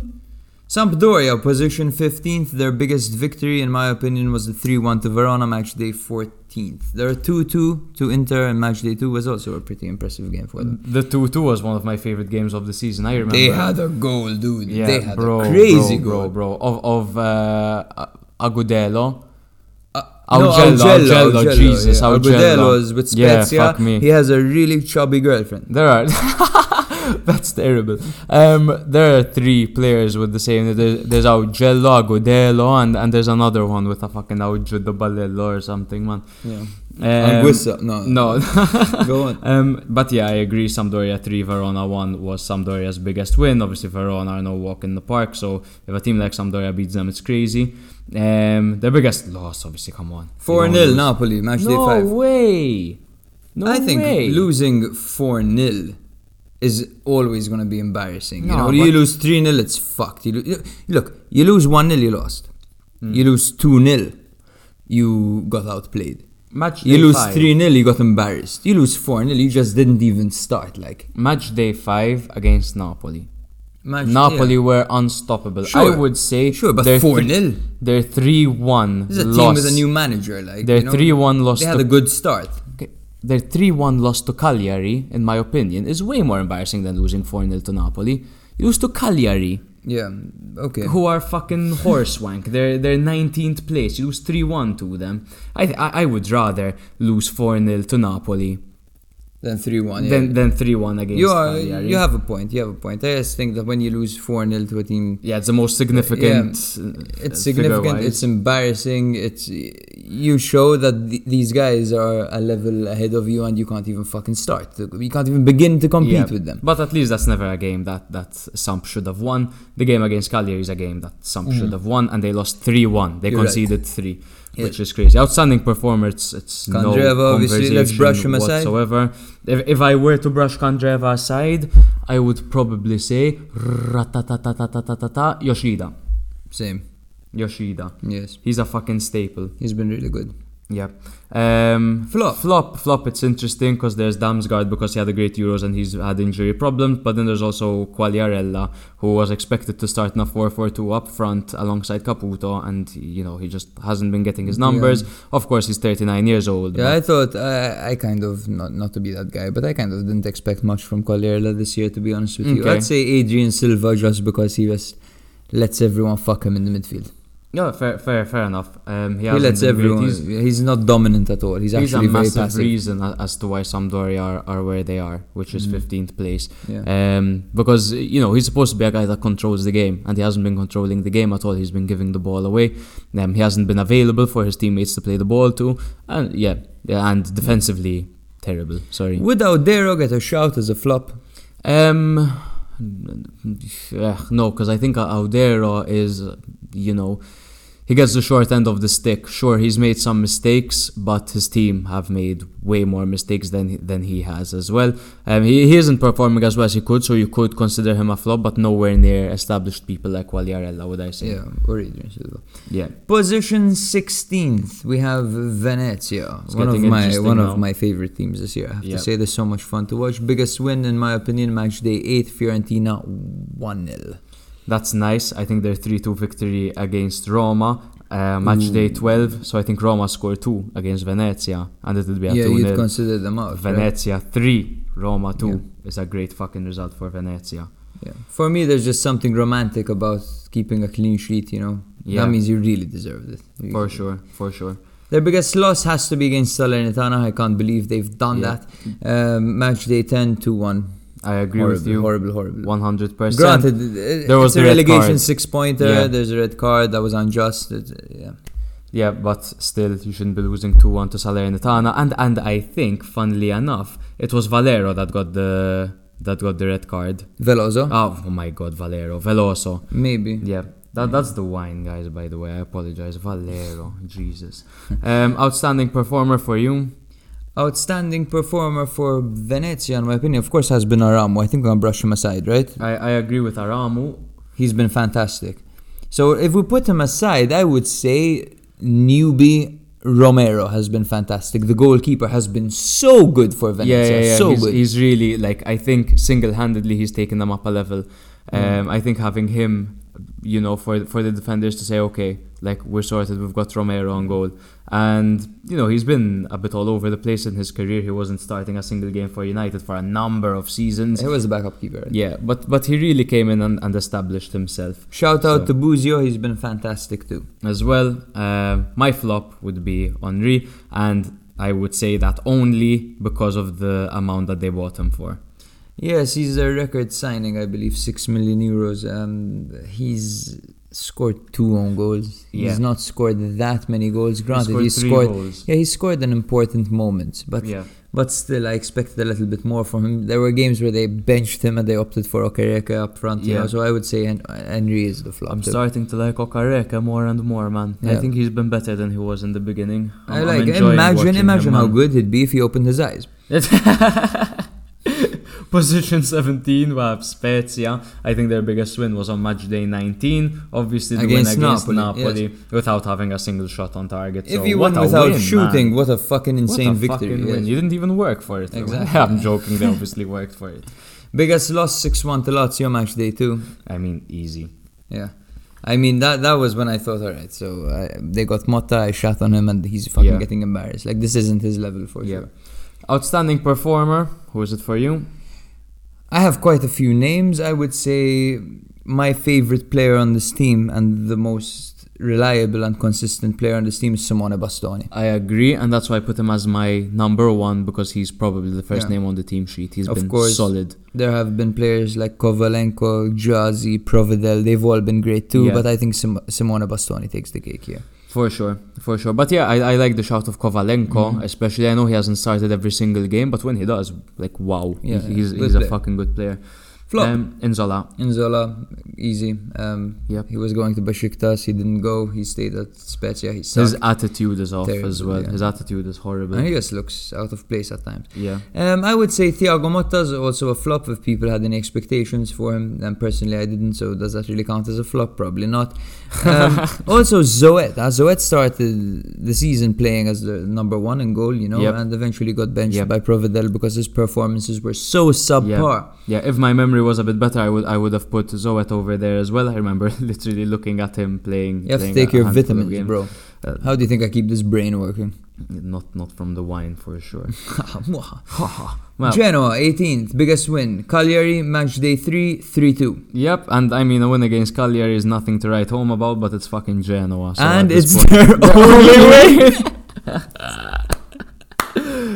[SPEAKER 1] Sampdoria, position 15th. Their biggest victory, in my opinion, was the 3 1 to Verona, match day 14th. Their 2 2 to Inter, and match day 2 was also a pretty impressive game for them.
[SPEAKER 2] The 2 2 was one of my favorite games of the season. I remember.
[SPEAKER 1] They had a goal, dude.
[SPEAKER 2] yeah,
[SPEAKER 1] they had
[SPEAKER 2] bro,
[SPEAKER 1] a crazy goal.
[SPEAKER 2] bro, Bro, bro. Of, of uh, Agudelo.
[SPEAKER 1] Uh,
[SPEAKER 2] Augello, Augello, Jesus,
[SPEAKER 1] yeah.
[SPEAKER 2] Augello.
[SPEAKER 1] Agudelo is with
[SPEAKER 2] Yeah,
[SPEAKER 1] Spezia.
[SPEAKER 2] fuck me.
[SPEAKER 1] He has a really chubby girlfriend.
[SPEAKER 2] There are. *laughs* That's terrible. Um, there are three players with the same. There's, there's Augello, Agudelo, and, and there's another one with a fucking Augello Balello or something, man.
[SPEAKER 1] Yeah.
[SPEAKER 2] Um,
[SPEAKER 1] Anguissa, no. *laughs*
[SPEAKER 2] No.
[SPEAKER 1] Go on.
[SPEAKER 2] Um, but yeah, I agree. Sampdoria 3, Verona 1 was Sampdoria's biggest win. Obviously, Verona are no walk in the park. So if a team like Sampdoria beats them, it's crazy. Um, their biggest loss, obviously, come on.
[SPEAKER 1] 4
[SPEAKER 2] You
[SPEAKER 1] 0
[SPEAKER 2] don't
[SPEAKER 1] Napoli, match
[SPEAKER 2] lose.
[SPEAKER 1] day 5.
[SPEAKER 2] No way. No
[SPEAKER 1] I think
[SPEAKER 2] way.
[SPEAKER 1] losing 4 0 is always going to be embarrassing. you
[SPEAKER 2] No,
[SPEAKER 1] know, you
[SPEAKER 2] but-
[SPEAKER 1] lose 3 0, it's fucked. You lo- you- look, you lose 1 0, you lost. You lose 2 0, you got outplayed.
[SPEAKER 2] Match
[SPEAKER 1] You
[SPEAKER 2] day
[SPEAKER 1] lose
[SPEAKER 2] five.
[SPEAKER 1] 3 0, you got embarrassed. You lose 4 0, you just didn't even start. Like,
[SPEAKER 2] Match day 5 against Napoli.
[SPEAKER 1] match,
[SPEAKER 2] Napoli
[SPEAKER 1] yeah.
[SPEAKER 2] were unstoppable.
[SPEAKER 1] Sure.
[SPEAKER 2] I would say
[SPEAKER 1] Sure, but
[SPEAKER 2] their
[SPEAKER 1] 4
[SPEAKER 2] th-
[SPEAKER 1] 0.
[SPEAKER 2] Their 3 1
[SPEAKER 1] This is a
[SPEAKER 2] loss.
[SPEAKER 1] team with a new manager. Like,
[SPEAKER 2] Their
[SPEAKER 1] you know,
[SPEAKER 2] 3-1 loss
[SPEAKER 1] They had
[SPEAKER 2] to-
[SPEAKER 1] a good start.
[SPEAKER 2] Okay, Their 3 1 loss to Cagliari, in my opinion, is way more embarrassing than losing 4 0 to Napoli. You lose to Cagliari,
[SPEAKER 1] Yeah, okay.
[SPEAKER 2] who are fucking horsewank. They're, they're 19th place. You lose 3 1 to them. I, th- I, I would rather lose 4 0 to Napoli
[SPEAKER 1] Then 3 1. Yeah.
[SPEAKER 2] than, than 3 1 against
[SPEAKER 1] you, are,
[SPEAKER 2] Cagliari.
[SPEAKER 1] you have a point. You have a point. I just think that when you lose 4 0 to a team
[SPEAKER 2] yeah, it's the most significant. uh,
[SPEAKER 1] it's significant
[SPEAKER 2] figure-wise.
[SPEAKER 1] it's embarrassing it's you show that th- these guys are a level ahead of you and you can't even fucking start you can't even begin to compete
[SPEAKER 2] Yeah,
[SPEAKER 1] with them
[SPEAKER 2] But at least that's never a game that that Samp should have won. The game against Cagliari is a game that Samp should have won, and they lost three one. They
[SPEAKER 1] Mm. You're right.
[SPEAKER 2] conceded three,
[SPEAKER 1] Yeah.
[SPEAKER 2] which is crazy. Outstanding performer. It's it's
[SPEAKER 1] Kondreva,
[SPEAKER 2] no
[SPEAKER 1] obviously, let's brush him
[SPEAKER 2] conversation
[SPEAKER 1] aside.
[SPEAKER 2] whatsoever. If, if I were to brush Kondreva aside, I would probably say ratatatatatatatata, Yoshida.
[SPEAKER 1] same
[SPEAKER 2] Yoshida.
[SPEAKER 1] yes
[SPEAKER 2] He's a fucking staple.
[SPEAKER 1] he's been really good
[SPEAKER 2] Yeah. Um,
[SPEAKER 1] Flop.
[SPEAKER 2] Flop. Flop. It's interesting because there's Damsgaard because he had a great Euros and he's had injury problems. But then there's also Quagliarella who was expected to start in a 4 4 2 up front alongside Caputo. And, you know, he just hasn't been getting his numbers. Of course, he's 39 years old.
[SPEAKER 1] yeah I thought I, I kind of not not to be that guy but I kind of didn't expect much from Colliera this year to be honest with you
[SPEAKER 2] Okay.
[SPEAKER 1] I'd say Adrian Silva just because he just lets everyone fuck him in the midfield
[SPEAKER 2] but- yeah, fair, fair, fair enough. Um, he,
[SPEAKER 1] he
[SPEAKER 2] hasn't
[SPEAKER 1] lets
[SPEAKER 2] been great.
[SPEAKER 1] everyone
[SPEAKER 2] He's-
[SPEAKER 1] he's, not dominant at all he's
[SPEAKER 2] He's a
[SPEAKER 1] actually very
[SPEAKER 2] massive
[SPEAKER 1] passive
[SPEAKER 2] reason a- as to why Sampdoria are, are where they are, which
[SPEAKER 1] Mm.
[SPEAKER 2] is 15th place.
[SPEAKER 1] Yeah.
[SPEAKER 2] Um, because, you know, he's supposed to be a guy that controls the game, and he hasn't been controlling the game at all. He's been giving the ball away. Um, he hasn't been available for his teammates to play the ball to. And yeah, yeah and defensively, terrible. Sorry.
[SPEAKER 1] would Audero get a shout as a flop
[SPEAKER 2] Um, ugh, no, because I think Audero is, you know, he gets the short end of the stick. Sure, he's made some mistakes, but his team have made way more mistakes than than he has as well. Um, he, he isn't performing as well as he could, so you could consider him a flop, but nowhere near established people like Quagliarella, would I say?
[SPEAKER 1] yeah or Adrian Silva
[SPEAKER 2] yeah.
[SPEAKER 1] Position 16th, we have Venezia, one of
[SPEAKER 2] getting
[SPEAKER 1] my
[SPEAKER 2] interesting
[SPEAKER 1] one
[SPEAKER 2] now.
[SPEAKER 1] of my favorite teams this year. I have
[SPEAKER 2] Yeah.
[SPEAKER 1] to say, they're so much fun to watch. Biggest win, in my opinion, match day eight, Fiorentina one 0
[SPEAKER 2] That's nice. I think their 3 2 victory against Roma, uh, match day 12. So I think Roma scored 2 against Venezia, and it will be a
[SPEAKER 1] Yeah,
[SPEAKER 2] 2
[SPEAKER 1] you'd
[SPEAKER 2] 0.
[SPEAKER 1] consider them out. right?
[SPEAKER 2] Venezia 3, Roma 2 is a great fucking result for Venezia.
[SPEAKER 1] Yeah. For me, there's just something romantic about keeping a clean sheet. You know,
[SPEAKER 2] Yeah.
[SPEAKER 1] that means you really deserved it. You-
[SPEAKER 2] For sure, for sure.
[SPEAKER 1] Their biggest loss has to be against Salernitana. I can't believe they've done
[SPEAKER 2] Yeah.
[SPEAKER 1] that. Um, match day 10 2 1.
[SPEAKER 2] I agree
[SPEAKER 1] horrible,
[SPEAKER 2] with you.
[SPEAKER 1] horrible, horrible.
[SPEAKER 2] 100%.
[SPEAKER 1] Granted, it-
[SPEAKER 2] there was
[SPEAKER 1] it's a
[SPEAKER 2] the red
[SPEAKER 1] relegation
[SPEAKER 2] card.
[SPEAKER 1] six pointer.
[SPEAKER 2] Yeah.
[SPEAKER 1] There's a red card that was unjust. It, yeah.
[SPEAKER 2] Yeah, but still, you shouldn't be losing 2 1 to Salernitana. And, and I think, funnily enough, it was Valero that got the. That got the red card.
[SPEAKER 1] Veloso,
[SPEAKER 2] Oh, oh my God, Valero, Veloso.
[SPEAKER 1] maybe.
[SPEAKER 2] Yeah, that, that's the wine, guys. By the way, I apologize. Valero,
[SPEAKER 1] *laughs*
[SPEAKER 2] Jesus. Um, outstanding performer for you.
[SPEAKER 1] Outstanding performer for Venezia, in my opinion, of course, has been Aramo. I think I'm gonna brush him aside, right?
[SPEAKER 2] I, I agree with Aramu.
[SPEAKER 1] He's been fantastic. So if we put him aside, I would say newbie Romero has been fantastic. The goalkeeper has been so good for
[SPEAKER 2] yeah,
[SPEAKER 1] Venezia.
[SPEAKER 2] yeah, yeah.
[SPEAKER 1] So
[SPEAKER 2] he's,
[SPEAKER 1] good.
[SPEAKER 2] he's
[SPEAKER 1] Mm.
[SPEAKER 2] really like I think single-handedly he's taken them up a level. Um, I think having him you know, for for the defenders to say, okay, like we're sorted, we've got Romero on goal, and you know he's been a bit all over the place in his career. He wasn't starting a single game for United for a number of seasons.
[SPEAKER 1] He was a backup keeper.
[SPEAKER 2] Yeah, but but he really came in and, and established himself
[SPEAKER 1] Shout out
[SPEAKER 2] So-
[SPEAKER 1] to Buzio, he's been fantastic too.
[SPEAKER 2] as well. Uh, my flop would be Henri, and I would say that only because of the amount that they bought him for.
[SPEAKER 1] Yes, he's a record signing, I believe, six million euros. Um, he's scored two own goals.
[SPEAKER 2] Yeah.
[SPEAKER 1] He's not scored that many goals. Granted, he
[SPEAKER 2] three
[SPEAKER 1] scored.
[SPEAKER 2] goals.
[SPEAKER 1] yeah, he scored an important moment, but
[SPEAKER 2] Yeah.
[SPEAKER 1] but still, I expected a little bit more from him. There were games where they benched him and they opted for Okereke up front. You
[SPEAKER 2] Yeah.
[SPEAKER 1] know, so I would say Hen- Henry is the flop.
[SPEAKER 2] I'm
[SPEAKER 1] too.
[SPEAKER 2] starting to like Okareka more and more, man. I
[SPEAKER 1] Yeah.
[SPEAKER 2] think he's been better than he was in the beginning. I'm-
[SPEAKER 1] I
[SPEAKER 2] I'm
[SPEAKER 1] like.
[SPEAKER 2] enjoying watching
[SPEAKER 1] Imagine,
[SPEAKER 2] him,
[SPEAKER 1] imagine how
[SPEAKER 2] man. *laughs*
[SPEAKER 1] good he'd be if he opened his eyes.
[SPEAKER 2] Position 17, we have Spezia. I think their biggest win was on match day 19. Obviously, the
[SPEAKER 1] Against
[SPEAKER 2] win against Napoli,
[SPEAKER 1] Napoli,
[SPEAKER 2] without having a single shot on target.
[SPEAKER 1] If
[SPEAKER 2] so
[SPEAKER 1] you
[SPEAKER 2] what
[SPEAKER 1] won
[SPEAKER 2] a
[SPEAKER 1] without
[SPEAKER 2] win,
[SPEAKER 1] shooting,
[SPEAKER 2] man.
[SPEAKER 1] what a fucking
[SPEAKER 2] What
[SPEAKER 1] insane
[SPEAKER 2] a
[SPEAKER 1] victory!
[SPEAKER 2] fucking
[SPEAKER 1] yes.
[SPEAKER 2] win. You didn't even work for *laughs* it.
[SPEAKER 1] Exactly.
[SPEAKER 2] I'm joking, they obviously worked for it.
[SPEAKER 1] Biggest loss 6 1 to Lazio match day two.
[SPEAKER 2] I mean, *laughs* easy.
[SPEAKER 1] Yeah. I mean, that that was when I thought, all right, so uh, they got Motta, I shot on him, and he's fucking
[SPEAKER 2] Yeah.
[SPEAKER 1] getting embarrassed. Like, this isn't his level for
[SPEAKER 2] Yeah.
[SPEAKER 1] sure.
[SPEAKER 2] Outstanding performer. Who is it for you?
[SPEAKER 1] I have quite a few names. I would say my favorite player on this team and the most reliable and consistent player on this team is Simone Bastoni.
[SPEAKER 2] I agree, and that's why I put him as my number one because he's probably the first
[SPEAKER 1] Yeah.
[SPEAKER 2] name on the team sheet. He's
[SPEAKER 1] Of
[SPEAKER 2] been
[SPEAKER 1] course.
[SPEAKER 2] solid.
[SPEAKER 1] There have been players like Kovalenko, Jazzy, Providel, they've all been great too,
[SPEAKER 2] Yeah.
[SPEAKER 1] but I think Sim- Simone Bastoni takes the cake here.
[SPEAKER 2] For sure, for sure. But yeah, I, I like the shout of Kovalenko,
[SPEAKER 1] Mm-hmm.
[SPEAKER 2] especially. I know he hasn't started every single game, but when he does, like, wow, he-
[SPEAKER 1] Yeah, yeah.
[SPEAKER 2] he's,
[SPEAKER 1] Good
[SPEAKER 2] he's a
[SPEAKER 1] player.
[SPEAKER 2] fucking good player.
[SPEAKER 1] Flop.
[SPEAKER 2] Um, Inzola.
[SPEAKER 1] Inzola, easy. Um,
[SPEAKER 2] Yep.
[SPEAKER 1] He was going to Besiktas. He didn't go. He stayed at Spezia. He
[SPEAKER 2] His
[SPEAKER 1] sucked.
[SPEAKER 2] attitude is off as
[SPEAKER 1] Terrible,
[SPEAKER 2] well.
[SPEAKER 1] yeah.
[SPEAKER 2] His attitude is horrible.
[SPEAKER 1] and he just looks out of place at times.
[SPEAKER 2] yeah.
[SPEAKER 1] Um, I would say Thiago Motta is also a flop if people had any expectations for him. And personally, I didn't. So does that really count as a flop? Probably not. Um,
[SPEAKER 2] *laughs*
[SPEAKER 1] also, Zoet. Uh, Zoet started the season playing as the number one in goal, you know,
[SPEAKER 2] Yep.
[SPEAKER 1] and eventually got benched
[SPEAKER 2] Yep.
[SPEAKER 1] by Providel because his performances were so subpar.
[SPEAKER 2] Yeah, if my memory was a bit better, I would I would have put Zoet over there as well. I remember *laughs* literally looking at him playing.
[SPEAKER 1] You have to
[SPEAKER 2] playing
[SPEAKER 1] take
[SPEAKER 2] a
[SPEAKER 1] your
[SPEAKER 2] handful of
[SPEAKER 1] vitamins,
[SPEAKER 2] games.
[SPEAKER 1] bro.
[SPEAKER 2] Uh,
[SPEAKER 1] How do you think I keep this brain working?
[SPEAKER 2] Not not from the wine for sure.
[SPEAKER 1] *laughs*
[SPEAKER 2] Well-
[SPEAKER 1] Well, Genoa, 18th, biggest win. Cagliari, match day 3, 3 2.
[SPEAKER 2] Yep, and I mean a win against Cagliari is nothing to write home about, but it's fucking Genoa. So
[SPEAKER 1] and
[SPEAKER 2] at this
[SPEAKER 1] it's
[SPEAKER 2] point- *laughs*
[SPEAKER 1] their only win.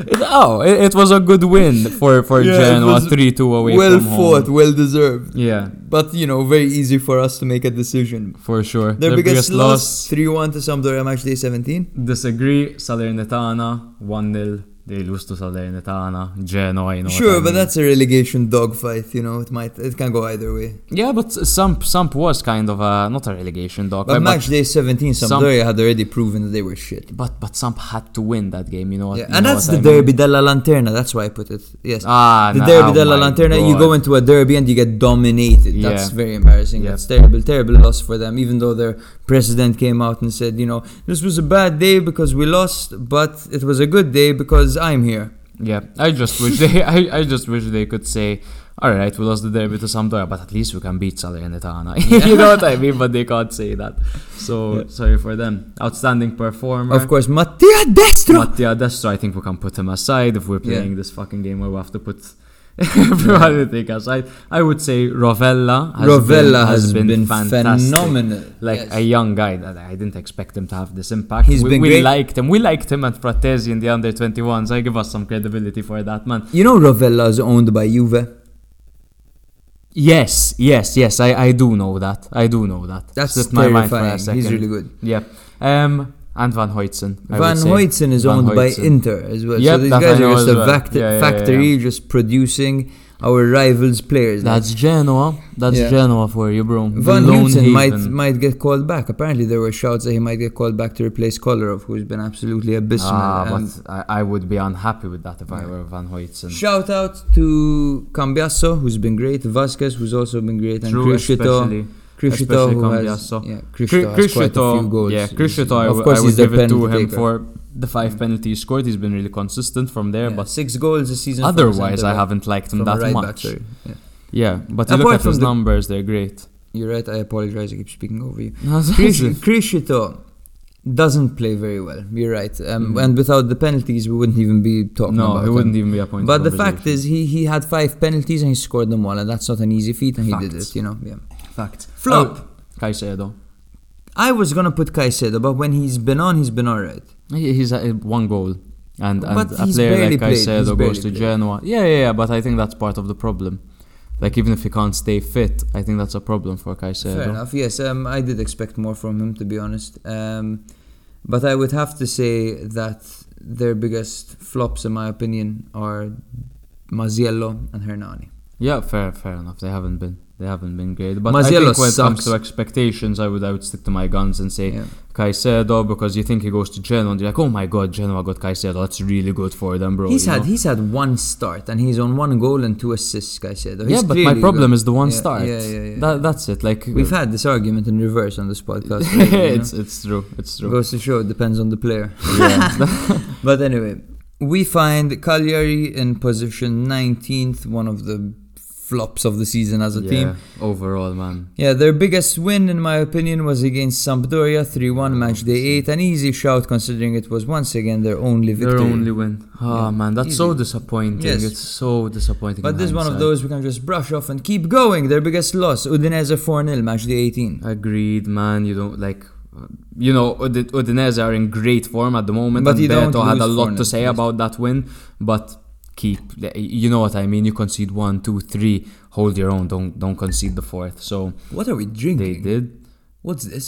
[SPEAKER 2] It- oh, it, it was a good win for *laughs* for
[SPEAKER 1] Yeah, it
[SPEAKER 2] Genoa,
[SPEAKER 1] was
[SPEAKER 2] three two away
[SPEAKER 1] well
[SPEAKER 2] from home.
[SPEAKER 1] fought, well deserved.
[SPEAKER 2] Yeah,
[SPEAKER 1] But, you know, very easy for us to make a decision.
[SPEAKER 2] for sure.
[SPEAKER 1] Their, biggest, loss 3 1 to Sampdoria, match day 17.
[SPEAKER 2] Disagree. Salernitana one 0 They lose to Salernitana. Genoa. You know what
[SPEAKER 1] sure,
[SPEAKER 2] I
[SPEAKER 1] but
[SPEAKER 2] mean.
[SPEAKER 1] that's a relegation dogfight, you know, it might, it can go either way.
[SPEAKER 2] yeah. But Samp Samp was kind of a not a relegation dog.
[SPEAKER 1] But,
[SPEAKER 2] but,
[SPEAKER 1] match day 17,
[SPEAKER 2] Samp-
[SPEAKER 1] Sampdoria had already proven that they were shit.
[SPEAKER 2] but but Samp had to win that game. You know what?
[SPEAKER 1] Yeah,
[SPEAKER 2] you
[SPEAKER 1] and
[SPEAKER 2] know
[SPEAKER 1] that's the
[SPEAKER 2] what I mean.
[SPEAKER 1] derby della lanterna, that's why I put it. Yes.
[SPEAKER 2] Ah,
[SPEAKER 1] the
[SPEAKER 2] no,
[SPEAKER 1] derby
[SPEAKER 2] oh
[SPEAKER 1] della
[SPEAKER 2] my
[SPEAKER 1] lanterna you
[SPEAKER 2] God.
[SPEAKER 1] go into a derby and you get dominated that's
[SPEAKER 2] Yeah.
[SPEAKER 1] very embarrassing
[SPEAKER 2] Yeah.
[SPEAKER 1] that's terrible terrible loss for them even though their president came out and said you know this was a bad day because we lost but it was a good day because i'm here
[SPEAKER 2] Yeah, I
[SPEAKER 1] *laughs*
[SPEAKER 2] just wish they I, I just wish they could say, all right, we lost the derby to Sampdoria, but at least we can beat Salernitana. *laughs* you know what I mean? But they can't say that. So sorry for them. Outstanding performer.
[SPEAKER 1] of course *laughs* mattia destro
[SPEAKER 2] Mattia Destro, I think we can put him aside if we're
[SPEAKER 1] Yeah.
[SPEAKER 2] playing this fucking game where we have to put *laughs* everyone to take aside. I would say Rovella has
[SPEAKER 1] rovella
[SPEAKER 2] been,
[SPEAKER 1] has, been,
[SPEAKER 2] fantastic.
[SPEAKER 1] phenomenal
[SPEAKER 2] Like
[SPEAKER 1] Yes.
[SPEAKER 2] a young guy that I didn't expect him to have this impact.
[SPEAKER 1] He's
[SPEAKER 2] we
[SPEAKER 1] been
[SPEAKER 2] we
[SPEAKER 1] great.
[SPEAKER 2] liked him. We liked him at Fratesi in the under 21s. I give us some credibility for that man.
[SPEAKER 1] you know rovella is owned by juve
[SPEAKER 2] Yes, yes, yes. I, I do know that. I do know that.
[SPEAKER 1] that's
[SPEAKER 2] Slipped
[SPEAKER 1] terrifying he's really good
[SPEAKER 2] Yeah. Um, and Van Hoytsen. I
[SPEAKER 1] Van
[SPEAKER 2] would say.
[SPEAKER 1] Hoytsen is
[SPEAKER 2] Van
[SPEAKER 1] owned
[SPEAKER 2] Hoytsen.
[SPEAKER 1] by Inter as well.
[SPEAKER 2] Yep,
[SPEAKER 1] so these
[SPEAKER 2] that I
[SPEAKER 1] guys
[SPEAKER 2] know
[SPEAKER 1] are just
[SPEAKER 2] as
[SPEAKER 1] a
[SPEAKER 2] well.
[SPEAKER 1] vact-
[SPEAKER 2] Yeah, yeah, yeah,
[SPEAKER 1] factory just producing our rivals' players.
[SPEAKER 2] That's Genoa. That's
[SPEAKER 1] Yeah.
[SPEAKER 2] Genoa for you, bro. The
[SPEAKER 1] Van
[SPEAKER 2] lone
[SPEAKER 1] Houten might
[SPEAKER 2] haven.
[SPEAKER 1] might get called back. Apparently, there were shouts that he might get called back to replace Kolarov, who's been absolutely abysmal.
[SPEAKER 2] Ah,
[SPEAKER 1] Um,
[SPEAKER 2] but I, I would be unhappy with that if I were Van Hoytsen.
[SPEAKER 1] shout out to Cambiasso, who's been great. Vasquez, who's also been great, and
[SPEAKER 2] True,
[SPEAKER 1] Crushito.
[SPEAKER 2] especially.
[SPEAKER 1] Crushito,
[SPEAKER 2] especially
[SPEAKER 1] who has,
[SPEAKER 2] Cambiasso.
[SPEAKER 1] yeah,
[SPEAKER 2] Cri-
[SPEAKER 1] Crushito has quite a few goals.
[SPEAKER 2] Yeah, Crushito, I,
[SPEAKER 1] of
[SPEAKER 2] w-
[SPEAKER 1] course,
[SPEAKER 2] I would
[SPEAKER 1] he's the
[SPEAKER 2] give it to
[SPEAKER 1] penalty
[SPEAKER 2] him
[SPEAKER 1] taker.
[SPEAKER 2] for the five penalties scored. He's been really consistent from there,
[SPEAKER 1] Yeah,
[SPEAKER 2] but
[SPEAKER 1] six goals this season. from a
[SPEAKER 2] otherwise, I
[SPEAKER 1] centre-back-
[SPEAKER 2] haven't liked him
[SPEAKER 1] from a
[SPEAKER 2] that
[SPEAKER 1] right back,
[SPEAKER 2] much.
[SPEAKER 1] sorry. Yeah.
[SPEAKER 2] Yeah, but you look
[SPEAKER 1] Apart
[SPEAKER 2] at his
[SPEAKER 1] from the-
[SPEAKER 2] numbers; they're great.
[SPEAKER 1] You're right. I apologize. I keep speaking over you.
[SPEAKER 2] No, it's
[SPEAKER 1] Krish-
[SPEAKER 2] okay.
[SPEAKER 1] Krishito doesn't play very well. You're right. Um,
[SPEAKER 2] Mhm.
[SPEAKER 1] And without the penalties, we wouldn't even be talking
[SPEAKER 2] No,
[SPEAKER 1] about
[SPEAKER 2] it
[SPEAKER 1] him.
[SPEAKER 2] wouldn't even be a point.
[SPEAKER 1] But the fact is, he, he had five penalties and he scored them all, and that's not an easy feat, and he did
[SPEAKER 2] Facts.
[SPEAKER 1] it, you know. Yeah.
[SPEAKER 2] fact
[SPEAKER 1] Flop.
[SPEAKER 2] Caicedo.
[SPEAKER 1] I was gonna put Caicedo, but when he's been on, he's been alright.
[SPEAKER 2] He- He's a, one goal, and, and
[SPEAKER 1] But
[SPEAKER 2] a
[SPEAKER 1] he's
[SPEAKER 2] player
[SPEAKER 1] barely
[SPEAKER 2] like
[SPEAKER 1] played, he's
[SPEAKER 2] Caicedo goes
[SPEAKER 1] barely
[SPEAKER 2] to
[SPEAKER 1] played.
[SPEAKER 2] Genoa. Yeah, yeah, yeah. But I think that's part of the problem. Like even if he can't stay fit, I think that's a problem for Caicedo.
[SPEAKER 1] Fair enough. Yes, um, I did expect more from him, to be honest. Um, but I would have to say that their biggest flops, in my opinion, are Maziello and Hernani.
[SPEAKER 2] Yeah, fair, fair enough. They haven't been, they haven't been great. But I
[SPEAKER 1] Mazziello
[SPEAKER 2] think when it
[SPEAKER 1] sucks.
[SPEAKER 2] comes to expectations, I would, I would stick to my guns and say
[SPEAKER 1] Yeah.
[SPEAKER 2] Caicedo because you think he goes to Genoa and you're like, oh my god, Genoa got Caicedo. That's really good for them, bro.
[SPEAKER 1] he's
[SPEAKER 2] you
[SPEAKER 1] had
[SPEAKER 2] know?
[SPEAKER 1] he's had one start and he's on one goal and two assists. Caicedo.
[SPEAKER 2] yeah,
[SPEAKER 1] He's
[SPEAKER 2] but my
[SPEAKER 1] clearly
[SPEAKER 2] problem
[SPEAKER 1] good.
[SPEAKER 2] is the one
[SPEAKER 1] Yeah,
[SPEAKER 2] start.
[SPEAKER 1] Yeah, yeah, yeah.
[SPEAKER 2] That, that's it. Like
[SPEAKER 1] We've
[SPEAKER 2] *laughs*
[SPEAKER 1] had this argument in reverse on this podcast. already, you know?
[SPEAKER 2] it's it's true. It's true.
[SPEAKER 1] Goes to show it depends on the player.
[SPEAKER 2] Yeah.
[SPEAKER 1] *laughs*
[SPEAKER 2] *laughs*
[SPEAKER 1] But anyway, we find Cagliari in position 19th, one of the flops of the season as a
[SPEAKER 2] Yeah,
[SPEAKER 1] team.
[SPEAKER 2] overall, man.
[SPEAKER 1] Yeah, their biggest win, in my opinion, was against Sampdoria 3 1 match day 8. An easy shout considering it was once again their only victory.
[SPEAKER 2] Their only win. Oh
[SPEAKER 1] Yeah.
[SPEAKER 2] man, that's so
[SPEAKER 1] Easy.
[SPEAKER 2] disappointing.
[SPEAKER 1] Yes.
[SPEAKER 2] It's so disappointing.
[SPEAKER 1] but
[SPEAKER 2] in
[SPEAKER 1] this is one of
[SPEAKER 2] hindsight.
[SPEAKER 1] those we can just brush off and keep going. Their biggest loss, Udinese 4 0, match day 18.
[SPEAKER 2] Agreed, man. You don't like. You know, Ud- Udinese are in great form at the moment.
[SPEAKER 1] But
[SPEAKER 2] and
[SPEAKER 1] you don't
[SPEAKER 2] Beto had a
[SPEAKER 1] lose
[SPEAKER 2] lot
[SPEAKER 1] 4-0,
[SPEAKER 2] to say
[SPEAKER 1] yes.
[SPEAKER 2] about that win, but keep. You know what I mean. You concede one, two, three. Hold your own. Don't don't concede the fourth. So
[SPEAKER 1] What are we
[SPEAKER 2] they
[SPEAKER 1] drinking?
[SPEAKER 2] did.
[SPEAKER 1] What's this?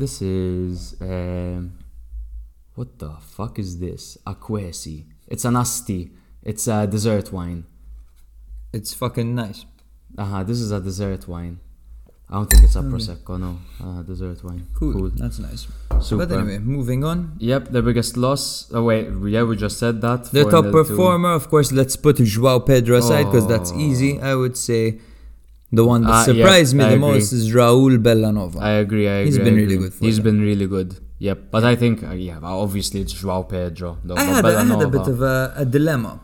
[SPEAKER 2] This is um, what the fuck is this? Aquesi. It's an asti. It's a dessert wine.
[SPEAKER 1] It's fucking nice.
[SPEAKER 2] Uh-huh, this is a dessert wine. I don't think it's a prosecco, no. Uh, dessert wine.
[SPEAKER 1] Hmm. Cool. That's nice.
[SPEAKER 2] Super.
[SPEAKER 1] But anyway, moving on.
[SPEAKER 2] Yep, their biggest loss. Oh wait, yeah, we just said that.
[SPEAKER 1] Their top
[SPEAKER 2] 4-0 to-
[SPEAKER 1] performer, of course, let's put Joao Pedro aside because that's
[SPEAKER 2] Oh.
[SPEAKER 1] easy. I would say the one that
[SPEAKER 2] Ah, yeah,
[SPEAKER 1] surprised me
[SPEAKER 2] I
[SPEAKER 1] the
[SPEAKER 2] agree.
[SPEAKER 1] most is Raul Bellanova.
[SPEAKER 2] I agree. I agree.
[SPEAKER 1] He's
[SPEAKER 2] I
[SPEAKER 1] been
[SPEAKER 2] agree.
[SPEAKER 1] really good for
[SPEAKER 2] He's
[SPEAKER 1] them.
[SPEAKER 2] been really good. Yep, but I think uh, yeah, well, obviously it's Joao Pedro. Though,
[SPEAKER 1] I had, I had a bit of a, a dilemma.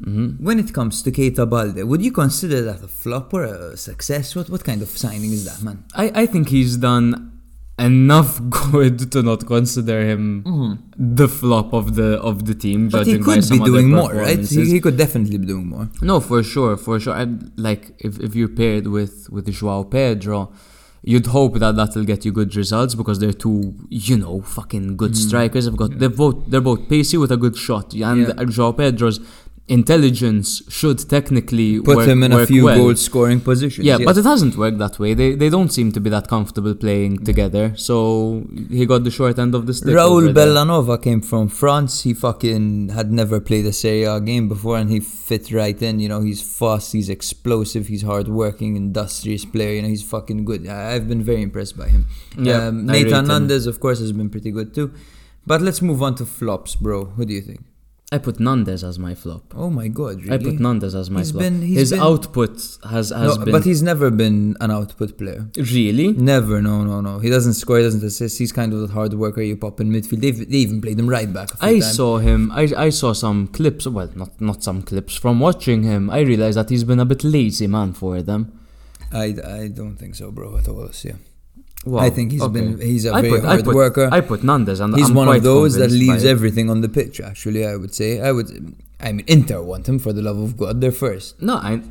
[SPEAKER 2] Mm-hmm.
[SPEAKER 1] When it comes to Keita Balde, would you consider that a flop or a success? What what kind of signing is that, man?
[SPEAKER 2] I I think he's done enough *laughs* good to not consider him the flop of the of the team.
[SPEAKER 1] Mm-hmm. But he
[SPEAKER 2] judging by
[SPEAKER 1] could
[SPEAKER 2] some
[SPEAKER 1] be
[SPEAKER 2] of their
[SPEAKER 1] doing more, right? He,
[SPEAKER 2] performances.
[SPEAKER 1] he could definitely be doing more.
[SPEAKER 2] No, for sure, for sure. And like if, if you're paired with with Joao Pedro, you'd hope that that'll get you good results because they're two, you know, fucking good
[SPEAKER 1] Mm-hmm.
[SPEAKER 2] strikers. They've got they're both they're both pacey with a good shot, and
[SPEAKER 1] Yeah.
[SPEAKER 2] Joao Pedro's intelligence should technically
[SPEAKER 1] Put
[SPEAKER 2] work,
[SPEAKER 1] him in a
[SPEAKER 2] work
[SPEAKER 1] few
[SPEAKER 2] well.
[SPEAKER 1] goal scoring positions.
[SPEAKER 2] Yeah, but it hasn't worked that way. They they don't seem to be that comfortable playing together. So he got the short end of the stick.
[SPEAKER 1] Raul
[SPEAKER 2] over there.
[SPEAKER 1] Bellanova came from France. He fucking had never played a Serie A game before, and he fit right in. You know, he's fast, he's explosive, he's hardworking, industrious player. You know, he's fucking good. I, I've been very impressed by him.
[SPEAKER 2] Yeah,
[SPEAKER 1] um,
[SPEAKER 2] I rate
[SPEAKER 1] Nathan
[SPEAKER 2] him.
[SPEAKER 1] Nunez, of course, has been pretty good too. But let's move on to flops, bro. Who do you think?
[SPEAKER 2] I put Nandez as my flop.
[SPEAKER 1] Oh my god, really?
[SPEAKER 2] I put Nandez as my
[SPEAKER 1] He's
[SPEAKER 2] flop.
[SPEAKER 1] been- he's
[SPEAKER 2] His
[SPEAKER 1] been-
[SPEAKER 2] output has has
[SPEAKER 1] No,
[SPEAKER 2] been
[SPEAKER 1] but he's never been an output player.
[SPEAKER 2] Really?
[SPEAKER 1] Never, no, no, no. He doesn't score, he doesn't assist. He's kind of that hard worker you pop in midfield. They've, they even played him right back. a few
[SPEAKER 2] I
[SPEAKER 1] times.
[SPEAKER 2] saw him. I, I saw some clips. Well, not not some clips from watching him. I realized that he's been a bit lazy man for them.
[SPEAKER 1] I, I don't think so, bro. At all, yeah.
[SPEAKER 2] Wow.
[SPEAKER 1] I think he's
[SPEAKER 2] okay.
[SPEAKER 1] been he's a
[SPEAKER 2] I
[SPEAKER 1] very
[SPEAKER 2] put, I
[SPEAKER 1] hard
[SPEAKER 2] put,
[SPEAKER 1] worker.
[SPEAKER 2] I put Nandes, and
[SPEAKER 1] he's
[SPEAKER 2] I'm
[SPEAKER 1] one
[SPEAKER 2] quite
[SPEAKER 1] of those that
[SPEAKER 2] convinced by
[SPEAKER 1] leaves
[SPEAKER 2] it.
[SPEAKER 1] everything on the pitch. Actually, I would say I would. I mean, Inter want him for the love of God. They're first.
[SPEAKER 2] No, I.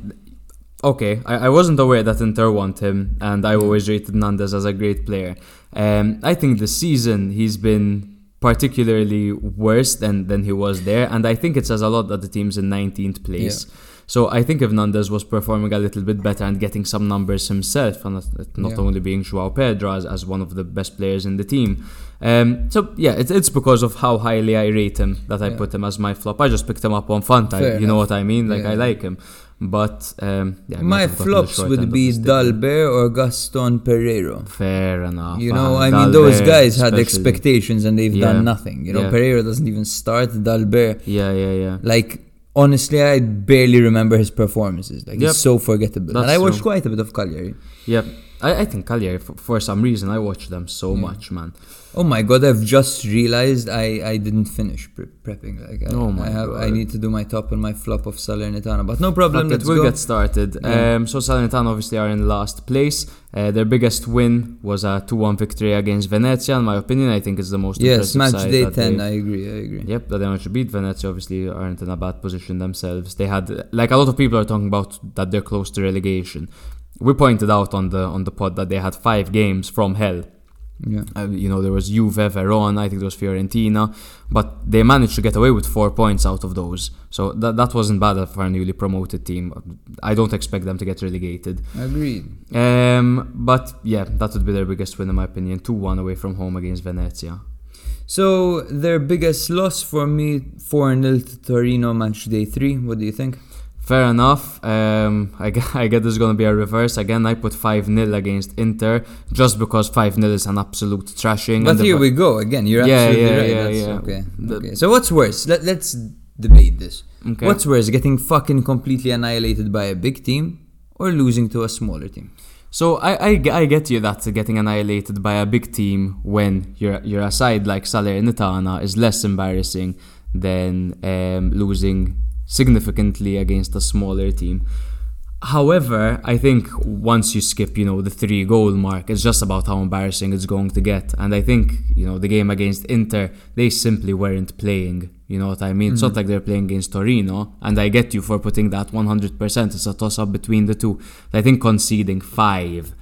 [SPEAKER 2] Okay, I, I wasn't aware that Inter want him, and I always rated Nandes as a great player. Um, I think this season he's been particularly worse than, than he was there, and I think it says a lot that the team's in 19th place. So I think if Nandes was performing a little bit better and getting some numbers himself, and not, not
[SPEAKER 1] Yeah.
[SPEAKER 2] only being Joao Pedro as, as one of the best players in the team. Um, so yeah, it, it's because of how highly I rate him that I
[SPEAKER 1] Yeah.
[SPEAKER 2] put him as my flop. I just picked him up on Fanta, you
[SPEAKER 1] Fair
[SPEAKER 2] know
[SPEAKER 1] enough.
[SPEAKER 2] what I mean? Like I
[SPEAKER 1] Yeah.
[SPEAKER 2] like him, but um, yeah, I might
[SPEAKER 1] My
[SPEAKER 2] have gotten the
[SPEAKER 1] flops
[SPEAKER 2] short end
[SPEAKER 1] would
[SPEAKER 2] of
[SPEAKER 1] be
[SPEAKER 2] the stick.
[SPEAKER 1] Dalbert or Gaston Pereiro.
[SPEAKER 2] Fair enough.
[SPEAKER 1] You know,
[SPEAKER 2] uh,
[SPEAKER 1] I mean, those
[SPEAKER 2] Dalbert
[SPEAKER 1] guys had
[SPEAKER 2] especially.
[SPEAKER 1] expectations and they've
[SPEAKER 2] Yeah.
[SPEAKER 1] done nothing. You know,
[SPEAKER 2] Yeah.
[SPEAKER 1] Pereiro doesn't even start. Dalbert,
[SPEAKER 2] Yeah, yeah, yeah.
[SPEAKER 1] like honestly, I barely remember his performances. Like
[SPEAKER 2] Yep.
[SPEAKER 1] he's so forgettable. and I
[SPEAKER 2] That's
[SPEAKER 1] watched
[SPEAKER 2] true.
[SPEAKER 1] quite a bit of Cagliari.
[SPEAKER 2] Yep. I, I think Cagliari, for, for some reason, I watch them so much, man.
[SPEAKER 1] Oh my god! I've just realized I, I didn't finish pre- prepping. Like I,
[SPEAKER 2] Oh my
[SPEAKER 1] I have I
[SPEAKER 2] God.
[SPEAKER 1] need to do my top and my flop of Salernitana, but no problem.
[SPEAKER 2] But
[SPEAKER 1] Let's
[SPEAKER 2] it will
[SPEAKER 1] go.
[SPEAKER 2] get started.
[SPEAKER 1] Yeah.
[SPEAKER 2] Um, so Salernitana obviously are in last place. Uh, their biggest win was a 2-1 victory against Venezia. In my opinion, I think is the most
[SPEAKER 1] yes,
[SPEAKER 2] impressive
[SPEAKER 1] match
[SPEAKER 2] side
[SPEAKER 1] day
[SPEAKER 2] that
[SPEAKER 1] ten.
[SPEAKER 2] they-
[SPEAKER 1] I agree. I agree.
[SPEAKER 2] Yep, that they managed to beat Venezia. Obviously, aren't in a bad position themselves. They had like a lot of people are talking about that they're close to relegation. We pointed out on the on the pod that they had five games from hell.
[SPEAKER 1] Yeah.
[SPEAKER 2] Uh, you know, there was Juve, Verona, I think there was Fiorentina, but they managed to get away with four points out of those. So that, that wasn't bad for a newly promoted team. I don't expect them to get relegated.
[SPEAKER 1] Agreed.
[SPEAKER 2] Um, but yeah, that would be their biggest win, in my opinion 2 1 away from home against Venezia.
[SPEAKER 1] So their biggest loss for me, four 0 to Torino, match day three. What do you think?
[SPEAKER 2] Fair enough. Um, I, gue- *laughs* I get this is going to be a reverse. Again, I put 5 0 against Inter just because 5 0 is an absolute trashing.
[SPEAKER 1] But
[SPEAKER 2] and the
[SPEAKER 1] here
[SPEAKER 2] Vi-
[SPEAKER 1] we go again. You're
[SPEAKER 2] Yeah,
[SPEAKER 1] absolutely
[SPEAKER 2] yeah,
[SPEAKER 1] right.
[SPEAKER 2] yeah,
[SPEAKER 1] That's-
[SPEAKER 2] yeah.
[SPEAKER 1] Okay.
[SPEAKER 2] The-
[SPEAKER 1] okay. So what's worse? Let, let's debate this.
[SPEAKER 2] Okay.
[SPEAKER 1] What's worse, getting fucking completely annihilated by a big team or losing to a smaller team?
[SPEAKER 2] So I, I, ge- I get you that getting annihilated by a big team when you're, you're a side like Salernitana is less embarrassing than um, losing significantly against a smaller team. However, I think once you skip, you know, the three goal mark, it's just about how embarrassing it's going to get. And I think, you know, the game against Inter, they simply weren't playing. You know what I mean? It's
[SPEAKER 1] Mm-hmm.
[SPEAKER 2] not like they're playing against Torino. And I get you for putting that 100%. It's a toss up between the two. I think conceding five,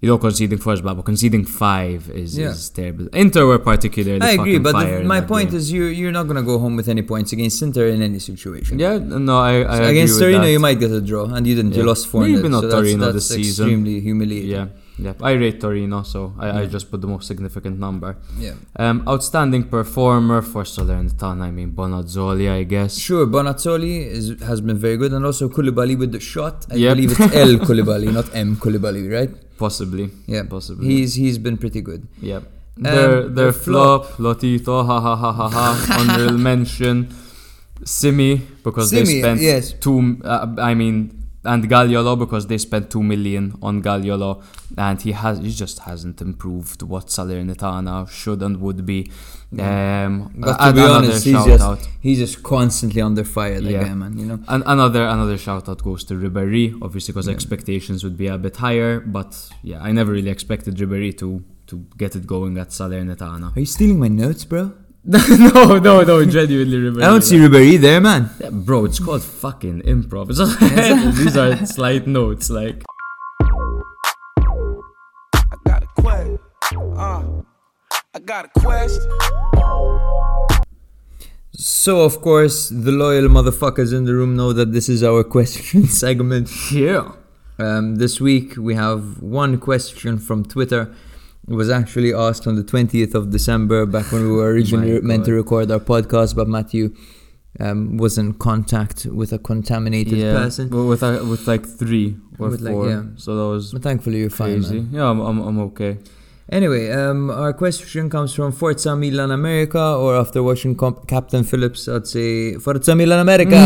[SPEAKER 2] you know, conceding four is bad, but conceding five is,
[SPEAKER 1] Yeah.
[SPEAKER 2] is terrible. Inter were particularly.
[SPEAKER 1] I agree,
[SPEAKER 2] fucking
[SPEAKER 1] but
[SPEAKER 2] fire
[SPEAKER 1] the,
[SPEAKER 2] in
[SPEAKER 1] my
[SPEAKER 2] that
[SPEAKER 1] point
[SPEAKER 2] game.
[SPEAKER 1] is you you're not gonna go home with any points against Inter in any situation.
[SPEAKER 2] Yeah, no, I, I agree
[SPEAKER 1] against
[SPEAKER 2] with
[SPEAKER 1] Torino,
[SPEAKER 2] that.
[SPEAKER 1] you might get a draw, and you didn't. You
[SPEAKER 2] Yeah.
[SPEAKER 1] lost four.
[SPEAKER 2] Maybe not
[SPEAKER 1] so that's,
[SPEAKER 2] Torino
[SPEAKER 1] that's
[SPEAKER 2] this season.
[SPEAKER 1] Extremely humiliating.
[SPEAKER 2] Yeah, yeah. I rate Torino, so I, I just put the most significant number.
[SPEAKER 1] Yeah.
[SPEAKER 2] Um, outstanding performer for Salernitana, I mean Bonazzoli, I guess.
[SPEAKER 1] Sure, Bonazzoli is, has been very good, and also Koulibaly with the shot. I
[SPEAKER 2] Yep.
[SPEAKER 1] believe it's
[SPEAKER 2] *laughs*
[SPEAKER 1] L Koulibaly, not M Koulibaly, right?
[SPEAKER 2] Possibly.
[SPEAKER 1] Yeah,
[SPEAKER 2] Possibly.
[SPEAKER 1] He's he's been pretty good.
[SPEAKER 2] Yeah. Their,
[SPEAKER 1] Um, the
[SPEAKER 2] their
[SPEAKER 1] flop.
[SPEAKER 2] flop, Lotito, ha ha ha ha ha,
[SPEAKER 1] *laughs*
[SPEAKER 2] honorable mention. Simi, because they
[SPEAKER 1] Simi,
[SPEAKER 2] spent
[SPEAKER 1] yes.
[SPEAKER 2] two, uh, I mean, and Gagliolo, because they spent two million on Gagliolo, and he has he just hasn't improved what Salernitana should and would be. Um,
[SPEAKER 1] But to
[SPEAKER 2] and
[SPEAKER 1] be
[SPEAKER 2] another
[SPEAKER 1] honest, he's
[SPEAKER 2] shout
[SPEAKER 1] just
[SPEAKER 2] out.
[SPEAKER 1] he's just constantly under fire, like
[SPEAKER 2] Yeah.
[SPEAKER 1] yeah. man. You know.
[SPEAKER 2] And another another shout out goes to Ribéry, obviously because expectations would be a bit higher, but yeah, I never really expected Ribéry to to get it going at Salernitana.
[SPEAKER 1] Are you stealing my notes, bro?
[SPEAKER 2] *laughs* no, no, no, genuinely Ribéry.
[SPEAKER 1] I don't see Ribery
[SPEAKER 2] eh,
[SPEAKER 1] there, man.
[SPEAKER 2] Yeah, bro, it's called fucking improv. It's not- *laughs* These are slight notes, like
[SPEAKER 4] I got a quest. Uh, I got a quest.
[SPEAKER 1] So of course the loyal motherfuckers in the room know that this is our *laughs* question segment.
[SPEAKER 2] yeah.
[SPEAKER 1] Um, this week we have one question from Twitter. It was actually asked on the 20th of December, back when we were originally
[SPEAKER 2] *laughs* My
[SPEAKER 1] meant to
[SPEAKER 2] God.
[SPEAKER 1] record our podcast, but Matthew um, was in contact with a contaminated
[SPEAKER 2] yeah.
[SPEAKER 1] person.
[SPEAKER 2] Well, with uh, with like three or
[SPEAKER 1] With, like,
[SPEAKER 2] four,
[SPEAKER 1] yeah.
[SPEAKER 2] so that was
[SPEAKER 1] But thankfully you're fine.
[SPEAKER 2] crazy.
[SPEAKER 1] man.
[SPEAKER 2] yeah, I'm, I'm I'm okay.
[SPEAKER 1] Anyway, um, our question comes from Forza Milan America, or after watching comp- Captain Phillips, I'd say Forza Milan America.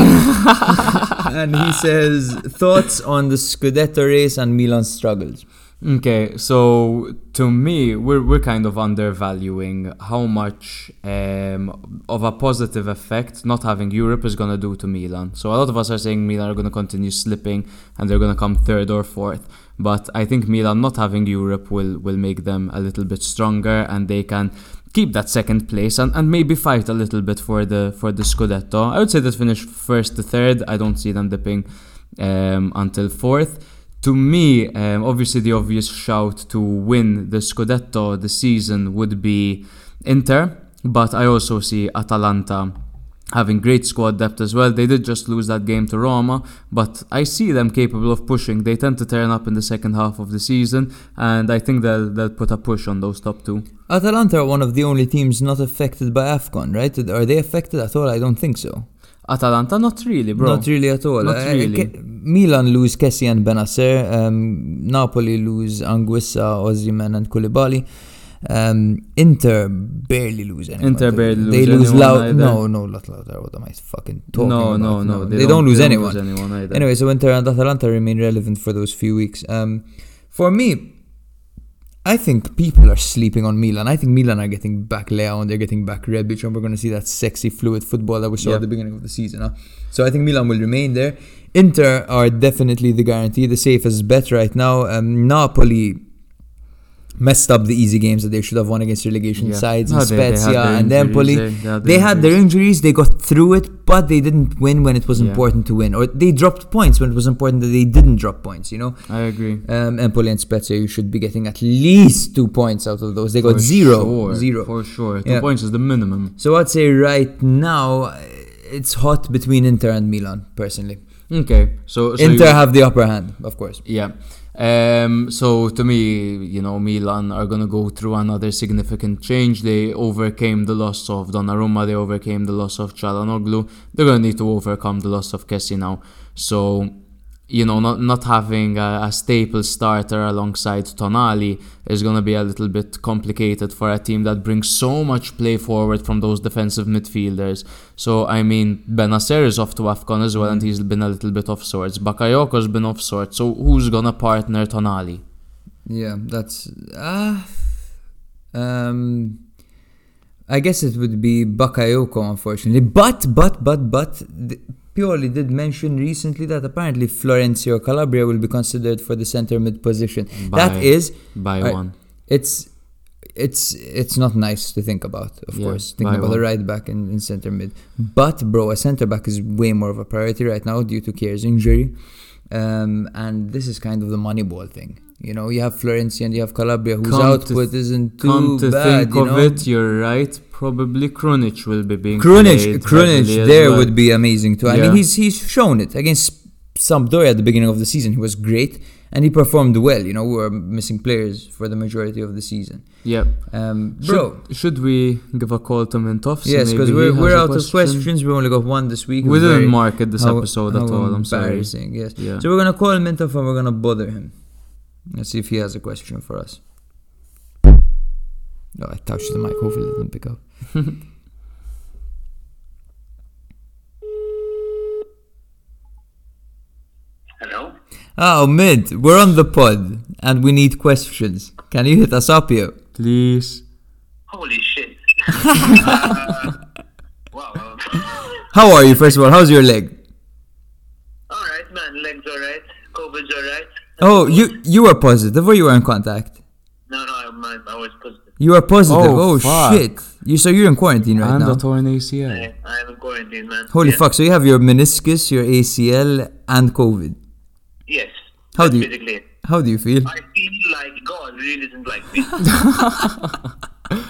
[SPEAKER 1] and he says thoughts on the Scudetto race and Milan's struggles.
[SPEAKER 2] Okay, so to me, we're, we're kind of undervaluing how much um, of a positive effect not having Europe is going to do to Milan. So a lot of us are saying Milan are going to continue slipping and they're going to come third or fourth. But I think Milan not having Europe will, will make them a little bit stronger and they can keep that second place and, and maybe fight a little bit for the for the Scudetto. I would say that finish first to third. I don't see them dipping um, until fourth. To me, um, obviously, the obvious shout to win the Scudetto this season would be Inter, but I also see Atalanta having great squad depth as well. They did just lose that game to Roma, but I see them capable of pushing. They tend to turn up in the second half of the season, and I think they'll, they'll put a push on those top two.
[SPEAKER 1] Atalanta are one of the only teams not affected by AFCON, right? Are they affected at all? I don't think so.
[SPEAKER 2] Atalanta, not really, bro.
[SPEAKER 1] Not really at all.
[SPEAKER 2] Not
[SPEAKER 1] I- I
[SPEAKER 2] really.
[SPEAKER 1] ca- Milan lose Kessie and Benacer. Um, Napoli lose Anguissa, Ozyman and Koulibaly. Um, Inter barely lose anyone.
[SPEAKER 2] Inter barely lose
[SPEAKER 1] They lose
[SPEAKER 2] anyone
[SPEAKER 1] Lau-
[SPEAKER 2] either.
[SPEAKER 1] No, no, not Lautaro. What am I fucking talking
[SPEAKER 2] no,
[SPEAKER 1] about?
[SPEAKER 2] no, no,
[SPEAKER 1] They, don't, lose anyone.
[SPEAKER 2] either.
[SPEAKER 1] Anyway, so Inter and Atalanta remain relevant for those few weeks. Um, for me, I think people are sleeping on Milan. I think Milan are getting back Leao and they're getting back Rebic, and we're going to see that sexy, fluid football that we saw
[SPEAKER 2] Yeah.
[SPEAKER 1] at the beginning of the season. Huh? So I think Milan will remain there. Inter are definitely the guarantee, the safest bet right now. Um, Napoli messed up the easy games that they should have won against relegation
[SPEAKER 2] Yeah.
[SPEAKER 1] sides
[SPEAKER 2] No,
[SPEAKER 1] and
[SPEAKER 2] they- they had
[SPEAKER 1] Spezia
[SPEAKER 2] their
[SPEAKER 1] and
[SPEAKER 2] injuries,
[SPEAKER 1] Empoli.
[SPEAKER 2] they- they had their
[SPEAKER 1] They had their injuries, they got through it, but they didn't win when it was
[SPEAKER 2] Yeah.
[SPEAKER 1] important to win. Or they dropped points when it was important that they didn't drop points, you know?
[SPEAKER 2] I agree.
[SPEAKER 1] Um, Empoli and Spezia, you should be getting at least two points out of those. They got
[SPEAKER 2] For
[SPEAKER 1] zero,
[SPEAKER 2] sure,
[SPEAKER 1] zero.
[SPEAKER 2] For sure. Two
[SPEAKER 1] Yeah.
[SPEAKER 2] points is the minimum.
[SPEAKER 1] So I'd say right now uh, it's hot between Inter and Milan. Personally,
[SPEAKER 2] Okay. So, so you-
[SPEAKER 1] Inter have the upper hand, of course.
[SPEAKER 2] Yeah. Um, so to me, you know, Milan are gonna go through another significant change. They overcame the loss of Donnarumma. They overcame the loss of Chalanoglu. They're gonna need to overcome the loss of Kessie now. So, you know, not not having a, a staple starter alongside Tonali is gonna be a little bit complicated for a team that brings so much play forward from those defensive midfielders. So I mean, Benacer is off to Afcon as well, and he's been a little bit off sorts. Bakayoko's been off sorts. So who's gonna partner Tonali?
[SPEAKER 1] Yeah, that's ah. um, I guess it would be Bakayoko, unfortunately. But but but but the, Pioli did mention recently that apparently Florencio Calabria will be considered for the centre mid position.
[SPEAKER 2] By-
[SPEAKER 1] that is
[SPEAKER 2] by
[SPEAKER 1] I-
[SPEAKER 2] one.
[SPEAKER 1] It's it's it's not nice to think about, of
[SPEAKER 2] Yeah,
[SPEAKER 1] course. Thinking
[SPEAKER 2] by
[SPEAKER 1] about a
[SPEAKER 2] one.
[SPEAKER 1] right back and, and centre mid. But bro, a centre back is way more of a priority right now due to Kier's injury. Um, and this is kind of the money ball thing. You know, you have Florenzi and you have Calabria whose
[SPEAKER 2] Come to
[SPEAKER 1] output isn't too
[SPEAKER 2] Come to
[SPEAKER 1] bad.
[SPEAKER 2] think
[SPEAKER 1] you
[SPEAKER 2] of
[SPEAKER 1] know?
[SPEAKER 2] it, you're right. Probably Krunic will be being
[SPEAKER 1] Krunic,
[SPEAKER 2] played heavily
[SPEAKER 1] Krunic
[SPEAKER 2] as
[SPEAKER 1] there
[SPEAKER 2] well.
[SPEAKER 1] would be amazing too. I mean,
[SPEAKER 2] Yeah.
[SPEAKER 1] he's he's shown it against Sampdoria at the beginning of the season. He was great and he performed well. You know, we were missing players for the majority of the season.
[SPEAKER 2] Yeah,
[SPEAKER 1] Um, bro,
[SPEAKER 2] Should, should we give a call to Mintovs?
[SPEAKER 1] Yes, because
[SPEAKER 2] Maybe
[SPEAKER 1] we're,
[SPEAKER 2] he
[SPEAKER 1] we're
[SPEAKER 2] has a
[SPEAKER 1] out of questions. We only got one this week.
[SPEAKER 2] We
[SPEAKER 1] It was
[SPEAKER 2] didn't
[SPEAKER 1] very-
[SPEAKER 2] market this
[SPEAKER 1] how-
[SPEAKER 2] episode
[SPEAKER 1] how
[SPEAKER 2] at all. I'm sorry.
[SPEAKER 1] embarrassing, Yes.
[SPEAKER 2] Yeah.
[SPEAKER 1] So we're gonna call Mintov and we're gonna bother him. Let's see if he has a question for us. No, I touched the mic. Hopefully, it didn't pick up.
[SPEAKER 5] Hello?
[SPEAKER 1] Oh, Mint, we're on the pod and we need questions. Can you hit us up here?
[SPEAKER 2] Please.
[SPEAKER 5] Holy
[SPEAKER 1] *laughs*
[SPEAKER 5] shit. wow. *laughs*
[SPEAKER 1] How are you, first of all? How's your leg?
[SPEAKER 5] alright, man. Legs alright. COVID's alright.
[SPEAKER 1] Oh, you you were positive or you were in contact?
[SPEAKER 5] No, no, I, my, I was positive.
[SPEAKER 1] You were positive.
[SPEAKER 2] Oh,
[SPEAKER 1] Oh,
[SPEAKER 2] fuck.
[SPEAKER 1] shit! You so you're in quarantine right
[SPEAKER 2] and
[SPEAKER 1] now.
[SPEAKER 2] a torn ACL.
[SPEAKER 5] I, I am in quarantine, man.
[SPEAKER 1] Holy
[SPEAKER 5] Yeah.
[SPEAKER 1] fuck! So you have your meniscus, your ACL, and COVID.
[SPEAKER 5] Yes.
[SPEAKER 1] How
[SPEAKER 5] That's
[SPEAKER 1] do you-
[SPEAKER 5] Basically, it.
[SPEAKER 1] How do you feel?
[SPEAKER 5] I feel like God really doesn't like
[SPEAKER 1] *laughs*
[SPEAKER 5] me.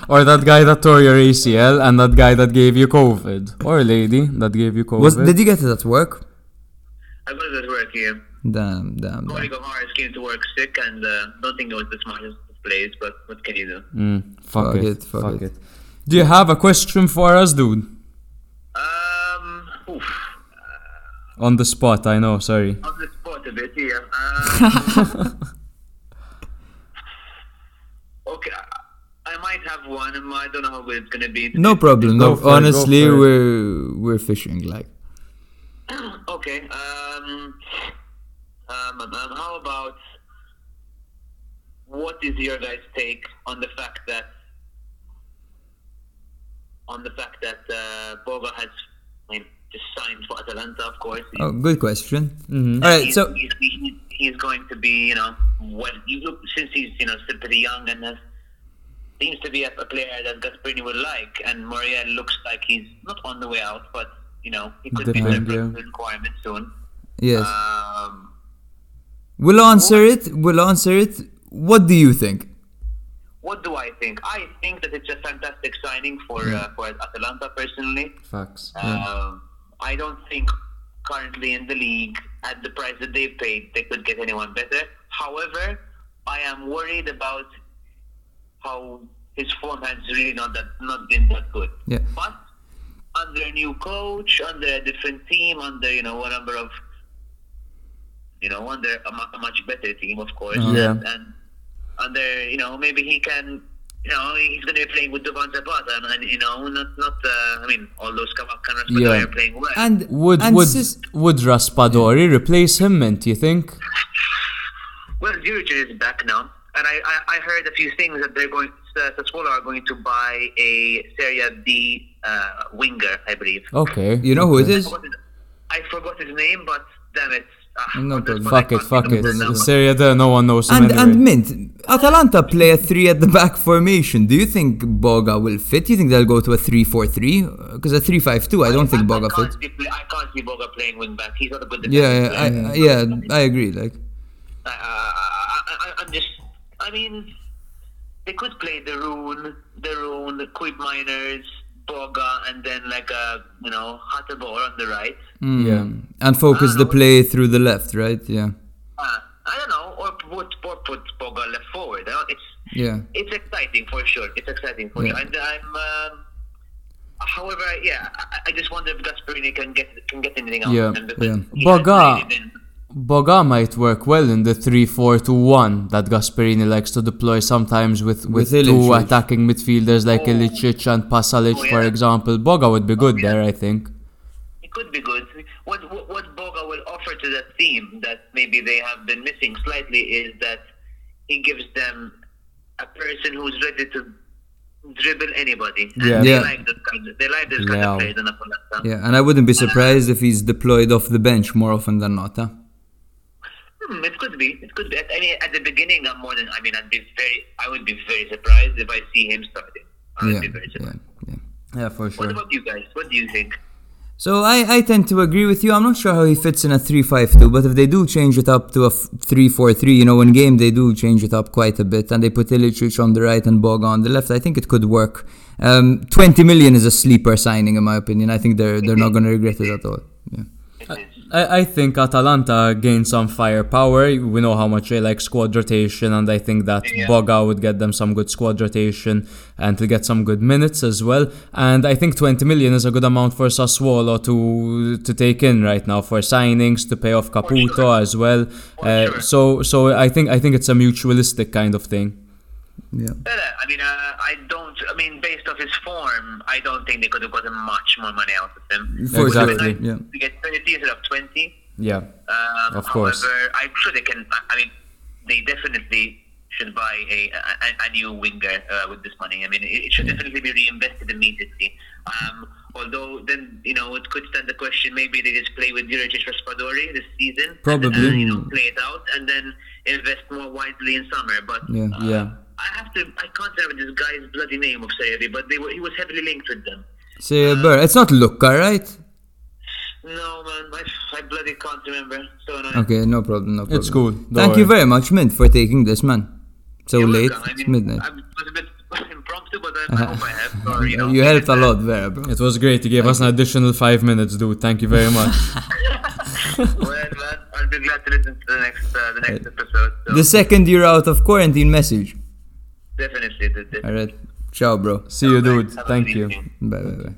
[SPEAKER 2] Or that guy that tore your ACL and that guy that gave you COVID. Or a lady that gave you COVID.
[SPEAKER 1] Was did you get it at work?
[SPEAKER 5] I got it at work here.
[SPEAKER 1] Damn, damn, damn.
[SPEAKER 5] Colleague of ours came to work sick and uh, don't think it was the smartest of plays, but what can you do?
[SPEAKER 2] Mm, fuck,
[SPEAKER 1] Fuck
[SPEAKER 2] it,
[SPEAKER 1] it,
[SPEAKER 2] Fuck,
[SPEAKER 1] fuck
[SPEAKER 2] it.
[SPEAKER 1] it.
[SPEAKER 2] Do you have a question for us, dude?
[SPEAKER 5] Um, oof.
[SPEAKER 2] On the spot, I know, sorry.
[SPEAKER 5] on the spot a bit here. Um, okay, I- I might have one. um, I don't know how good it's gonna be.
[SPEAKER 1] No problem.
[SPEAKER 2] Go
[SPEAKER 1] No,
[SPEAKER 2] for it,
[SPEAKER 1] honestly,
[SPEAKER 2] go for it.
[SPEAKER 1] we're we're fishing like.
[SPEAKER 5] *clears throat* Okay. Um, um, um, um, how about what is your guys' take on the fact that on the fact that uh, Boga has I mean, just signed for Atalanta, of course.
[SPEAKER 1] Oh, good question.
[SPEAKER 2] Mm-hmm.
[SPEAKER 1] All right,
[SPEAKER 5] he's,
[SPEAKER 1] so
[SPEAKER 5] he's, he's, he's going to be, you know, what you look since he's you know still pretty young and has, seems to be a, a player that Gasperini would like, and Moria looks like he's not on the way out, but you know he could
[SPEAKER 2] Depend,
[SPEAKER 5] be
[SPEAKER 2] yeah.
[SPEAKER 5] the requirement soon.
[SPEAKER 1] yes,
[SPEAKER 2] Uh,
[SPEAKER 5] Um,
[SPEAKER 1] we'll answer it. We'll answer it. What do you think?
[SPEAKER 5] what do I think? I think that it's a fantastic signing for uh, for Atalanta personally.
[SPEAKER 2] Facts.
[SPEAKER 5] Um, I don't think currently in the league, at the price that they paid, they could get anyone better. However, I am worried about how his form has really not that not been that good.
[SPEAKER 1] Yeah.
[SPEAKER 5] But under a new coach, under a different team, under you know a number of you know under a, mu- a much better team, of course.
[SPEAKER 2] Yeah.
[SPEAKER 5] And, and under you know maybe he can. You know, he's going to be playing with Duvan Zapata, and, and you know, not not. Uh, I mean, all those Kamakan
[SPEAKER 2] Yeah.
[SPEAKER 5] yeah. are playing well.
[SPEAKER 1] And
[SPEAKER 2] Would
[SPEAKER 1] and
[SPEAKER 2] would
[SPEAKER 1] sis-
[SPEAKER 2] would Raspadori replace him? Mint, you think?
[SPEAKER 5] Well, Juric is back now. and I, I, I heard a few things that they're going. uh, Sassuolo are going to buy a Serie D uh, winger, I believe.
[SPEAKER 1] Oh.
[SPEAKER 2] Okay.
[SPEAKER 1] You know who it
[SPEAKER 2] okay.
[SPEAKER 1] is?
[SPEAKER 5] I forgot his- I forgot his name, but damn it. Ah,
[SPEAKER 1] No
[SPEAKER 5] on this
[SPEAKER 1] problem.
[SPEAKER 5] one I
[SPEAKER 1] Fuck it,
[SPEAKER 5] can't
[SPEAKER 1] fuck
[SPEAKER 5] think of
[SPEAKER 1] it.
[SPEAKER 5] his name.
[SPEAKER 1] It's
[SPEAKER 2] Serie D, no one knows him
[SPEAKER 1] And
[SPEAKER 2] anyway.
[SPEAKER 1] and Mint, Atalanta play a three at the back formation. Do you think Boga will fit? Do you think they'll go to a three four three? Because a three five two, I don't think Boga
[SPEAKER 5] can't
[SPEAKER 1] fits.
[SPEAKER 5] see pl- I can't see Boga playing wing back. He's not a good defender.
[SPEAKER 1] Yeah, yeah, I, I- yeah, I agree. Like,
[SPEAKER 5] I, I, I, I'm just. I mean, they could play the Rune, the Rune, Quip Miners, Boga, and then like a you know Hatterball on the right.
[SPEAKER 1] Mm.
[SPEAKER 2] Yeah.
[SPEAKER 1] and focus
[SPEAKER 5] Ah,
[SPEAKER 1] the play through the left, right? Yeah,
[SPEAKER 5] Uh, I don't know, or put or put Boga left forward. I don't- It's
[SPEAKER 1] yeah.
[SPEAKER 5] it's exciting for sure. It's exciting for
[SPEAKER 1] Yeah.
[SPEAKER 5] sure. And I'm. Um, however, yeah, I, I just wonder if Gasparini can get can get anything out
[SPEAKER 2] Yeah,
[SPEAKER 5] of them because
[SPEAKER 1] yeah.
[SPEAKER 5] he hasn't
[SPEAKER 2] Boga-
[SPEAKER 5] played in-
[SPEAKER 2] Boga might work well in the 3-4-2-1 that Gasperini likes to deploy sometimes with, with,
[SPEAKER 1] With
[SPEAKER 2] two
[SPEAKER 1] Ilicic.
[SPEAKER 2] attacking midfielders like Ilicic and Pasalic,
[SPEAKER 5] Oh, yeah. Oh,
[SPEAKER 2] for example. Boga would be good there, I think.
[SPEAKER 5] It could be good. What, what what Boga will offer to that team that maybe they have been missing slightly is that he gives them a person who's ready to dribble anybody. And
[SPEAKER 2] Yeah.
[SPEAKER 5] they
[SPEAKER 1] Yeah.
[SPEAKER 5] like this kind of, they like this kind
[SPEAKER 2] Leao.
[SPEAKER 5] of players in Atalanta.
[SPEAKER 1] Yeah, and I wouldn't be
[SPEAKER 5] Ah.
[SPEAKER 1] surprised if he's deployed off the bench more often than not. Huh?
[SPEAKER 5] Hmm, it could be. It could be. At, I mean, at the beginning, I'm more than. I mean, I'd be very. I would be very surprised if I see him starting. I would
[SPEAKER 1] Yeah,
[SPEAKER 5] be very
[SPEAKER 1] yeah,
[SPEAKER 5] surprised.
[SPEAKER 1] yeah.
[SPEAKER 2] Yeah, for
[SPEAKER 5] What about you guys? What do you think?
[SPEAKER 1] So I, I tend to agree with you. I'm not sure how he fits in a 3-5-2, but if they do change it up to a f- 3-4-3, you know, in game they do change it up quite a bit, and they put Ilicic on the right and Boga on the left. I think it could work. Um, 20 million is a sleeper signing, in my opinion. I think they're they're not going to regret it at all. Yeah.
[SPEAKER 5] It is-
[SPEAKER 2] I, I think Atalanta gained some firepower. We know how much they like squad rotation, and I think that
[SPEAKER 5] Yeah.
[SPEAKER 2] Boga would get them some good squad rotation and to get some good minutes as well. And I think 20 million is a good amount for Sassuolo to to take in right now for signings to pay off Caputo
[SPEAKER 5] sure.
[SPEAKER 2] as well.
[SPEAKER 5] For
[SPEAKER 2] uh,
[SPEAKER 5] sure.
[SPEAKER 2] So so I think I think it's a mutualistic kind of thing.
[SPEAKER 1] Yeah.
[SPEAKER 5] Yeah, I mean, uh, I don't. I mean, based off his form, I don't think they could have gotten much more money out of him.
[SPEAKER 1] For
[SPEAKER 5] It would have
[SPEAKER 2] Exactly,
[SPEAKER 5] been
[SPEAKER 1] yeah.
[SPEAKER 5] nice To get thirty instead of twenty.
[SPEAKER 2] Yeah.
[SPEAKER 5] Um,
[SPEAKER 2] Of course.
[SPEAKER 5] However, I'm sure they can. I- I mean, they definitely should buy a a, a- a new winger uh, with this money. I mean, it, it should definitely be reinvested immediately. Um, although then you know it could stand the question maybe they just play with Juricic Raspadori this season.
[SPEAKER 2] Probably.
[SPEAKER 5] And, uh, you know, play it out and then invest more wisely in summer. But
[SPEAKER 1] Yeah.
[SPEAKER 5] uh,
[SPEAKER 2] Yeah.
[SPEAKER 5] I have to. I can't remember this guy's bloody name of Sayedi, but they were, he was heavily linked with them.
[SPEAKER 1] Say, Ber- it's not Luca, right?
[SPEAKER 5] No man, I, I bloody can't remember. So annoying.
[SPEAKER 1] Okay, no problem, no problem.
[SPEAKER 2] It's cool, don't
[SPEAKER 1] Thank you
[SPEAKER 2] worry.
[SPEAKER 1] very much, Mint, for taking this, man. So
[SPEAKER 5] You're
[SPEAKER 1] late,
[SPEAKER 5] welcome. I
[SPEAKER 1] it's
[SPEAKER 5] mean,
[SPEAKER 1] midnight. Uh-huh.
[SPEAKER 5] I was a bit *laughs* impromptu, but I, I hope I have. Sorry, you, know,
[SPEAKER 1] you helped a lot, Vera, bro.
[SPEAKER 2] It was great. You gave us an additional five minutes, dude. Thank you very
[SPEAKER 5] *laughs*
[SPEAKER 2] much.
[SPEAKER 5] Well, man, I'll be glad to listen to the next uh, the next episode. So
[SPEAKER 1] The second you're out of quarantine, message.
[SPEAKER 5] definitely, the, the,
[SPEAKER 1] All right. Ciao, bro.
[SPEAKER 2] See you, dude.
[SPEAKER 5] Have a
[SPEAKER 2] Thank
[SPEAKER 5] good
[SPEAKER 2] you.
[SPEAKER 5] evening.
[SPEAKER 1] Bye, bye, bye.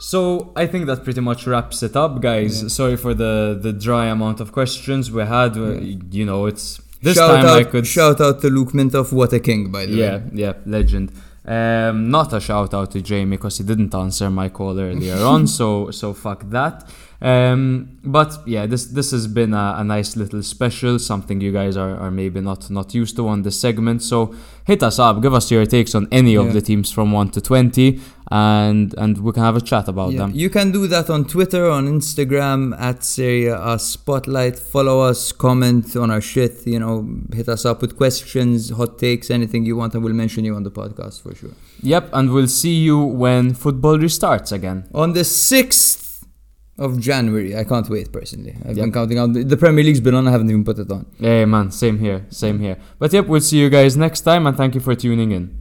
[SPEAKER 2] So I think that pretty much wraps it up, guys. Sorry for the the dry amount of questions we had. Uh, You know, it's this
[SPEAKER 1] shout
[SPEAKER 2] time
[SPEAKER 1] out,
[SPEAKER 2] I could
[SPEAKER 1] shout out to Luke Mintoff, what a king, by the
[SPEAKER 2] Yeah,
[SPEAKER 1] way.
[SPEAKER 2] yeah, legend. Um, not a shout out to Jamie because he didn't answer my call
[SPEAKER 1] *laughs*
[SPEAKER 2] earlier on. So so fuck that. Um, but yeah, this this has been a, a nice little special, something you guys are, are maybe not not used to on this segment. So hit us up, give us your takes on any
[SPEAKER 1] Yeah.
[SPEAKER 2] of the teams from one to twenty, and and we can have a chat about
[SPEAKER 1] Yeah,
[SPEAKER 2] them.
[SPEAKER 1] You can do that on Twitter, on Instagram at Syria A Spotlight. Follow us, comment on our shit. You know, hit us up with questions, hot takes, anything you want, and we'll mention you on the podcast for sure.
[SPEAKER 2] Yep, and we'll see you when football restarts again.
[SPEAKER 1] On the sixth of January, I can't wait personally. I've been
[SPEAKER 2] Yep.
[SPEAKER 1] counting out. The Premier League's been on. I haven't even put it on.
[SPEAKER 2] Hey man, same here, same here. But yep, we'll see you guys next time and thank you for tuning in.